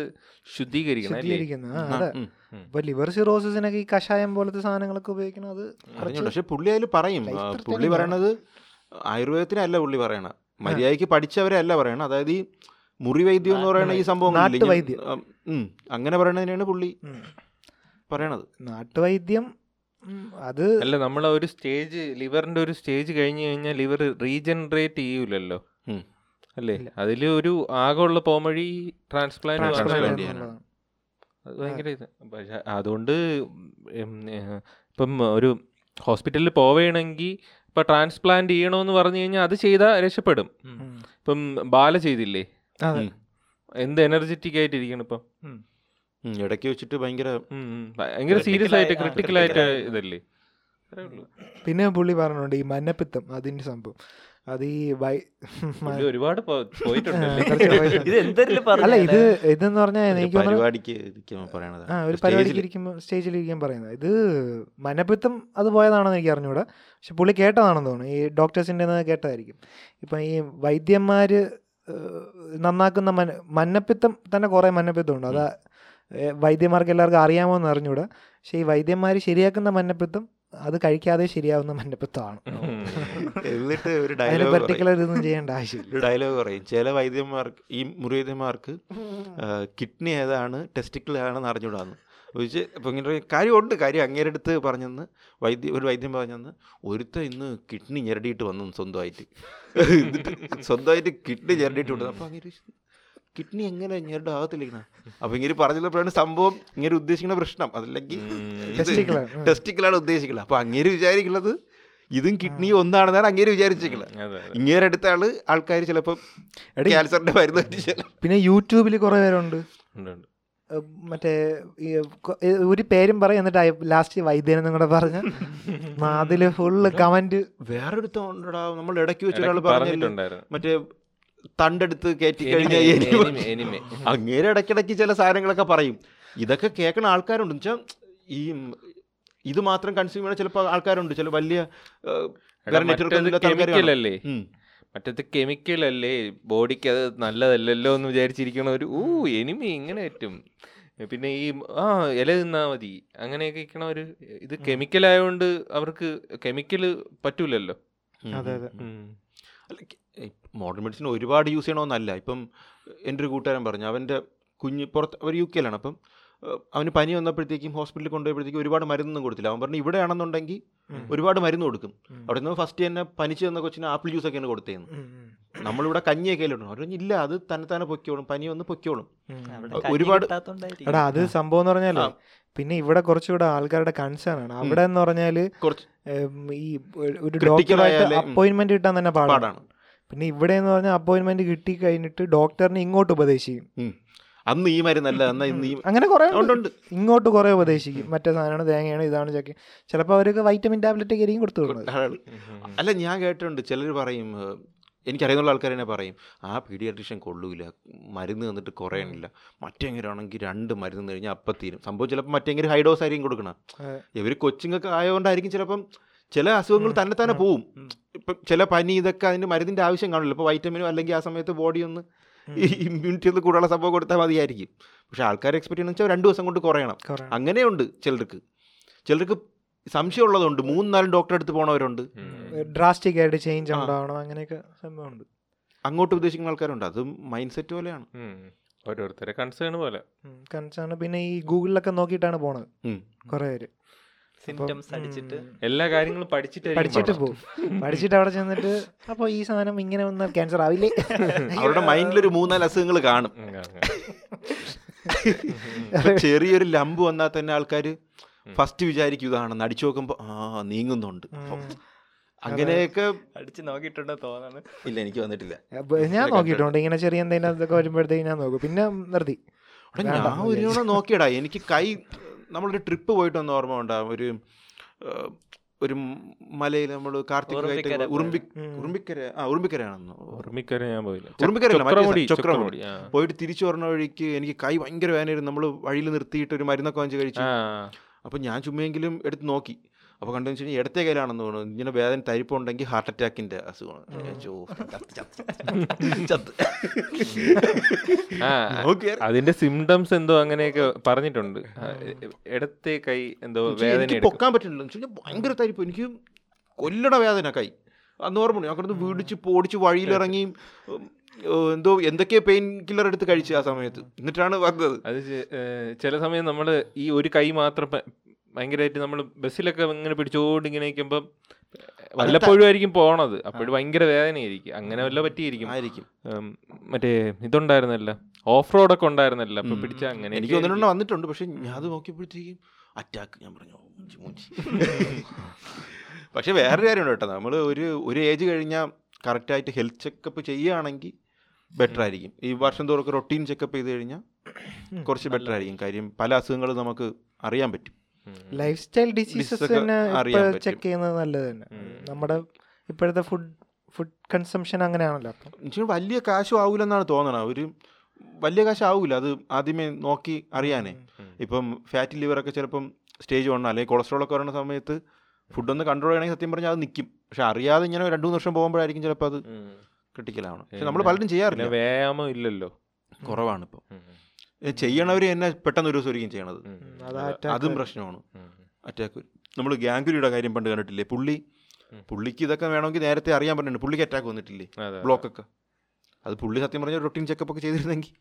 S2: ശുദ്ധീകരിക്കണം അല്ലേ
S1: ശുദ്ധീകരിക്കുന്ന ആ,
S3: ആ,
S1: അതെ
S3: ഉം.
S1: ഇപ്പൊ ലിവർ സിറോസിസിനൊക്കെ ഈ കഷായം പോലത്തെ സാധനങ്ങളൊക്കെ ഉപയോഗിക്കണം അത്
S3: അറിഞ്ഞൂടാ.
S1: കുറച്ച്
S3: പക്ഷെ പുള്ളി അതിൽ പറയും
S1: life
S3: ആ,
S1: threatening
S3: പുള്ളി
S1: ആണ്.
S3: പറയണത് ആയുർവേദത്തിനല്ല പുള്ളി പറയണ മര്യാദയ്ക്ക് പഠിച്ചവരെ അല്ല പറയണ അതായത് ഈ മുറിവൈദ്യം എന്ന് പറയുന്ന ഈ സംഭവങ്ങളില്ലേ ഇങ്ങനെ,
S1: നാട്ടുവൈദ്യം.
S3: ആ, ഉം, അങ്ങനെ പറയണതിനാണ് പുള്ളി
S1: ഉം.
S3: പറയണത്
S1: നാട്ടുവൈദ്യം ഉം, അത്
S2: അല്ല നമ്മൾ ഒരു സ്റ്റേജ് ലിവറിന്റെ ഒരു സ്റ്റേജ് കഴിഞ്ഞു കഴിഞ്ഞാൽ ലിവർ റീജനറേറ്റ് ചെയ്യൂലല്ലോ
S3: ഉം.
S2: അല്ലേ
S1: ഇല്ല.
S2: അതിൽ ഒരു ആകെയുള്ള പോമഴി ട്രാൻസ്പ്ലാന്റ്
S3: Transplant
S1: transplant
S3: വേണ്ടി
S1: എന്നുള്ളതാണ്.
S2: അത് ഭയങ്കര ഇത് പക്ഷെ അതുകൊണ്ട് ഉം, ഏ, ഇപ്പം ഒരു ഹോസ്പിറ്റലിൽ പോവുകയാണെങ്കിൽ ഇപ്പം ട്രാൻസ്പ്ലാന്റ് ചെയ്യണമെന്ന് പറഞ്ഞു കഴിഞ്ഞാൽ അത് ചെയ്താൽ രക്ഷപ്പെടും
S1: ഉം.
S2: ഇപ്പം ബാല ചെയ്തില്ലേ
S1: അതെ
S3: ഉം.
S2: എന്ത് എനർജറ്റിക് ആയിട്ടിരിക്കണം ഇപ്പം
S3: ഉം, ഇടയ്ക്ക് വെച്ചിട്ട് ഭയങ്കര
S2: ഉം, ഉം. ഭയങ്കര
S4: Critical
S2: സീരിയസ് ആയിട്ട്
S4: ആയ- ആ,
S2: ക്രിട്ടിക്കൽ
S4: critical
S2: ആയിട്ട്
S4: ആയ-
S2: ഇതല്ലേ അത്രേ ഉള്ളൂ.
S1: പിന്നെ പുള്ളി പറഞ്ഞുണ്ട് ഈ മഞ്ഞപ്പിത്തം അതിന്റെ സംഭവം അത് ഈ വൈ
S2: പുള്ളി ഒരുപാട് പോ- പോയിട്ടുണ്ടല്ലേ
S1: കുറച്ച് പൈസ.
S4: ഇത് എന്തെങ്കിലും പറഞ്ഞു
S1: അല്ല ഇത് ഇതെന്ന് പറഞ്ഞാൽ
S3: ഒരു
S1: എനിക്ക് തോന്നുന്നു
S3: പരിപാടിക്ക് ഇരിക്കുമ്പോ പറയണതാ.
S1: ആ ഒരു
S3: സ്റ്റേജില്.
S1: പരിപാടിക്ക് ഇരിക്കുമ്പോൾ സ്റ്റേജിൽ ഇരിക്കാൻ പറയുന്നത് ഇത് മനപ്പിത്തം അത് പോയതാണെന്ന് എനിക്ക് അറിഞ്ഞൂടാ പക്ഷെ പുള്ളി കേട്ടതാണെന്ന് തോന്നുന്നു ഈ ഡോക്ടേഴ്സിൻ്റെ കേട്ടതായിരിക്കും ഇപ്പം ഈ വൈദ്യന്മാർ ഏഹ് നന്നാക്കുന്ന മന മന്നപ്പിത്തം തന്നെ കുറേ മന്നപ്പിത്തമുണ്ട് അതാ ഏഹ് വൈദ്യന്മാർക്ക് എല്ലാവർക്കും അറിയാമോന്ന് അറിഞ്ഞൂടാ പക്ഷേ ഈ വൈദ്യന്മാർ ശരിയാക്കുന്ന മന്നപ്പിത്തം അത് കഴിക്കാതെ ശരിയാവുന്ന മന്നപ്പിത്തമാണ്
S3: എന്നിട്ട് ഒരു
S1: അതിന്
S3: ഡയലോഗ്
S1: പർട്ടിക്കുലർ ഇതൊന്നും ചെയ്യേണ്ട ആവശ്യമില്ല
S3: ഒരു ഡയലോഗ് പറയും ചില വൈദ്യന്മാർക്ക് ഈ മുറിവൈദ്യന്മാർക്ക് കിഡ്നി ഏതാണ് ടെസ്റ്റിക്കിൾ ഏതാണെന്ന് അറിഞ്ഞുകൂടാന്ന് ചോദിച്ച് അപ്പോൾ ഇങ്ങനെ ഒരു കാര്യമുണ്ട് കാര്യം അങ്ങേരുടെ അടുത്ത് പറഞ്ഞെന്ന് വൈദ്യ ഒരു വൈദ്യം പറഞ്ഞെന്ന് ഒരുത്ത ഇന്ന് കിഡ്നി ഞെരടിയിട്ട് വന്നു സ്വന്തമായിട്ട് എന്നിട്ട് സ്വന്തമായിട്ട് കിഡ്നി ഞെരടിയിട്ട് വിടുന്നു അപ്പോൾ അങ്ങനെ കിഡ്നി എങ്ങനെ ഞെരട് ആകത്തില്ലിരിക്കണ അപ്പോൾ ഇങ്ങനെ പറഞ്ഞപ്പോഴാണ് സംഭവം ഇങ്ങനെ ഉദ്ദേശിക്കുന്ന പ്രശ്നം അതല്ലെങ്കിൽ
S1: Testicle ആണ്. ഉം.
S3: ടെസ്റ്റിക്കിളാണ് ഉദ്ദേശിക്കുന്നത് അപ്പോൾ അങ്ങേര് വിചാരിക്കുന്നത് ഇതും കിഡ്നി ഒന്നാണെന്നാണ് അങ്ങേര് വിചാരിച്ചിരിക്കുന്നത്
S2: അതെ, അതെ.
S3: ഇങ്ങേരെ അടുത്ത ആള് ആൾക്കാർ ചിലപ്പോൾ
S1: എടീ.
S3: ക്യാൻസറിന്റെ മരുന്ന് പറ്റിച്ചാൽ
S1: പിന്നെ യൂട്യൂബിൽ കുറേ പേരുണ്ട്
S2: ഉണ്ട്, ഉണ്ട്.
S1: ഏഹ് മറ്റേ ഈ കൊ- ഏഹ് ഒരു പേരും പറയും എന്നിട്ട് ലാസ്റ്റ് വൈദ്യനെന്നും കൂടെ പറഞ്ഞ് അതില് ഫുള്ള് കമന്റ്
S3: വേറൊരുത്തം ഉണ്ടടാ നമ്മൾ ഇടയ്ക്ക് വെച്ച് ഒരാൾ
S2: ഇടയ്ക്ക്
S3: പറഞ്ഞില്ല
S2: പറഞ്ഞിട്ടുണ്ടായിരുന്നു
S3: മറ്റേ തണ്ടെടുത്ത് കയറ്റി
S2: എനിമേ, എനിമേ,
S3: കഴിഞ്ഞാൽ
S2: എനിമേ.
S3: അങ്ങേരെ ഇടയ്ക്കിടയ്ക്ക് ചില സാധനങ്ങളൊക്കെ പറയും ഇതൊക്കെ കേൾക്കുന്ന ആൾക്കാരുണ്ട് എന്ന് വെച്ചാൽ ഈ ഇത് മാത്രം കൺസ്യൂം ചെയ്യണ ചിലപ്പോൾ ആൾക്കാരുണ്ട് ചില വലിയ ഏഹ്,
S2: എടാ,
S3: വേറെ നെറ്റ്വർക്ക്
S2: മറ്റേത്
S3: ഇല്ലാത്ത ആൾക്കാർ
S2: chemical
S3: കാണും.
S2: അല്ലേ
S3: ഉം.
S2: മറ്റേത് കെമിക്കൽ അല്ലേ ബോഡിക്ക് അത് നല്ലതല്ലല്ലോ എന്ന് വിചാരിച്ചിരിക്കണ ഒരു ഊ എനിമി ഇങ്ങനെ പറ്റും പിന്നെ ഈ ആ ഇല തിന്നാ മതി അങ്ങനെയൊക്കെ ഇരിക്കണ ഒരു ഇത് കെമിക്കൽ ആയതുകൊണ്ട് അവർക്ക് കെമിക്കൽ പറ്റൂലല്ലോ
S1: അതെ അതെ
S3: അല്ല, കെ- ഈ മോഡേൺ മെഡിസിൻ ഒരുപാട് യൂസ് ചെയ്യണമെന്നല്ല ഇപ്പം എൻ്റെ ഒരു കൂട്ടുകാരൻ പറഞ്ഞു അവൻ്റെ കുഞ്ഞ് പുറത്ത് അവർ യു കെയിലാണ് അപ്പം ഏഹ്, അവന് പനി വന്നപ്പോഴത്തേക്കും ഹോസ്പിറ്റലിൽ കൊണ്ടുപോയപ്പോഴത്തേക്കും ഒരുപാട് മരുന്നൊന്നും കൊടുത്തില്ല അവൻ പറഞ്ഞു ഇവിടെയാണെന്നുണ്ടെങ്കിൽ
S1: ഉം.
S3: ഒരുപാട് മരുന്ന് കൊടുക്കും
S1: ഉം.
S3: അവിടെ നിന്ന് ഫസ്റ്റ് തന്നെ പനിച്ച് തന്ന കൊച്ചിന് ആപ്പിൾ ജ്യൂസൊക്കെയാണ് കൊടുത്തേന്ന്
S1: ഉം, ഉം,
S3: നമ്മളിവിടെ കഞ്ഞിയൊക്കെ ഇടുന്നു അവർ പറഞ്ഞു ഇല്ല അത് തന്നെത്താനെ പൊക്കോളും പനി വന്ന് പൊക്കോളും
S1: ഉം.
S3: ഒരുപാട്-
S1: എടാ അത് സംഭവം എന്ന് പറഞ്ഞാല്
S3: ആ.
S1: പിന്നെ ഇവിടെ കുറച്ചുകൂടെ ആൾക്കാരുടെ കൺസേൺ ആണ് അവിടെ എന്ന് പറഞ്ഞാല്
S3: കുറച്ച്
S1: ഉം, ഈ ഒരു- ഒരു
S3: Critical
S1: ഡോക്ടറായിട്ട്
S3: ആയാലേ, ഉം.
S1: അപ്പോയിന്റ്മെന്റ് കിട്ടാൻ തന്നെ പാടാണ്
S3: പാടാണ്
S1: പിന്നെ ഇവിടെ എന്ന് പറഞ്ഞാൽ അപ്പോയിന്റ്മെന്റ് കിട്ടി കഴിഞ്ഞിട്ട് ഡോക്ടറിനെ ഇങ്ങോട്ട് ഉപദേശിക്കും
S3: ഉം. അന്ന് ഈ മരുന്നല്ല എന്നാൽ ഇന്ന് ഈ
S1: അങ്ങനെ കുറെ
S3: ഉണ്ട്, ഉണ്ട്.
S1: ഇങ്ങോട്ട് കുറെ ഉപദേശിക്കും മറ്റേ സാധനമാണ് തേങ്ങയാണ് ഇതാണ് ചക്കി ചിലപ്പോൾ അവർക്ക് വൈറ്റമിൻ ടാബ്ലറ്റ് ആയിരിക്കും കൊടുത്തു വിടുന്നത്
S3: ധാരാളം. അല്ല ഞാൻ കേട്ടിട്ടുണ്ട് ചിലർ പറയും ഏഹ്, എനിക്കറിയുന്നുള്ള ആൾക്കാർ തന്നെ പറയും ആ പീഡിയാട്രീഷ്യൻ കൊള്ളൂല മരുന്ന് തന്നിട്ട് കുറയണില്ല മറ്റെങ്ങനെയാണെങ്കിൽ രണ്ട് മരുന്ന് കഴിഞ്ഞാൽ അപ്പം തീരും സംഭവം ചിലപ്പോൾ മറ്റെങ്കിലും ഹൈ ഡോസ് ആയിരിക്കും കൊടുക്കണം
S1: അതെ.
S3: ഇവർ കൊച്ചിങ്ങൊക്കെ ആയതുകൊണ്ടായിരിക്കും ചിലപ്പം ചില അസുഖങ്ങൾ തന്നെ തന്നെ പോവും ഇപ്പം ചില പനി ഇതൊക്കെ അതിന് മരുന്നിൻ്റെ ആവശ്യം കാണില്ല ഇപ്പോൾ വൈറ്റമിനോ അല്ലെങ്കിൽ ആ സമയത്ത് ബോഡി ഒന്ന് ഈ ഇമ്മ്യൂണിറ്റി ഒന്ന് കൂടാനുള്ള സംഭവം കൊടുത്താൽ മതിയായിരിക്കും പക്ഷേ ആൾക്കാർ എക്സ്പെക്ട് ചെയ്യണമെന്ന് വെച്ചാൽ രണ്ട് ദിവസം കൊണ്ട് കുറയണം
S1: കുറയണം.
S3: അങ്ങനെയുണ്ട് ചിലർക്ക് ചിലർക്ക് സംശയമുള്ളതുണ്ട് മൂന്ന് നാല് ഡോക്ടറെ അടുത്ത് പോണവരുണ്ട്
S1: ഡ്രാസ്റ്റിക് ആയിട്ട് ചേഞ്ച് ഉണ്ടാവണം അങ്ങനെയൊക്കെ സംഭവമുണ്ട്
S3: അങ്ങോട്ട് ഉദ്ദേശിക്കുന്ന ആൾക്കാരുണ്ട് അത് മൈൻഡ് സെറ്റ് പോലെയാണ്
S2: ഓരോരുത്തരെ കൺസേൺ പോലെ
S1: കൺസേൺ പിന്നെ ഈ ഗൂഗിളിലൊക്കെ നോക്കിയിട്ടാണ് പോണത്
S3: ഉം.
S1: കുറെ പേര് അപ്പം,
S4: സിംറ്റംസ് അടിച്ചിട്ട്
S1: ഉം,
S2: എല്ലാ കാര്യങ്ങളും പഠിച്ചിട്ടായിരിക്കും
S1: പഠിച്ചിട്ട്
S2: പാടാ.
S1: പോകും പഠിച്ചിട്ട് അവിടെ ചെന്നിട്ട് അപ്പോൾ ഈ സാധനം ഇങ്ങനെ വന്നാൽ ക്യാൻസർ ആവില്ലേ
S3: അവരുടെ മൈൻഡിൽ ഒരു മൂന്നാല് അസുഖങ്ങൾ കാണും
S2: ഉം, അങ്ങനെ.
S3: ഇപ്പൊ ചെറിയൊരു ലംബ് വന്നാൽ തന്നെ ആൾക്കാർ ഫസ്റ്റ് വിചാരിക്കും ഇതാണെന്ന് അടിച്ചു നോക്കുമ്പോൾ ആ നീങ്ങുന്നുണ്ട് അപ്പം അങ്ങനെയൊക്കെ
S4: അടിച്ച് നോക്കിയിട്ടുണ്ടോ തോന്നുന്നു
S3: ഇല്ല എനിക്ക് വന്നിട്ടില്ല
S1: അപ്പൊ ഞാൻ നോക്കിയിട്ടുണ്ട് ഇങ്ങനെ ചെറിയ എന്തെങ്കിലും അതൊക്കെ വരുമ്പോഴത്തേക്ക് ഞാൻ നോക്കും പിന്നെ നിർത്തി
S3: അവിടെ ഞാൻ ഒരു തവണ നോക്കിയടാ എനിക്ക് കൈ നമ്മളൊരു ട്രിപ്പ് പോയിട്ട് വന്ന ഓർമ്മ ഉണ്ടാവും ഒരു ഏഹ്, ഒരു മലയിൽ നമ്മൾ കാർത്തിക്
S4: ഉറുമ്പിക്കര
S3: ഉറുമ്പി ഉറുമ്പിക്കര ആ ഉറുമ്പിക്കരയാണെന്ന്
S2: ഉറുമ്മിക്കര ഞാൻ പോയില്ല
S3: ഉറുമ്പിക്കര അല്ല, മറ്റേ
S2: ചക്രമുടി,
S3: സ്ഥലം, ചക്രമുടി
S2: ചക്രമുടി, ആ.
S3: പോയിട്ട് തിരിച്ചു പറഞ്ഞ വഴിക്ക് എനിക്ക് കൈ ഭയങ്കര വേനയായിരുന്നു നമ്മൾ വഴിയിൽ നിർത്തിയിട്ട് ഒരു മരുന്നൊക്കെ വാങ്ങിച്ച് കഴിച്ചു
S2: ആ
S3: അപ്പോൾ ഞാൻ ചുമ്മെങ്കിലും എടുത്ത് നോക്കി അപ്പോൾ കണ്ടെന്ന് വെച്ച് കഴിഞ്ഞാൽ ഇടത്തെ കയ്യിലാണെന്ന് തോന്നുന്നു ഇങ്ങനെ വേദന തരിപ്പുണ്ടെങ്കിൽ ഹാർട്ട് അറ്റാക്കിൻ്റെ അസുഖമാണ് ഞാൻ ചോ, ചത്ത്, ചത്ത്, ചത്ത്.
S2: ആ,
S3: നോക്കിയാ-
S2: അതിന്റെ സിംറ്റംസ് എന്തോ അങ്ങനെയൊക്കെ പറഞ്ഞിട്ടുണ്ട് ആ, എ- ഇടത്തെ കൈ എന്തോ വേദന
S3: എനിക്ക്
S2: എടുക്കും
S3: പൊക്കാൻ പറ്റുന്നില്ല എന്ന് വെച്ചാൽ ഭയങ്കര തരിപ്പ് എനിക്ക് കൊല്ലണ വേദന കൈ അന്ന് ഓർമ്മ ഞാൻ കിടന്ന് വീടിച്ച് പോടിച്ച് വഴിയിലിറങ്ങി ഉം, ഉം, എന്തോ എന്തൊക്കെയോ പെയിൻ കില്ലർ എടുത്ത് കഴിച്ചു ആ സമയത്ത് എന്നിട്ടാണ് വന്നത്
S2: അത് ചെ- ഏ, ചില സമയം നമ്മൾ ഈ ഒരു കൈ മാത്രം പ- ഭയങ്കരമായിട്ട് നമ്മൾ ബസ്സിലൊക്കെ ഇങ്ങനെ പിടിച്ചോണ്ട് ഇങ്ങനെ ഇരിക്കുമ്പം വല്ലപ്പോഴും ആയിരിക്കും പോണത് അപ്പോഴും ഭയങ്കര വേദനയായിരിക്കും അങ്ങനെ വല്ല പറ്റിയിരിക്കും
S3: ആയിരിക്കും
S2: ഉം, മറ്റേ ഇതുണ്ടായിരുന്നല്ല ഓഫ് റോഡൊക്കെ ഉണ്ടായിരുന്നല്ലോ അപ്പൊ പിടിച്ച അങ്ങനെ
S3: എനിക്ക് ഒന്നിനെണ്ണം വന്നിട്ടുണ്ട് പക്ഷെ ഞാൻ അത് നോക്കിയപ്പോഴത്തേക്കും അറ്റാക്ക് ഞാൻ പറഞ്ഞു "ഓ, മൂഞ്ചി, മൂഞ്ചി." പക്ഷെ വേറൊരു കാര്യമുണ്ട് കേട്ടോ നമ്മൾ ഒരു ഒരു ഏജ് കഴിഞ്ഞാൽ കറക്റ്റായിട്ട് ഹെൽത്ത് ചെക്കപ്പ് ചെയ്യുകയാണെങ്കിൽ ബെറ്റർ ആയിരിക്കും ഈ വർഷം തോറൊക്കെ റൊട്ടീൻ ചെക്കപ്പ് ചെയ്ത് കഴിഞ്ഞാൽ കുറച്ച് ബെറ്റർ ആയിരിക്കും കാര്യം പല അസുഖങ്ങളും നമുക്ക് അറിയാൻ പറ്റും
S1: ലൈഫ് സ്റ്റൈൽ ഡിസീസസ്
S3: Diseases ഒക്കെ
S1: തന്നെ
S3: അറിയാൻ പറ്റും.
S1: ചെക്ക് ചെയ്യുന്നത് നല്ലത് തന്നെ നമ്മുടെ ഇപ്പോഴത്തെ ഫുഡ് ഫുഡ് കൺസംഷൻ അങ്ങനെയാണല്ലോ അപ്പം
S3: എനിക്ക് വലിയ കാശും ആവില്ലെന്നാണ് തോന്നണത് ഒരു വലിയ കാശ് ആവില്ല അത് ആദ്യമേ നോക്കി അറിയാനേ ഇപ്പം ഫാറ്റി ലിവറൊക്കെ ചിലപ്പം സ്റ്റേജ് വണ്ണോ അല്ലെങ്കിൽ കൊളസ്ട്രോൾ ഒക്കെ വരുന്ന സമയത്ത് ഫുഡൊന്ന് കൺട്രോൾ ചെയ്യണമെങ്കിൽ സത്യം പറഞ്ഞാൽ അത് നിൽക്കും പക്ഷെ അറിയാതെ ഇങ്ങനെ രണ്ട് മൂന്ന് വർഷം പോകുമ്പോഴായിരിക്കും ചിലപ്പോൾ അത് ക്രിട്ടിക്കലാണ് പക്ഷെ നമ്മൾ പലരും ചെയ്യാറില്ല
S2: പിന്നെ വ്യായാമം ഇല്ലല്ലോ
S3: കുറവാണ് ഇപ്പം
S2: ഉം.
S3: ചെയ്യണവർ തന്നെ പെട്ടെന്ന് ഒരു ദിവസം ഒരിക്കും ചെയ്യണത്
S2: ഉം.
S3: അതും പ്രശ്നമാണ് അറ്റാക്ക് നമ്മൾ ഗാംഗുലിയുടെ കാര്യം പണ്ട് കണ്ടിട്ടില്ലേ പുള്ളി പുള്ളിക്ക് ഇതൊക്കെ വേണമെങ്കിൽ നേരത്തെ അറിയാൻ പറ്റുന്നുണ്ട് പുള്ളിക്ക് അറ്റാക്ക് വന്നിട്ടില്ലേ
S2: അതെ.
S3: ബ്ലോക്കൊക്കെ അത് പുള്ളി സത്യം പറഞ്ഞ റൊട്ടീൻ ചെക്കപ്പ് ഒക്കെ ചെയ്തിരുന്നെങ്കിൽ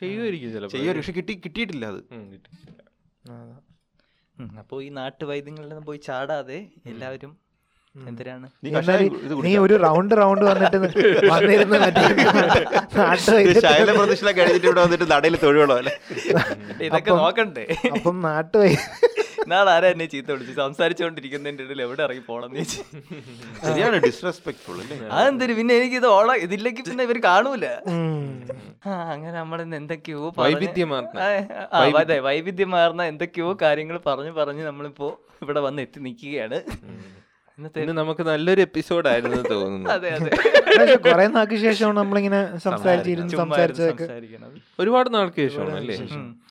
S2: ചെയ്യുമായിരിക്കും ചിലപ്പോൾ
S3: ചെയ്യുക പക്ഷെ കിട്ടി കിട്ടിയിട്ടില്ല അത്
S4: അപ്പോൾ ഈ നാട്ടുവൈദ്യങ്ങളിലൊന്നും പോയി ചാടാതെ എല്ലാവരും എന്തിനാണ്
S3: നീ
S1: എന്നാല്
S3: കഷായം ഇത്
S1: നീ
S3: കുടിക്കണം.
S1: ഒരു റൗണ്ട് റൗണ്ട് വന്നിട്ട് വന്നിരുന്ന് മറ്റേ
S3: ഇത് ശൈല
S1: നാട്ടുവൈദ്യത്തിൽ
S3: പ്രദക്ഷിണം കഴിഞ്ഞിട്ട് ഇവിടെ വന്നിട്ട് നടയിൽ തൊഴിലുള്ള പോലെ
S4: ഇതൊക്കെ നോക്കണ്ടേ
S1: അപ്പം നാട്ടുവൈ
S4: നാളെ ആരാ എന്നെ ചീത്ത വിളിച്ചു സംസാരിച്ചുകൊണ്ടിരിക്കുന്നതിന്റെ ഇടയിൽ എവിടെ ഇറങ്ങി പോകണം ചേച്ചി
S3: ശരിയാണ് ഡിസ്റെസ്പെക്ട്ഫുൾ അല്ലേ
S4: അതെന്തൊരു പിന്നെ എനിക്ക് ഇത് ഓള ഇതില്ലെങ്കിൽ പിന്നെ ഇവർ കാണൂല
S1: ഉം.
S4: ആ, അങ്ങനെ നമ്മളിന്ന് എന്തൊക്കെയോ
S2: വൈവിധ്യമാർന്ന.
S4: അതെ വൈവിധ്യമാർന്ന എന്തൊക്കെയോ കാര്യങ്ങൾ പറഞ്ഞു പറഞ്ഞ് നമ്മളിപ്പോ ഇവിടെ വന്ന് എത്തി നിൽക്കുകയാണ് ഇന്നത്തെ
S2: ഇന്ന് നമുക്ക് നല്ലൊരു എപ്പിസോഡായിരുന്നു തോന്നുന്നു
S4: അതെ അതെ
S1: പക്ഷെ കുറെ നാൾക്ക് ശേഷമാണ് നമ്മളിങ്ങനെ സംസാരിച്ചിരുന്ന്
S4: ചുമ്മാ ഇരുന്ന്
S1: സംസാരിച്ചതൊക്കെ
S4: സംസാരിക്കണത്
S2: ഒരുപാട് നാൾക്ക് ശേഷമാണ് അല്ലേ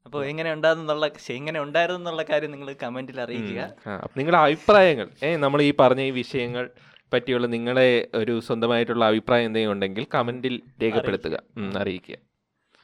S4: അപ്പോൾ എങ്ങനെ ഉണ്ടായിരുന്നുള്ള എങ്ങനെ ഉണ്ടായിരുന്നു എന്നുള്ള കാര്യം നിങ്ങൾ കമന്റിൽ അറിയിക്കുക
S2: ആ, അപ്പൊ നിങ്ങളുടെ അഭിപ്രായങ്ങൾ ഏ നമ്മൾ ഈ പറഞ്ഞ ഈ വിഷയങ്ങൾ പറ്റിയുള്ള നിങ്ങളെ ഒരു സ്വന്തമായിട്ടുള്ള അഭിപ്രായം എന്തെങ്കിലും ഉണ്ടെങ്കിൽ കമന്റിൽ രേഖപ്പെടുത്തുക ഉം, അറിയിക്കുക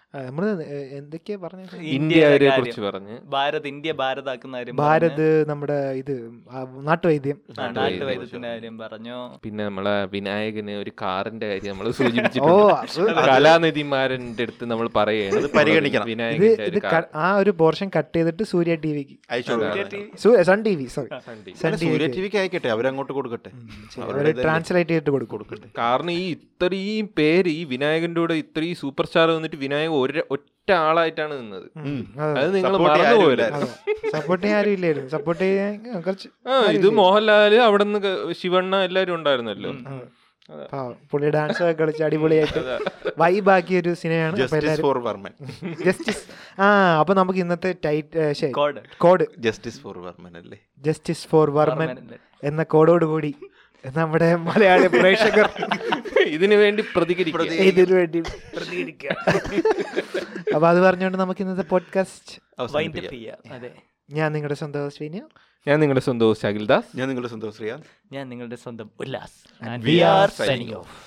S1: ആ, നമ്മള് എ- എന്തൊക്കെയാ പറഞ്ഞത്
S2: ഇന്ത്യയെ
S4: കാര്യം.
S2: കുറിച്ച് പറഞ്ഞ്
S4: ഭാരത് ഇന്ത്യ ഭാരതാക്കുന്ന കാര്യം
S1: ഭാരത് നമ്മുടെ ഇത് ആ, നാട്ടുവൈദ്യം
S4: പറഞ്ഞു. ആ, നാട്ടുവൈദ്യത്തിന്റെ കാര്യം പറഞ്ഞു
S2: പിന്നെ നമ്മളെ വിനായകന് ഒരു കാറിന്റെ കാര്യം നമ്മൾ
S1: ഓ
S2: സൂചിപ്പിച്ചിട്ടുണ്ട്
S1: അത്
S2: കലാനിധിമാരുടെ അടുത്ത് നമ്മൾ പറയുകയാണ്
S3: അത് പരിഗണിക്കണം.
S1: ഇത്
S2: വിനായകന്റെ
S1: ഇത്
S2: ഒരു കാർ
S1: ക- ആ ഒരു പോർഷൻ കട്ട് ചെയ്തിട്ട് സൂര്യ ടി വിക്ക്
S3: അയച്ചു കൊടുക്കണം.
S1: Sun T V sorry Sun T
S3: Surya T വിക്ക് അയക്കട്ടെ അവരങ്ങോട്ട് കൊടുക്കട്ടെ
S1: അവര് ട്രാൻസ്ലേറ്റ് ചെയ്തിട്ട് കൊടുക്കും
S3: കൊടുക്കട്ടെ
S2: കാരണം ഈ ഇത്രയും പേര് ഈ വിനായകന്റെ കൂടെ ഇത്രയും സൂപ്പർ സ്റ്റാർ വന്നിട്ട് വിനായകൻ ഒരു ഒറ്റ ആളായിട്ടാണ് നിന്നത് അത് നിങ്ങൾ
S3: Support ചെയ്യാൻ
S2: മറന്നുപോയില്ല
S3: ആരുമില്ലായിരുന്നു.
S1: സപ്പോർട്ട് ചെയ്യാൻ ആരും ഇല്ലായിരുന്നു സപ്പോർട്ട് ചെയ്യാൻ കുറച്ച്
S2: ആ ഇത് മോഹൻലാല് അവിടെ നിന്ന് ശിവണ്ണ എല്ലാരും ഉണ്ടായിരുന്നല്ലോ
S1: പാവം. പുള്ളി ഡാൻസ് ഒക്കെ കളിച്ച് അടിപൊളിയായിട്ട് വൈബാക്കിയ ഒരു സിനിമയാണ് അപ്പൊ
S3: ജസ്റ്റിസ്
S1: എല്ലാവരും
S3: ഫോർ വർമൻ
S1: ജസ്റ്റിസ് ആ അപ്പൊ നമുക്ക് ഇന്നത്തെ tight
S4: code
S1: code
S3: justice for Varman അല്ലേ
S1: ജസ്റ്റിസ് ഫോർ വർമൻ എന്ന കോഡോട് കൂടി നമ്മുടെ മലയാളി പ്രേക്ഷകർ
S2: ഇതിനു വേണ്ടി പ്രതികരിക്കുക
S1: ഇതിനു വേണ്ടി അപ്പൊ അത് പറഞ്ഞുകൊണ്ട് നമുക്ക് ഇന്നത്തെ പോഡ്കാസ്റ്റ്
S3: അവസാനിപ്പിക്കാം
S4: അതെ
S1: ഞാൻ നിങ്ങളുടെ സ്വന്തം അശ്വിനി
S2: ഞാൻ നിങ്ങളുടെ സ്വന്തം ശകിൽദാസ്
S3: ഞാൻ നിങ്ങളുടെ സന്തോഷ് ശ്രീയാൻ
S4: ഞാൻ നിങ്ങളുടെ സ്വന്തം Ullas
S1: we are signing
S4: off